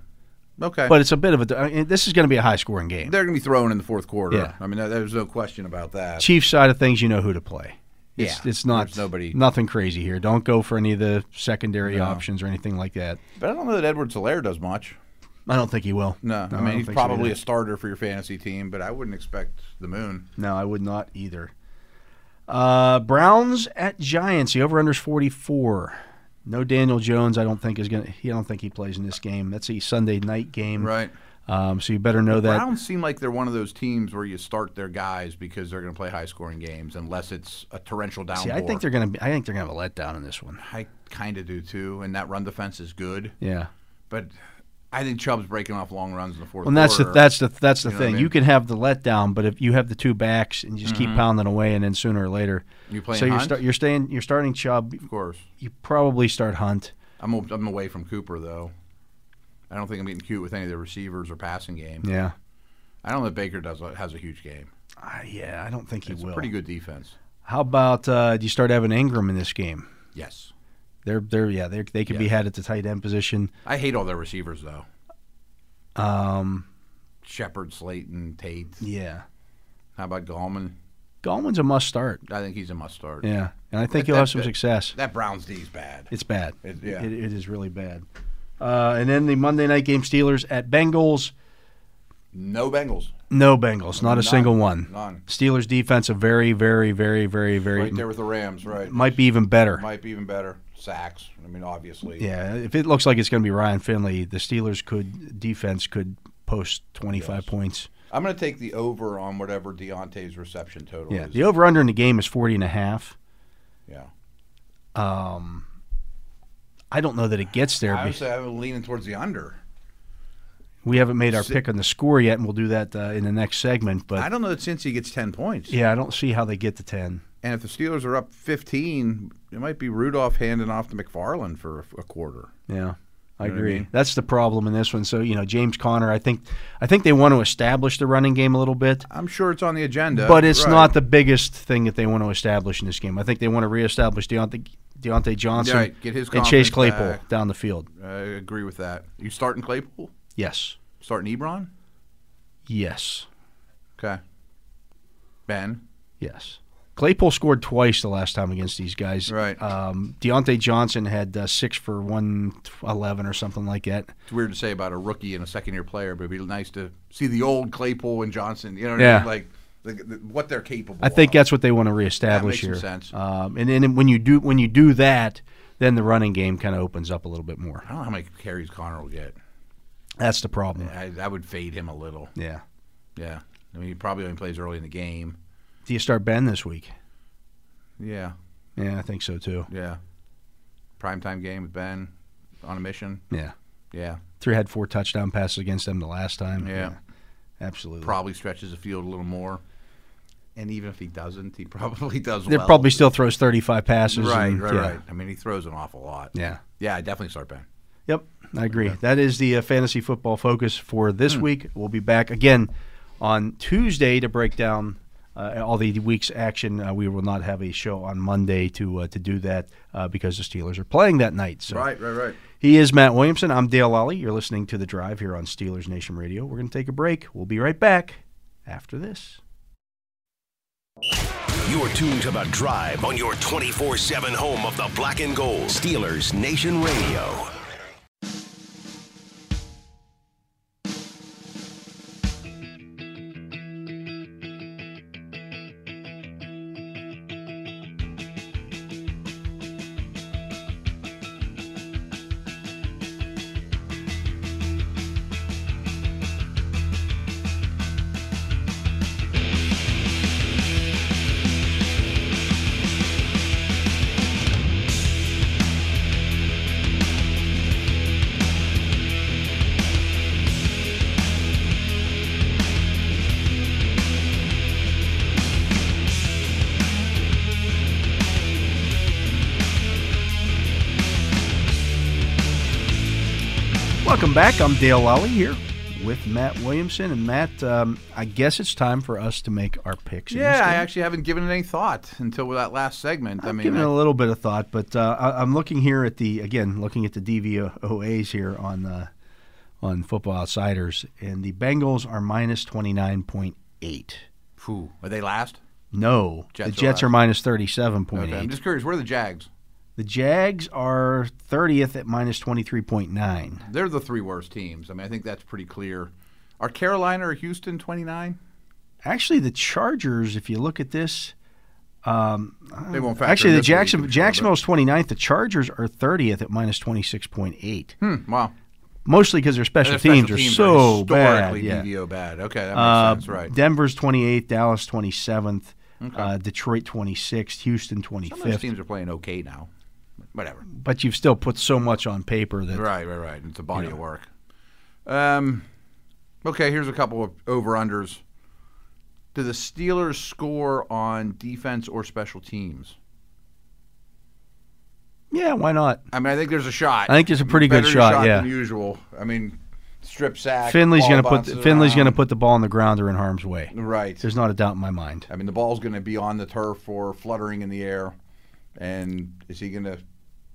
Speaker 2: Okay,
Speaker 1: But it's a bit of a. I mean, this is going to be a high scoring game.
Speaker 2: they're going to be thrown in the fourth quarter.
Speaker 1: Yeah.
Speaker 2: I mean, there- there's no question about that.
Speaker 1: Chief side of things, you know who to play. It's,
Speaker 2: Yeah.
Speaker 1: it's not
Speaker 2: There's nobody-
Speaker 1: nothing crazy here. Don't go for any of the secondary options or anything like that.
Speaker 2: But I don't know that Edward Solaire does much.
Speaker 1: I don't think he will.
Speaker 2: No, I
Speaker 1: don't
Speaker 2: mean he's
Speaker 1: think so
Speaker 2: probably
Speaker 1: either.
Speaker 2: a starter for your fantasy team, but I wouldn't expect the moon.
Speaker 1: No, I would not either. Uh, Browns at Giants. The over under is 44. No Daniel Jones. I don't think is gonna. He I don't think he plays in this game. That's a Sunday night game.
Speaker 2: Right.
Speaker 1: Um, so you better know that.
Speaker 2: Browns seem like they're one of those teams where you start their guys because they're going to play high scoring games unless it's a torrential downpour.
Speaker 1: See, I think they're gonna. Be, I think they're gonna have a letdown in this one.
Speaker 2: I kind of do too, and that run defense is good,
Speaker 1: Yeah.
Speaker 2: but I think Chubb's breaking off long runs in the fourth
Speaker 1: Well, and that's the
Speaker 2: quarter.
Speaker 1: that's the that's the
Speaker 2: You know what I
Speaker 1: thing.
Speaker 2: mean? Mm-hmm.
Speaker 1: You can have the letdown, but if you have the two backs and you just keep pounding away, and then sooner or later,
Speaker 2: You playing
Speaker 1: So you're
Speaker 2: Hunt?
Speaker 1: start you're staying you're starting Chubb.
Speaker 2: of course.
Speaker 1: You probably start Hunt.
Speaker 2: I'm a- I'm away from Cooper though. I don't think I'm getting cute with any of the receivers or passing game.
Speaker 1: Yeah.
Speaker 2: I don't know that Baker does a, has a huge game.
Speaker 1: Uh, yeah. I don't think he
Speaker 2: It's
Speaker 1: will.
Speaker 2: pretty good defense.
Speaker 1: How about uh, do you start Evan Ingram in this game?
Speaker 2: Yes,
Speaker 1: They're they're yeah they they could be
Speaker 2: Yeah.
Speaker 1: had at the tight end position.
Speaker 2: I hate all their receivers though.
Speaker 1: Um,
Speaker 2: Shepard, Slayton, Tate.
Speaker 1: yeah.
Speaker 2: How about Gallman?
Speaker 1: Gallman's a must start.
Speaker 2: I think he's a must start.
Speaker 1: Yeah, and I think
Speaker 2: That-
Speaker 1: he'll
Speaker 2: that-
Speaker 1: have some
Speaker 2: that-
Speaker 1: success.
Speaker 2: That Browns D is bad.
Speaker 1: It's bad.
Speaker 2: It- yeah.
Speaker 1: it, it is really bad. Uh, and then the Monday night game, Steelers at Bengals.
Speaker 2: No Bengals.
Speaker 1: No Bengals, not a
Speaker 2: None.
Speaker 1: single one.
Speaker 2: None.
Speaker 1: Steelers defense, a very, very, very, very, very
Speaker 2: Right there with the Rams. Right.
Speaker 1: might be even better.
Speaker 2: Might be even better. Sacks. I mean, obviously.
Speaker 1: Yeah, if it looks like it's going to be Ryan Finley, the Steelers could defense could post twenty five points.
Speaker 2: I'm going to take the over on whatever Deontay's reception total
Speaker 1: Yeah,
Speaker 2: is.
Speaker 1: the over under in the game is forty and a half.
Speaker 2: Yeah.
Speaker 1: I don't know that it gets there.
Speaker 2: I would
Speaker 1: because
Speaker 2: say I'm leaning towards the under.
Speaker 1: we haven't made our pick on the score yet, and we'll do that uh, in the next segment.
Speaker 2: I
Speaker 1: But
Speaker 2: don't know that Cincy gets 10 points.
Speaker 1: yeah, I don't see how they get to ten.
Speaker 2: And if the Steelers are up 15, it might be Rudolph handing off to McFarland for a, a quarter.
Speaker 1: Yeah. I
Speaker 2: You know what I
Speaker 1: agree.
Speaker 2: mean?
Speaker 1: That's the problem in this one. So, you know, James Conner, I think I think they want to establish the running game a little bit.
Speaker 2: I'm sure it's on the agenda.
Speaker 1: but it's
Speaker 2: Right.
Speaker 1: not the biggest thing that they want to establish in this game. I think they want to reestablish Deontay, Deontay Johnson
Speaker 2: Right, get his
Speaker 1: and Chase
Speaker 2: confidence
Speaker 1: Claypool
Speaker 2: back.
Speaker 1: down the field.
Speaker 2: I agree with that. You starting Claypool?
Speaker 1: Yes.
Speaker 2: Starting Ebron?
Speaker 1: Yes.
Speaker 2: Okay. Ben?
Speaker 1: Yes. Claypool scored twice the last time against these guys.
Speaker 2: Right.
Speaker 1: Um, Deontay Johnson had uh, six for 111 or something like that.
Speaker 2: It's weird to say about a rookie and a second year player, but it'd be nice to see the old Claypool and Johnson. You know what
Speaker 1: Yeah.
Speaker 2: I mean? Like, the, the, what they're capable
Speaker 1: I think
Speaker 2: of.
Speaker 1: that's what they want to reestablish
Speaker 2: That makes
Speaker 1: here.
Speaker 2: some sense.
Speaker 1: Um, and then when you do when you do that, then the running game kind of opens up a little bit more.
Speaker 2: I don't know how many carries Connor will get.
Speaker 1: That's the problem.
Speaker 2: I, I would fade him a little.
Speaker 1: Yeah.
Speaker 2: Yeah. I mean, he probably only plays early in the game.
Speaker 1: Do you start Ben this week?
Speaker 2: Yeah.
Speaker 1: Yeah, I think so too.
Speaker 2: Yeah. Primetime game with Ben on a mission.
Speaker 1: Yeah.
Speaker 2: Yeah.
Speaker 1: Three had four touchdown passes against them the last time.
Speaker 2: Yeah.
Speaker 1: Absolutely.
Speaker 2: Probably stretches the field a little more. And even if he doesn't, he probably does
Speaker 1: There
Speaker 2: well.
Speaker 1: probably still throws 35 passes.
Speaker 2: Right,
Speaker 1: and-
Speaker 2: right,
Speaker 1: yeah.
Speaker 2: right. I mean, he throws an awful lot.
Speaker 1: Yeah.
Speaker 2: Yeah, I definitely start Ben. Hmm.
Speaker 1: Yep, I agree. That is the uh, fantasy football focus for this week. We'll be back again on Tuesday to break down uh, all the week's action. Uh, we will not have a show on Monday to uh, to do that uh, because the Steelers are playing that night. So
Speaker 2: Right, right, right.
Speaker 1: he is Matt Williamson. I'm Dale Lally. You're listening to The Drive here on Steelers Nation Radio. We're going to take a break. We'll be right back after this.
Speaker 3: You're tuned to The Drive on your 24 7 home of the black and gold. Steelers Nation Radio.
Speaker 1: Welcome back. I'm Dale Lally here with Matt Williamson. And Matt, um, I guess it's time for us to make our picks. in this
Speaker 2: Yeah, I
Speaker 1: game.
Speaker 2: actually haven't given it any thought until that last segment. i
Speaker 1: I've
Speaker 2: mean,
Speaker 1: given it
Speaker 2: I-
Speaker 1: a little bit of thought, but uh, I, I'm looking here at the again looking at the DVOAs here on uh, on Football Outsiders, and the Bengals are minus twenty nine point eight.
Speaker 2: phew, are they last?
Speaker 1: No,
Speaker 2: Jets
Speaker 1: the
Speaker 2: are
Speaker 1: Jets are,
Speaker 2: last.
Speaker 1: minus thirty seven point eight.
Speaker 2: Okay, I'm just curious. Where are the Jags?
Speaker 1: The Jags are thirtieth at minus twenty three point nine.
Speaker 2: They're the three worst teams. I mean, I think that's pretty clear. Are Carolina or Houston 29?
Speaker 1: Actually, the Chargers, if you look at this,
Speaker 2: They won't factor.
Speaker 1: actually
Speaker 2: in
Speaker 1: the
Speaker 2: this week, I'm
Speaker 1: Jackson
Speaker 2: sure,
Speaker 1: Jacksonville's 29th. The Chargers are thirtieth at minus twenty six point eight.
Speaker 2: but- Hmm, wow.
Speaker 1: Mostly because their special,
Speaker 2: Their special
Speaker 1: teams, are so bad.
Speaker 2: historically
Speaker 1: Yeah.
Speaker 2: DVO bad. Okay, that makes
Speaker 1: Uh,
Speaker 2: sense. Right.
Speaker 1: Denver's 28th, Dallas 27th, uh, Detroit 26th, Houston
Speaker 2: Some of those
Speaker 1: 25th.
Speaker 2: teams are playing okay now. Whatever.
Speaker 1: But you've still put so much on paper that
Speaker 2: Right, right, right. It's a body of work. Um, okay, here's a couple of over unders. Do the Steelers score on defense or special teams?
Speaker 1: yeah, why not?
Speaker 2: I mean, I think there's a shot.
Speaker 1: I think there's a pretty good
Speaker 2: Better
Speaker 1: shot, yeah.
Speaker 2: than usual. I mean, strip sack.
Speaker 1: Finley's
Speaker 2: ball
Speaker 1: going to put
Speaker 2: bounces
Speaker 1: Finley's going to
Speaker 2: around.
Speaker 1: put the ball on the ground or in harm's way.
Speaker 2: right.
Speaker 1: There's not a doubt in my mind.
Speaker 2: I mean, the ball's going to be on the turf or fluttering in the air, and is he going to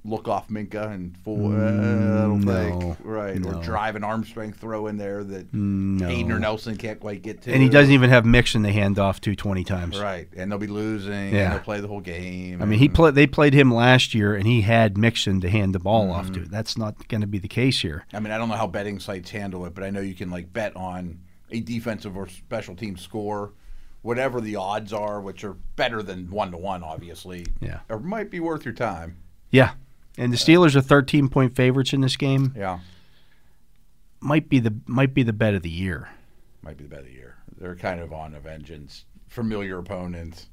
Speaker 2: look off Minka and fool? uh, I don't
Speaker 1: Mm, no, Mm,
Speaker 2: think. Right. Or drive an arm strength throw in there that Hayden or Nelson can't quite get to.
Speaker 1: And he doesn't even have Mixon they hand off to 20 times.
Speaker 2: Right. And they'll be losing.
Speaker 1: Yeah.
Speaker 2: And they'll play the whole game.
Speaker 1: I mean, he play, they played him last year and he had Mixon to hand the ball off to. That's not going to be the case here.
Speaker 2: I mean, I don't know how betting sites handle it, but I know you can like bet on a defensive or special team score, whatever the odds are, which are better than one to one, obviously.
Speaker 1: Yeah.
Speaker 2: Or might be worth your time.
Speaker 1: Yeah. And the Steelers are 13 point favorites in this game.
Speaker 2: Yeah.
Speaker 1: Might be the might be the bet of the year.
Speaker 2: might be the bet of the year. They're kind of on a vengeance. Familiar opponents.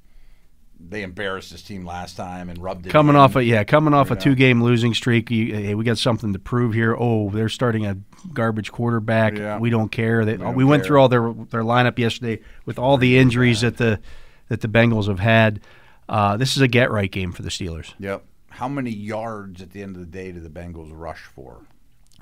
Speaker 2: They embarrassed this team last time and rubbed it.
Speaker 1: coming
Speaker 2: in.
Speaker 1: off a yeah, coming off a two game losing streak. You, hey, we got something to prove here. Oh, they're starting a garbage quarterback.
Speaker 2: Yeah.
Speaker 1: We don't care. They, we
Speaker 2: don't
Speaker 1: went
Speaker 2: care.
Speaker 1: through all their their lineup yesterday with all the injuries that the that the Bengals have had. Uh, this is a get right game for the Steelers.
Speaker 2: Yep. How many yards at the end of the day do the Bengals rush for?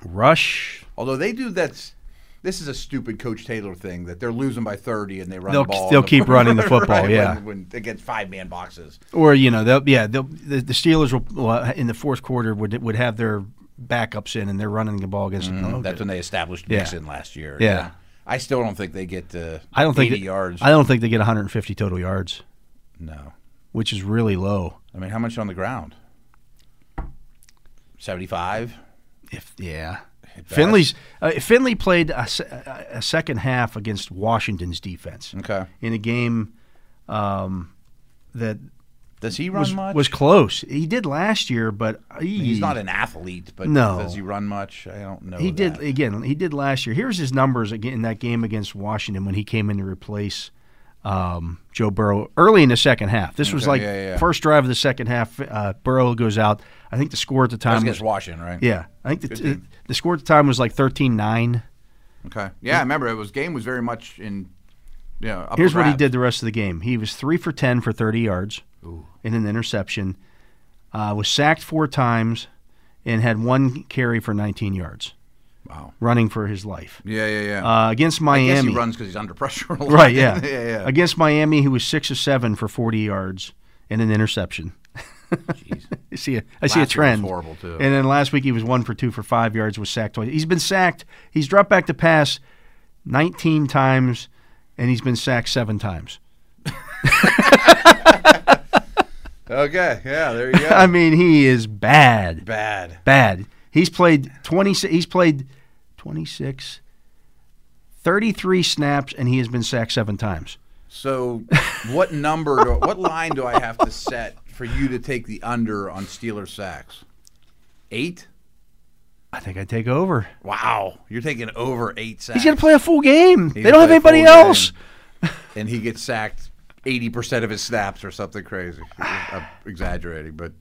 Speaker 1: Rush.
Speaker 2: Although they do that's this is a stupid Coach Taylor thing that they're losing by thirty and they run
Speaker 1: They'll-
Speaker 2: the ball.
Speaker 1: they'll keep running the football,
Speaker 2: Right,
Speaker 1: yeah.
Speaker 2: when, when it gets five man boxes.
Speaker 1: Or you know, they'll, yeah, they'll, the, the Steelers will well, in the fourth quarter would would have their backups in and they're running the ball against. oh,
Speaker 2: Mm, That's when they established
Speaker 1: Yeah.
Speaker 2: Nixon last year.
Speaker 1: Yeah.
Speaker 2: I still don't think they get to
Speaker 1: I don't think
Speaker 2: 80
Speaker 1: that-
Speaker 2: yards.
Speaker 1: I don't think they get 150 total yards,
Speaker 2: no.
Speaker 1: which is really low.
Speaker 2: I mean, how much on the ground? Seventy-five.
Speaker 1: If yeah, Finley's uh, Finley played a, se- a a second half against Washington's defense
Speaker 2: Okay.
Speaker 1: in a game um, that
Speaker 2: Does he run
Speaker 1: was
Speaker 2: much?
Speaker 1: was close. He did last year, but
Speaker 2: He's not an athlete, but
Speaker 1: No.
Speaker 2: does he run much? I don't know.
Speaker 1: He did
Speaker 2: Oh, that.
Speaker 1: again. He did last year. Here's his numbers again in that game against Washington when he came in to replace um, Joe Burrow early in the second half. This was
Speaker 2: Okay,
Speaker 1: like
Speaker 2: yeah, yeah, yeah.
Speaker 1: first drive of the second half. Uh, Burrow goes out. I think the score at the
Speaker 2: That
Speaker 1: time
Speaker 2: was
Speaker 1: was
Speaker 2: against Washington, right?
Speaker 1: yeah. I think the, the score at the time was like 13-9.
Speaker 2: Okay. Yeah, I remember it was game was very much in. Yeah. upper
Speaker 1: Here's what he
Speaker 2: grabs.
Speaker 1: did the rest of the game. He was three for ten for thirty yards in an interception. Uh, was sacked four times, and had one carry for nineteen yards.
Speaker 4: Wow.
Speaker 1: running for his life.
Speaker 4: Yeah, yeah, yeah.
Speaker 1: Uh, against
Speaker 4: I guess he
Speaker 1: Miami,
Speaker 4: runs because he's under pressure. A lot.
Speaker 1: right? Yeah.
Speaker 4: yeah, yeah.
Speaker 1: Against Miami, he was six of seven for forty yards and an interception.
Speaker 4: Jeez.
Speaker 1: I see a, I
Speaker 4: Last
Speaker 1: see a
Speaker 4: year was
Speaker 1: trend.
Speaker 4: horrible, too.
Speaker 1: And then last week he was one for two for five yards, was sacked twice. He's been sacked. He's dropped back to pass nineteen times, and he's been sacked seven times.
Speaker 2: Okay, yeah, there you go.
Speaker 1: I mean, he is bad.
Speaker 2: Bad.
Speaker 1: bad. He's played 20 he's played 26 33 snaps and he has been sacked 7 times.
Speaker 2: So, what number, do, what line do I have to set for you to take the under on Steelers sacks? Eight?
Speaker 1: I think I take over.
Speaker 2: Wow, you're taking over eight sacks.
Speaker 1: He's going to play a full game.
Speaker 2: He's
Speaker 1: they don't have
Speaker 2: gonna play
Speaker 1: anybody
Speaker 2: full game.
Speaker 1: else.
Speaker 2: and he gets sacked 80% of his snaps or something crazy. I'm exaggerating, but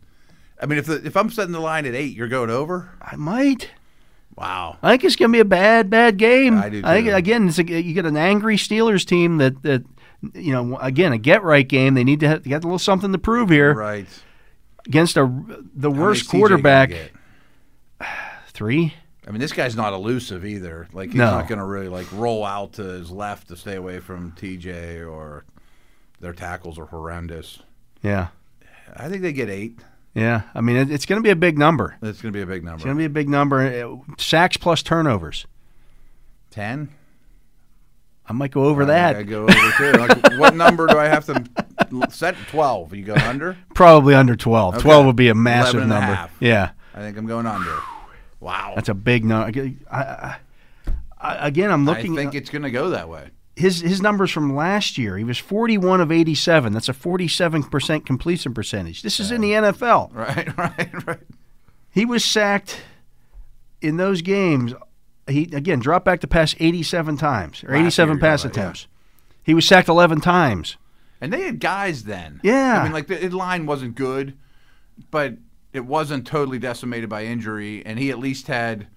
Speaker 2: I mean, if the, if I'm setting the line at eight, you're going over?
Speaker 1: I might.
Speaker 2: Wow.
Speaker 1: I think it's going to be a bad bad game.
Speaker 2: I do,
Speaker 1: think
Speaker 2: too.
Speaker 1: again it's a, you get an angry Steelers team that that you know again a get right game. They need to have, they got a little something to prove here
Speaker 2: Right.
Speaker 1: against a the
Speaker 2: How many
Speaker 1: worst
Speaker 2: CJ gonna
Speaker 1: quarterback.
Speaker 2: get?
Speaker 1: 3
Speaker 2: I mean, this guy's not elusive either. Like, he's
Speaker 1: No.
Speaker 2: not going to really like roll out to his left to stay away from TJ or their tackles are horrendous.
Speaker 1: Yeah.
Speaker 2: I think they get eight.
Speaker 1: Yeah. I mean it, it's going to be a big number.
Speaker 2: That's going to be a big
Speaker 1: It's going
Speaker 2: number.
Speaker 1: to be a big number. Uh, Sacks plus turnovers.
Speaker 2: Ten.
Speaker 1: I might go over
Speaker 2: I
Speaker 1: that.
Speaker 2: go over too. Like, what number do I have to l- set? Twelve. You go under.
Speaker 1: Probably under 12. 12 would be a
Speaker 2: 11
Speaker 1: massive
Speaker 2: and a
Speaker 1: number.
Speaker 2: half.
Speaker 1: Yeah.
Speaker 2: I think I'm going under. Wow.
Speaker 1: That's a big number. I, I, I, again, I'm
Speaker 2: I
Speaker 1: looking
Speaker 2: think
Speaker 1: at
Speaker 2: it's going to go that way.
Speaker 1: his his numbers from last year. He was 41 of 87. That's a 47% completion percentage. This is in the NFL.
Speaker 2: Right. Right. Right.
Speaker 1: He was sacked in those games. He again dropped back to pass 87 times or
Speaker 2: year
Speaker 1: 87
Speaker 2: you're talking
Speaker 1: pass
Speaker 2: about, yeah.
Speaker 1: attempts. He was sacked 11 times.
Speaker 2: And they had guys then.
Speaker 1: Yeah.
Speaker 2: I mean, like the the line wasn't good, but it wasn't totally decimated by injury, and he at least had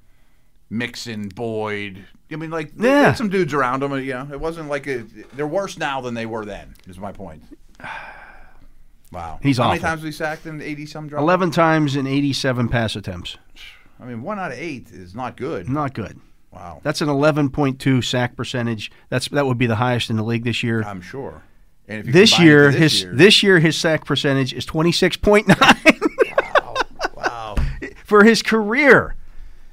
Speaker 2: Mixon, Boyd. I mean, like they, they
Speaker 1: Yeah.
Speaker 2: had some dudes around him. You know, it wasn't like a, they're worse now than they were then. Is my point. Wow.
Speaker 1: He's
Speaker 2: how many
Speaker 1: awful.
Speaker 2: times we sacked in eighty some drive?
Speaker 1: 11 times in 87 pass attempts.
Speaker 2: I mean, one out of eight is not good.
Speaker 1: Not good.
Speaker 2: Wow.
Speaker 1: That's an 11.2 sack percentage. That's that would be the highest in the league this year.
Speaker 2: I'm sure. And if you
Speaker 1: This
Speaker 2: combine it to
Speaker 1: year, his this year his sack percentage is 26.9
Speaker 2: wow.
Speaker 1: for his career.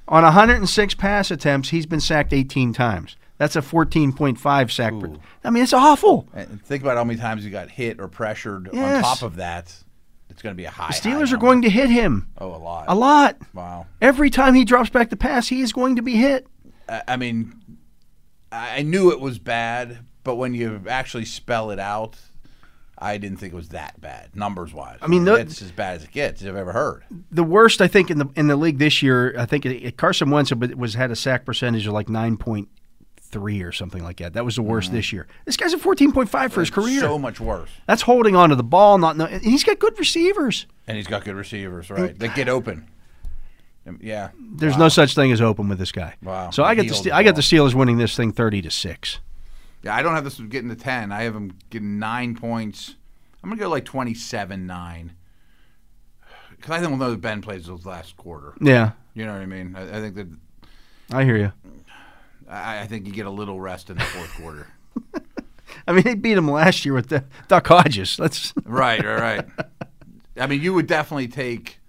Speaker 1: On 106 pass attempts, he's been sacked 18 times. That's a 14.5 sack. per- I mean, it's awful.
Speaker 2: And think about how many times you got hit or pressured
Speaker 1: Yes.
Speaker 2: on top of that. It's going to be a high. high
Speaker 1: Steelers
Speaker 2: number.
Speaker 1: are going to hit him
Speaker 2: Oh, a lot.
Speaker 1: a lot.
Speaker 2: Wow.
Speaker 1: Every time he drops back to pass, he is going to be hit.
Speaker 2: I, I mean, I I knew it was bad, but when you actually spell it out, I didn't think it was that bad, numbers wise. I
Speaker 1: mean, the-
Speaker 2: it's as bad as it gets I've ever heard.
Speaker 1: The worst, I think, in the in the league this year, I think it, it- Carson Wentz was- was had a sack percentage of like 9.3 or something like that. That was the worst this year. This guy's a 14.5 for his career.
Speaker 2: Mm-hmm. So much worse.
Speaker 1: That's holding on to the ball. Not, know- and he's got good receivers.
Speaker 2: And he's got good receivers,
Speaker 1: Mm.
Speaker 2: right? That get open. Um, Yeah.
Speaker 1: There's no such thing as open with this guy.
Speaker 2: Wow.
Speaker 1: So I
Speaker 2: He
Speaker 1: got the
Speaker 2: holds
Speaker 1: Ste-
Speaker 2: the
Speaker 1: I got the
Speaker 2: ball.
Speaker 1: Steelers winning this thing thirty to six.
Speaker 2: Yeah, I don't have this getting to 10. I have him getting nine points. I'm going to go like 27 9. Because I don't know that Ben plays those last quarter.
Speaker 1: Yeah,
Speaker 2: You know what I mean? I, I think that
Speaker 1: I hear you.
Speaker 2: I, I think you get a little rest in the fourth quarter.
Speaker 1: I mean, they beat him last year with the, Duck Hodges. Let's.
Speaker 2: Right, right, right. I mean, you would definitely take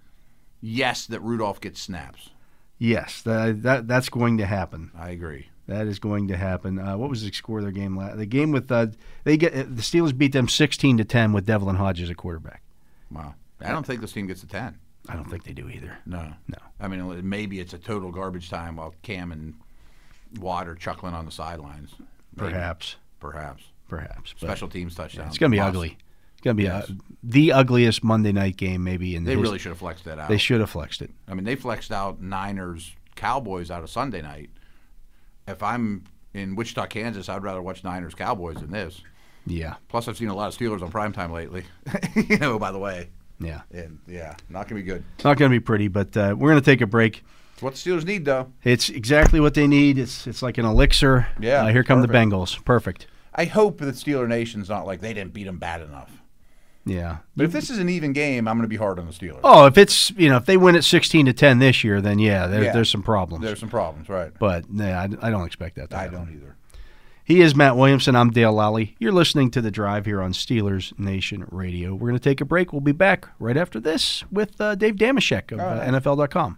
Speaker 2: yes that Rudolph gets snaps.
Speaker 1: Yes, that, that that's going to happen.
Speaker 2: I agree.
Speaker 1: That is going to happen. Uh, what was the score of their game? la- The game with uh, they get uh, the Steelers beat them sixteen to ten with Devlin Hodges at quarterback.
Speaker 2: Wow. I don't think this team gets a 10.
Speaker 1: I don't think they do either.
Speaker 2: No.
Speaker 1: No.
Speaker 2: I mean, maybe it's a total garbage time while Cam and Watt are chuckling on the sidelines. Maybe.
Speaker 1: Perhaps,
Speaker 2: Perhaps.
Speaker 1: perhaps. but
Speaker 2: Special teams touchdown.
Speaker 1: it's going to be
Speaker 2: Possibly.
Speaker 1: ugly. It's going to be uh,
Speaker 2: Yes.
Speaker 1: the ugliest Monday night game maybe in
Speaker 2: They
Speaker 1: his-
Speaker 2: really should have flexed that out.
Speaker 5: Oh.
Speaker 1: They should have flexed it.
Speaker 2: I mean, they flexed out Niners Cowboys out of Sunday night. If I'm in Wichita, Kansas, I'd rather watch Niners Cowboys than this.
Speaker 1: Yeah,
Speaker 2: Plus, I've seen a lot of Steelers on primetime lately. you know, by the way.
Speaker 1: yeah.
Speaker 2: And yeah, not gonna be good.
Speaker 1: It's not going to be pretty, but uh, we're going to take a break.
Speaker 2: It's what the Steelers need, though.
Speaker 1: It's exactly what they need. It's it's like an elixir.
Speaker 2: Yeah,
Speaker 1: Uh, here come the
Speaker 2: perfect.
Speaker 1: Bengals. Perfect.
Speaker 2: I hope that Steeler Nation's not like they didn't beat them bad enough.
Speaker 1: Yeah.
Speaker 5: But if this is an even game, I'm going to be hard on the Steelers.
Speaker 1: Oh, if it's you know if they win at sixteen to ten this year, then yeah, there,
Speaker 5: Yeah.
Speaker 1: there's some problems.
Speaker 5: There's some problems, right?
Speaker 1: but yeah, I, I don't expect that. To
Speaker 5: I
Speaker 1: happen.
Speaker 5: don't either.
Speaker 1: He is Matt Williamson. I'm Dale Lally. You're listening to The Drive here on Steelers Nation Radio. We're going to take a break. We'll be back right after this with uh, Dave Damashek of uh, NFL.com.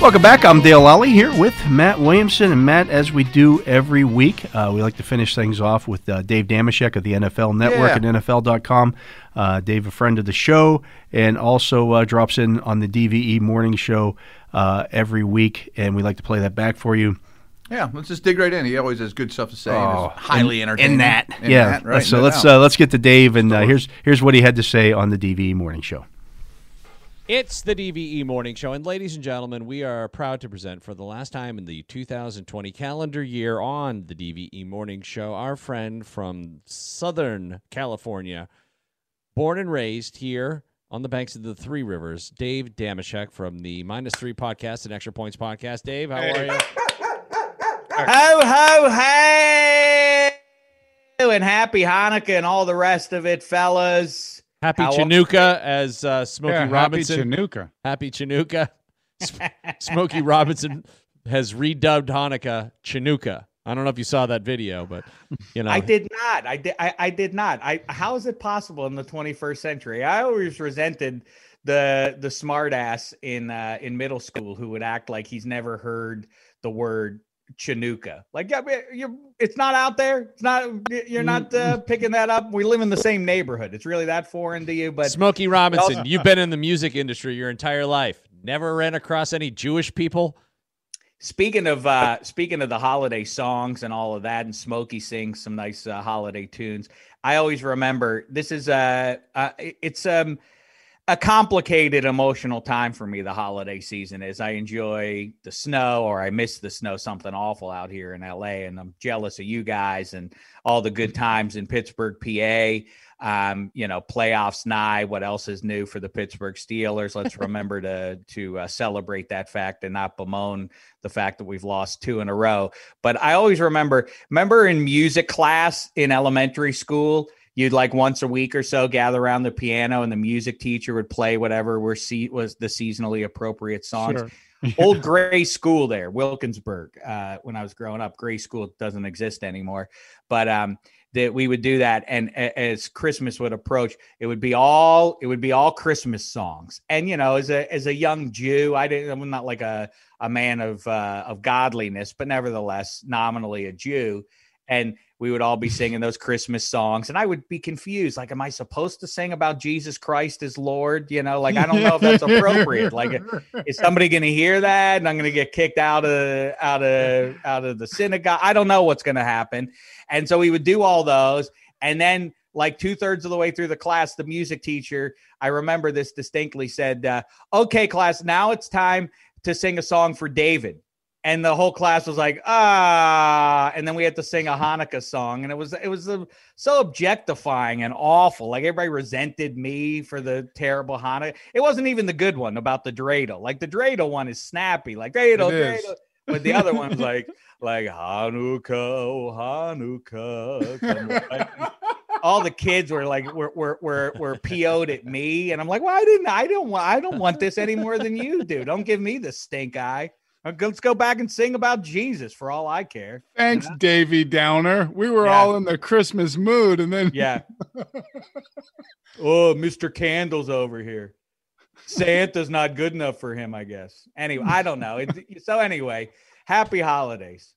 Speaker 1: Welcome back. I'm Dale Lally here with Matt Williamson. And Matt, as we do every week, uh, we like to finish things off with uh, Dave Damashek of the NFL Network
Speaker 5: Yeah.
Speaker 1: and NFL.com. Uh, Dave, a friend of the show, and also uh, drops in on the DVE morning show uh, every week. And we like to play that back for you.
Speaker 5: Yeah, let's just dig right in. He always has good stuff to say. and
Speaker 1: Oh,
Speaker 5: is highly entertaining.
Speaker 1: in that.
Speaker 5: In
Speaker 1: yeah.
Speaker 5: that, right?
Speaker 1: So
Speaker 5: No
Speaker 1: let's
Speaker 5: doubt.
Speaker 1: uh, let's get to Dave, and uh, here's here's what he had to say on the DVE morning show.
Speaker 6: It's the DVE Morning Show, and ladies and gentlemen, we are proud to present for the last time in the 2020 calendar year on the DVE Morning Show our friend from Southern California, born and raised here on the banks of the Three Rivers, Dave Damashek from the Minus Three Podcast and Extra Points Podcast. Dave, how are you?
Speaker 7: Ho ho hey! And happy Hanukkah and all the rest of it, fellas.
Speaker 6: Happy
Speaker 7: How-
Speaker 6: Chinooka, as uh, Smokey
Speaker 8: Yeah,
Speaker 6: Robinson.
Speaker 8: Happy Chinooka.
Speaker 6: Happy Chinooka. Sm- Smokey Robinson has redubbed Hanukkah Chinooka. I don't know if you saw that video, but you know,
Speaker 7: I did not. I did. I, I did not. I. How is it possible in the 21st century? I always resented the the smart ass in uh, in middle school who would act like he's never heard the word Chinooka. Like, yeah, but you're, it's not out there. It's not. You're not uh, picking that up. We live in the same neighborhood. It's really that foreign to you, but
Speaker 6: Smokey Robinson, you've been in the music industry your entire life. Never ran across any Jewish people.
Speaker 7: Speaking of uh, speaking of the holiday songs and all of that, and Smokey sings some nice uh, holiday tunes. I always remember this is uh, uh, it- it's um, a complicated emotional time for me. The holiday season is. I enjoy the snow, or I miss the snow. Something awful out here in LA, and I'm jealous of you guys and all the good times in Pittsburgh, PA. Um, you know, playoffs nigh. What else is new for the Pittsburgh Steelers? Let's remember to to uh, celebrate that fact and not bemoan the fact that we've lost two in a row. But I always remember, remember in music class in elementary school, you'd like once a week or so gather around the piano and the music teacher would play whatever were se- was the seasonally appropriate songs. Old Gray School there, Wilkinsburg. Uh, when I was growing up, Gray School doesn't exist anymore. But um, that we would do that, and a- as Christmas would approach, it would be all it would be all Christmas songs. And you know, as a as a young Jew, I didn't. I'm not like a a man of uh, of godliness, but nevertheless nominally a Jew. And we would all be singing those Christmas songs, and I would be confused. Like, am I supposed to sing about Jesus Christ as Lord? You know, like I don't know if that's appropriate. Like, is somebody going to hear that, and I'm going to get kicked out of out of out of the synagogue? I don't know what's going to happen. And so we would do all those, and then like two thirds of the way through the class, the music teacher, I remember this distinctly, said, uh, "Okay, class, now it's time to sing a song for David. And the whole class was like, ah, and then we had to sing a Hanukkah song. And it was it was uh, so objectifying and awful. Like everybody resented me for the terrible Hanukkah. It wasn't even the good one about the dreidel. Like the dreidel one is snappy, like dreidel,
Speaker 8: It is.
Speaker 7: dreidel. But the other one was like, like Hanukkah, oh, Hanukkah. come on." All the kids were like, were were were were PO'd at me, and I'm like, well, I didn't, I don't want, I don't want this any more than you do. Don't give me the stink eye. Uh, go- Let's go back and sing about Jesus for all I care.
Speaker 8: Thanks, Davy Downer. We were
Speaker 7: Yeah.
Speaker 8: all in the Christmas mood, and then
Speaker 7: Yeah. oh, Mr. Candles over here. Santa's not good enough for him, I guess. Anyway, I don't know. It, so anyway, happy holidays.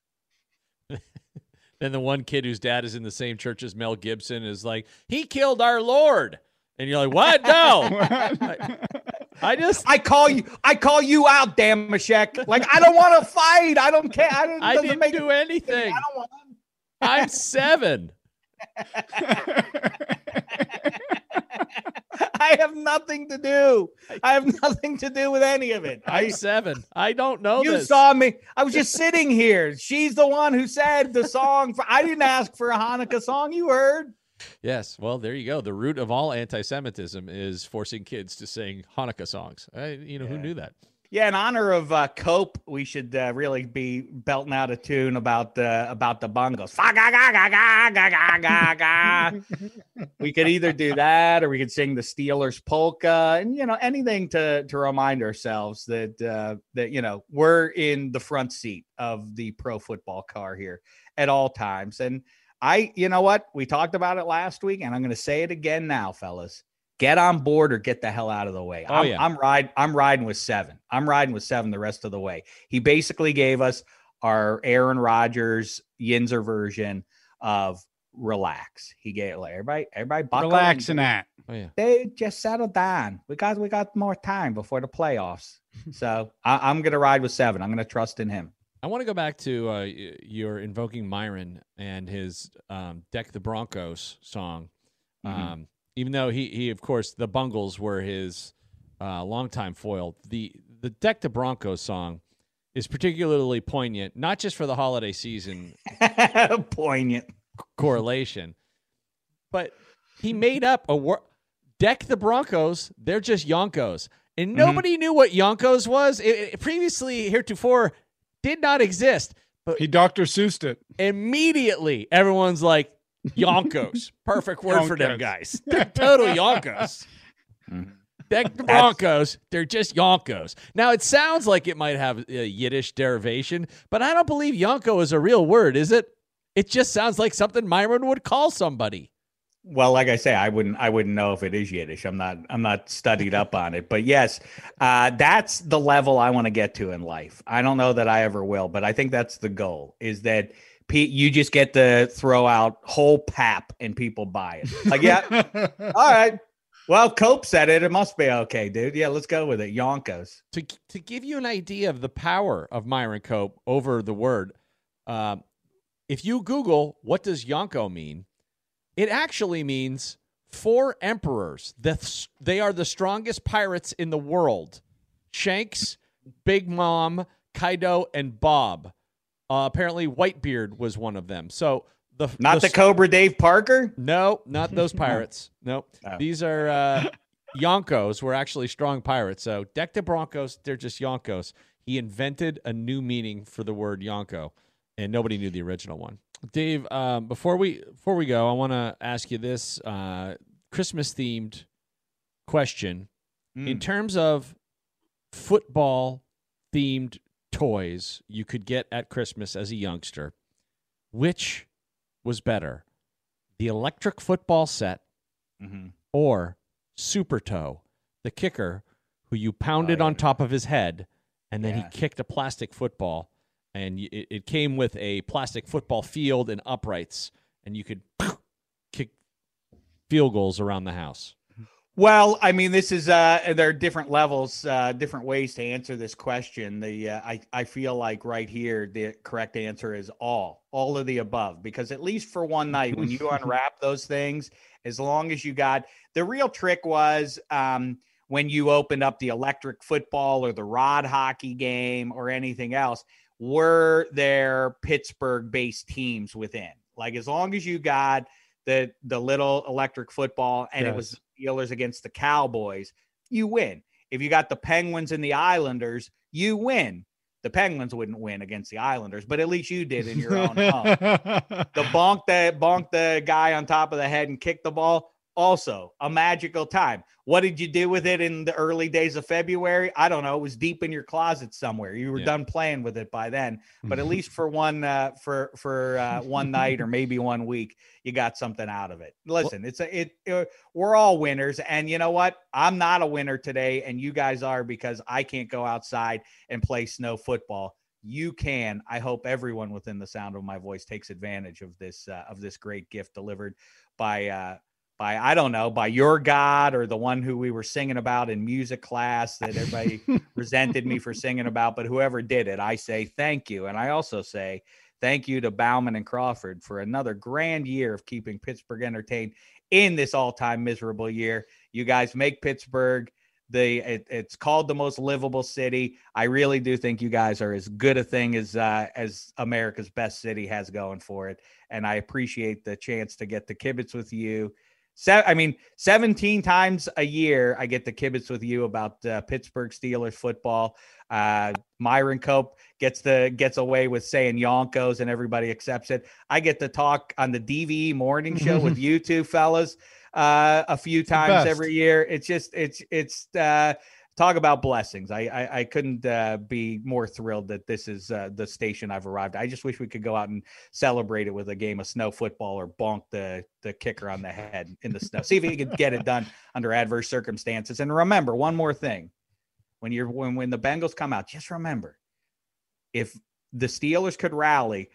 Speaker 6: Then the one kid whose dad is in the same church as Mel Gibson is like, he killed our Lord. And you're like, what? No. I just,
Speaker 7: I call you. I call you out, damn Mashek. Like I don't want to fight. I don't care. I, don't,
Speaker 6: I
Speaker 7: doesn't
Speaker 6: didn't
Speaker 7: make
Speaker 6: do anything.
Speaker 7: I don't want.
Speaker 6: I'm seven.
Speaker 7: I I have nothing to do. I have nothing to do with any of it.
Speaker 6: I seven. I don't know.
Speaker 7: You
Speaker 6: this.
Speaker 7: saw me. I was just sitting here. She's the one who said the song. For, I didn't ask for a Hanukkah song. You heard.
Speaker 6: Yes. Well, there you go. The root of all anti-Semitism is forcing kids to sing Hanukkah songs. I, you know who
Speaker 7: Yeah.
Speaker 6: knew that?
Speaker 7: Yeah, in honor of uh, Cope, we should uh, really be belting out a tune about the about the bongos. Fa ga ga ga ga ga ga ga ga. We could either do that, or we could sing the Steelers polka, and you know anything to to remind ourselves that uh, that you know we're in the front seat of the pro football car here at all times. And I, you know what, we talked about it last week, and I'm going to say it again now, fellas. Get on board or get the hell out of the way.
Speaker 6: Oh,
Speaker 7: I'm,
Speaker 6: yeah.
Speaker 7: I'm ride. I'm riding with seven. I'm riding with seven the rest of the way. He basically gave us our Aaron Rodgers Yinzer version of relax. He gave like everybody, everybody buckle in.
Speaker 8: Relaxing at.
Speaker 6: Oh yeah.
Speaker 7: They just settle down. We got we got more time before the playoffs. so I, I'm gonna ride with seven. I'm gonna trust in him.
Speaker 6: I want to go back to uh, y- your invoking Myron and his um, "Deck the Broncos" song.
Speaker 7: Mhm.
Speaker 6: Um, even though he, he of course, the Bungles were his uh, longtime foil. The the "Deck the Broncos" song is particularly poignant, not just for the holiday season
Speaker 7: Uh, Poignant.
Speaker 6: correlation, but he made up a word. Deck the Broncos. They're just Yonkos, and nobody knew what Yonkos was. It, it previously, heretofore, did not exist. But
Speaker 8: He Dr. Seussed it.
Speaker 6: immediately everyone's like yonkos perfect word for them
Speaker 8: Yonkos.
Speaker 6: guys they're total yonkos
Speaker 7: Mhm.
Speaker 6: they're the broncos they're just yonkos now it sounds like it might have a yiddish derivation but i don't believe yonko is a real word is it it just sounds like something myron would call somebody
Speaker 7: Well, like I say, I wouldn't I wouldn't know if it is Yiddish. I'm not I'm not studied up on it. But yes, uh, that's the level I want to get to in life. I don't know that I ever will, but I think that's the goal is that Pete, you just get to throw out whole pap and people buy it. Like, yeah, all right. Well, Cope said it. It must be okay, dude. Yeah, let's go with it. Yonkos.
Speaker 6: to to give you an idea of the power of Myron Cope over the word, um, if you Google what does Yonko mean, it actually means four emperors. The th- they are the strongest pirates in the world: Shanks, Big Mom, Kaido, and Bob. Uh, apparently, Whitebeard was one of them. So the
Speaker 7: Not the, Cobra Dave Parker.
Speaker 6: no, not those pirates. No,
Speaker 7: Oh.
Speaker 6: these are uh, Yonkos. Were actually strong pirates. So deck the Broncos. They're just Yonkos. He invented a new meaning for the word Yonko, and nobody knew the original one. Dave, um, before we before we go, I want to ask you this uh, Christmas themed question in terms of football themed toys you could get at Christmas as a youngster, which was better, the electric football set
Speaker 7: Mm-hmm.
Speaker 6: or Super Toe, the kicker who you pounded
Speaker 7: Oh, yeah.
Speaker 6: on top of his head and then
Speaker 7: Yeah.
Speaker 6: he kicked a plastic football and y- it, it came with a plastic football field and uprights and you could kick field goals around the house.
Speaker 7: Well, I mean, this is uh, there are different levels, uh, different ways to answer this question. The uh, I I feel like right here the correct answer is all, all of the above, because at least for one night when you unwrap those things, as long as you got the real trick was um, when you opened up the electric football or the rod hockey game or anything else, were there Pittsburgh-based teams within? Like as long as you got the the little electric football and it was
Speaker 8: Yes.
Speaker 7: the Steelers against the Cowboys, you win. If you got the Penguins and the Islanders, you win. The Penguins wouldn't win against the Islanders, but at least you did in your own home. The bonk the bonk the guy on top of the head and kick the ball. Also, a magical time. What did you do with it in the early days of February? I don't know. It was deep in your closet somewhere. You were
Speaker 6: Yeah.
Speaker 7: done playing with it by then. But at least for one uh, for for uh, one night or maybe one week, you got something out of it. Listen, it's a it, it. We're all winners, and you know what? I'm not a winner today, and you guys are because I can't go outside and play snow football. You can. I hope everyone within the sound of my voice takes advantage of this uh, of this great gift delivered by uh, by I don't know by your God or the one who we were singing about in music class that everybody resented me for singing about. But whoever did it, I say thank you, and I also say thank you to Bauman and Crawford for another grand year of keeping Pittsburgh entertained in this all-time miserable year. You guys make Pittsburgh the it, it's called the most livable city. I really do think you guys are as good a thing as uh, as America's best city has going for it, and I appreciate the chance to get the kibitz with you. Se- I mean, 17 times a year, I get the kibitz with you about uh, Pittsburgh Steelers football. Uh, Myron Cope gets the gets away with saying Yonkos, and everybody accepts it. I get to talk on the DVE morning show with you two fellas uh, a few times
Speaker 8: best.
Speaker 7: every year. It's just it's it's uh, talk about blessings. I I, I couldn't uh, be more thrilled that this is uh, the station I've arrived. I just wish we could go out and celebrate it with a game of snow football or bonk the the kicker on the head in the snow. See if he could get it done under adverse circumstances. And remember one more thing: when you're when when the Bengals come out, just remember if the Steelers could rally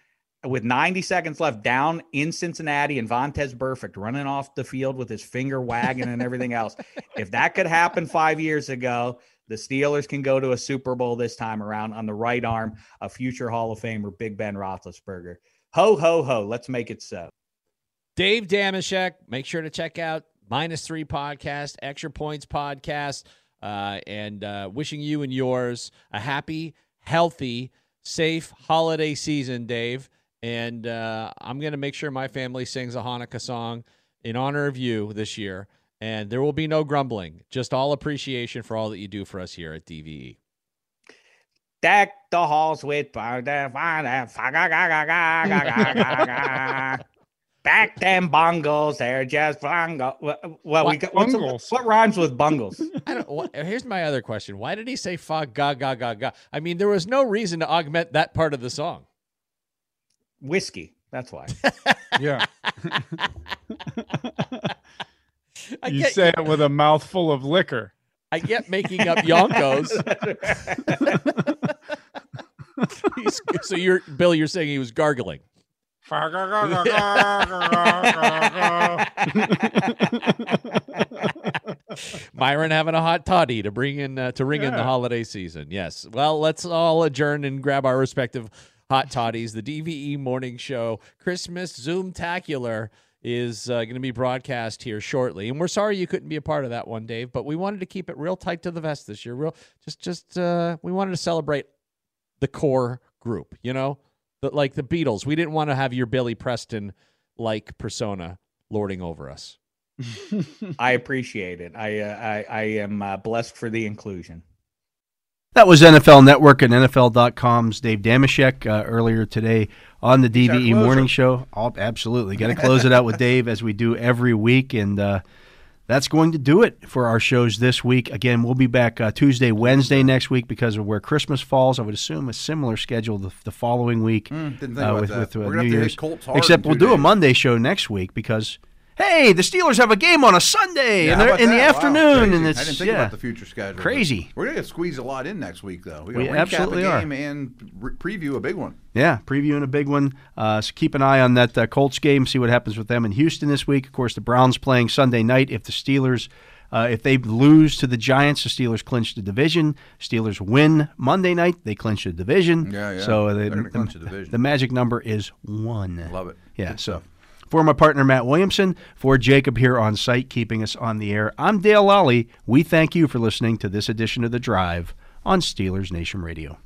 Speaker 7: with 90 seconds left down in Cincinnati and Vontez Burfict running off the field with his finger wagging and everything else. If that could happen five years ago, the Steelers can go to a Super Bowl this time around on the right arm of future Hall of Famer Big Ben Roethlisberger. Ho, ho, ho. Let's make it so.
Speaker 6: Dave Damashek. Make sure to check out Minus Three Podcast, Extra Points Podcast, uh, and uh, wishing you and yours a happy, healthy, safe holiday season, Dave. And uh, I'm going to make sure my family sings a Hanukkah song in honor of you this year. And there will be no grumbling, just all appreciation for all that you do for us here at E. DVE.
Speaker 7: Deck the halls with back them bungles. They're just bungle. Well, we
Speaker 6: What?
Speaker 7: got, what's
Speaker 8: Bungles.
Speaker 7: what rhymes with bungles?
Speaker 6: I don't. Wh- here's my other question: Why did he say "fuck ga ga ga ga"? I mean, there was no reason to augment that part of the song.
Speaker 7: Whiskey. That's why.
Speaker 8: Yeah.
Speaker 6: I
Speaker 8: you
Speaker 6: get,
Speaker 8: say it with a mouthful of liquor.
Speaker 6: I get making up Yonkos. He's- so you're Bill. You're saying he was gargling. Myron having a hot toddy to bring in uh, to ring in the
Speaker 8: Yeah.
Speaker 6: holiday season. Yes. Well, let's all adjourn and grab our respective hot toddies. The DVE Morning Show Christmas Zoom Tacular is uh, going to be broadcast here shortly, and we're sorry you couldn't be a part of that one, Dave. But we wanted to keep it real tight to the vest this year. Real, just, just uh, we wanted to celebrate the core group. You know, the, like the Beatles. We didn't want to have your Billy Preston like persona lording over us.
Speaker 7: I appreciate it. I uh, I, I am uh, blessed for the inclusion.
Speaker 1: That was NFL Network and NFL.com's Dave Damashek uh, earlier today on the DVE Morning Show. Oh, absolutely. Got to close it out with Dave as we do every week. And uh, that's going to do it for our shows this week. Again, we'll be back uh, Tuesday, Wednesday next week because of where Christmas falls. I would assume a similar schedule the, the following week
Speaker 2: Hmm, didn't think
Speaker 1: uh,
Speaker 2: about
Speaker 1: with,
Speaker 2: that.
Speaker 1: with uh,
Speaker 2: We're
Speaker 1: New
Speaker 2: gonna have to hit
Speaker 1: Year's.
Speaker 2: Colts hard in
Speaker 1: Except we'll
Speaker 2: two
Speaker 1: do a
Speaker 2: days.
Speaker 1: Monday show next week because. Hey, the Steelers have a game on a Sunday
Speaker 2: Yeah,
Speaker 1: and
Speaker 2: how
Speaker 1: they're
Speaker 2: about
Speaker 1: in the
Speaker 2: that? Wow,
Speaker 1: afternoon,
Speaker 2: crazy.
Speaker 1: and it's
Speaker 2: I didn't think
Speaker 1: yeah.
Speaker 2: about the future schedule.
Speaker 1: Crazy.
Speaker 2: We're gonna squeeze a lot in next week, though.
Speaker 1: We
Speaker 2: gotta recap
Speaker 1: absolutely
Speaker 2: a
Speaker 1: are.
Speaker 2: game and re- preview a big one.
Speaker 1: Yeah, previewing a big one. Uh, so keep an eye on that uh, Colts game. See what happens with them in Houston this week. Of course, the Browns playing Sunday night. If the Steelers, uh, if they lose to the Giants, the Steelers clinch the division. Steelers win Monday night, they clinch the division.
Speaker 2: Yeah, yeah.
Speaker 1: So uh, they,
Speaker 2: They're gonna
Speaker 1: the,
Speaker 2: clinch the division.
Speaker 1: the magic number is one.
Speaker 2: Love it.
Speaker 1: Yeah. So. For my partner Matt Williamson, for Jacob here on site, keeping us on the air, I'm Dale Lally. We thank you for listening to this edition of The Drive on Steelers Nation Radio.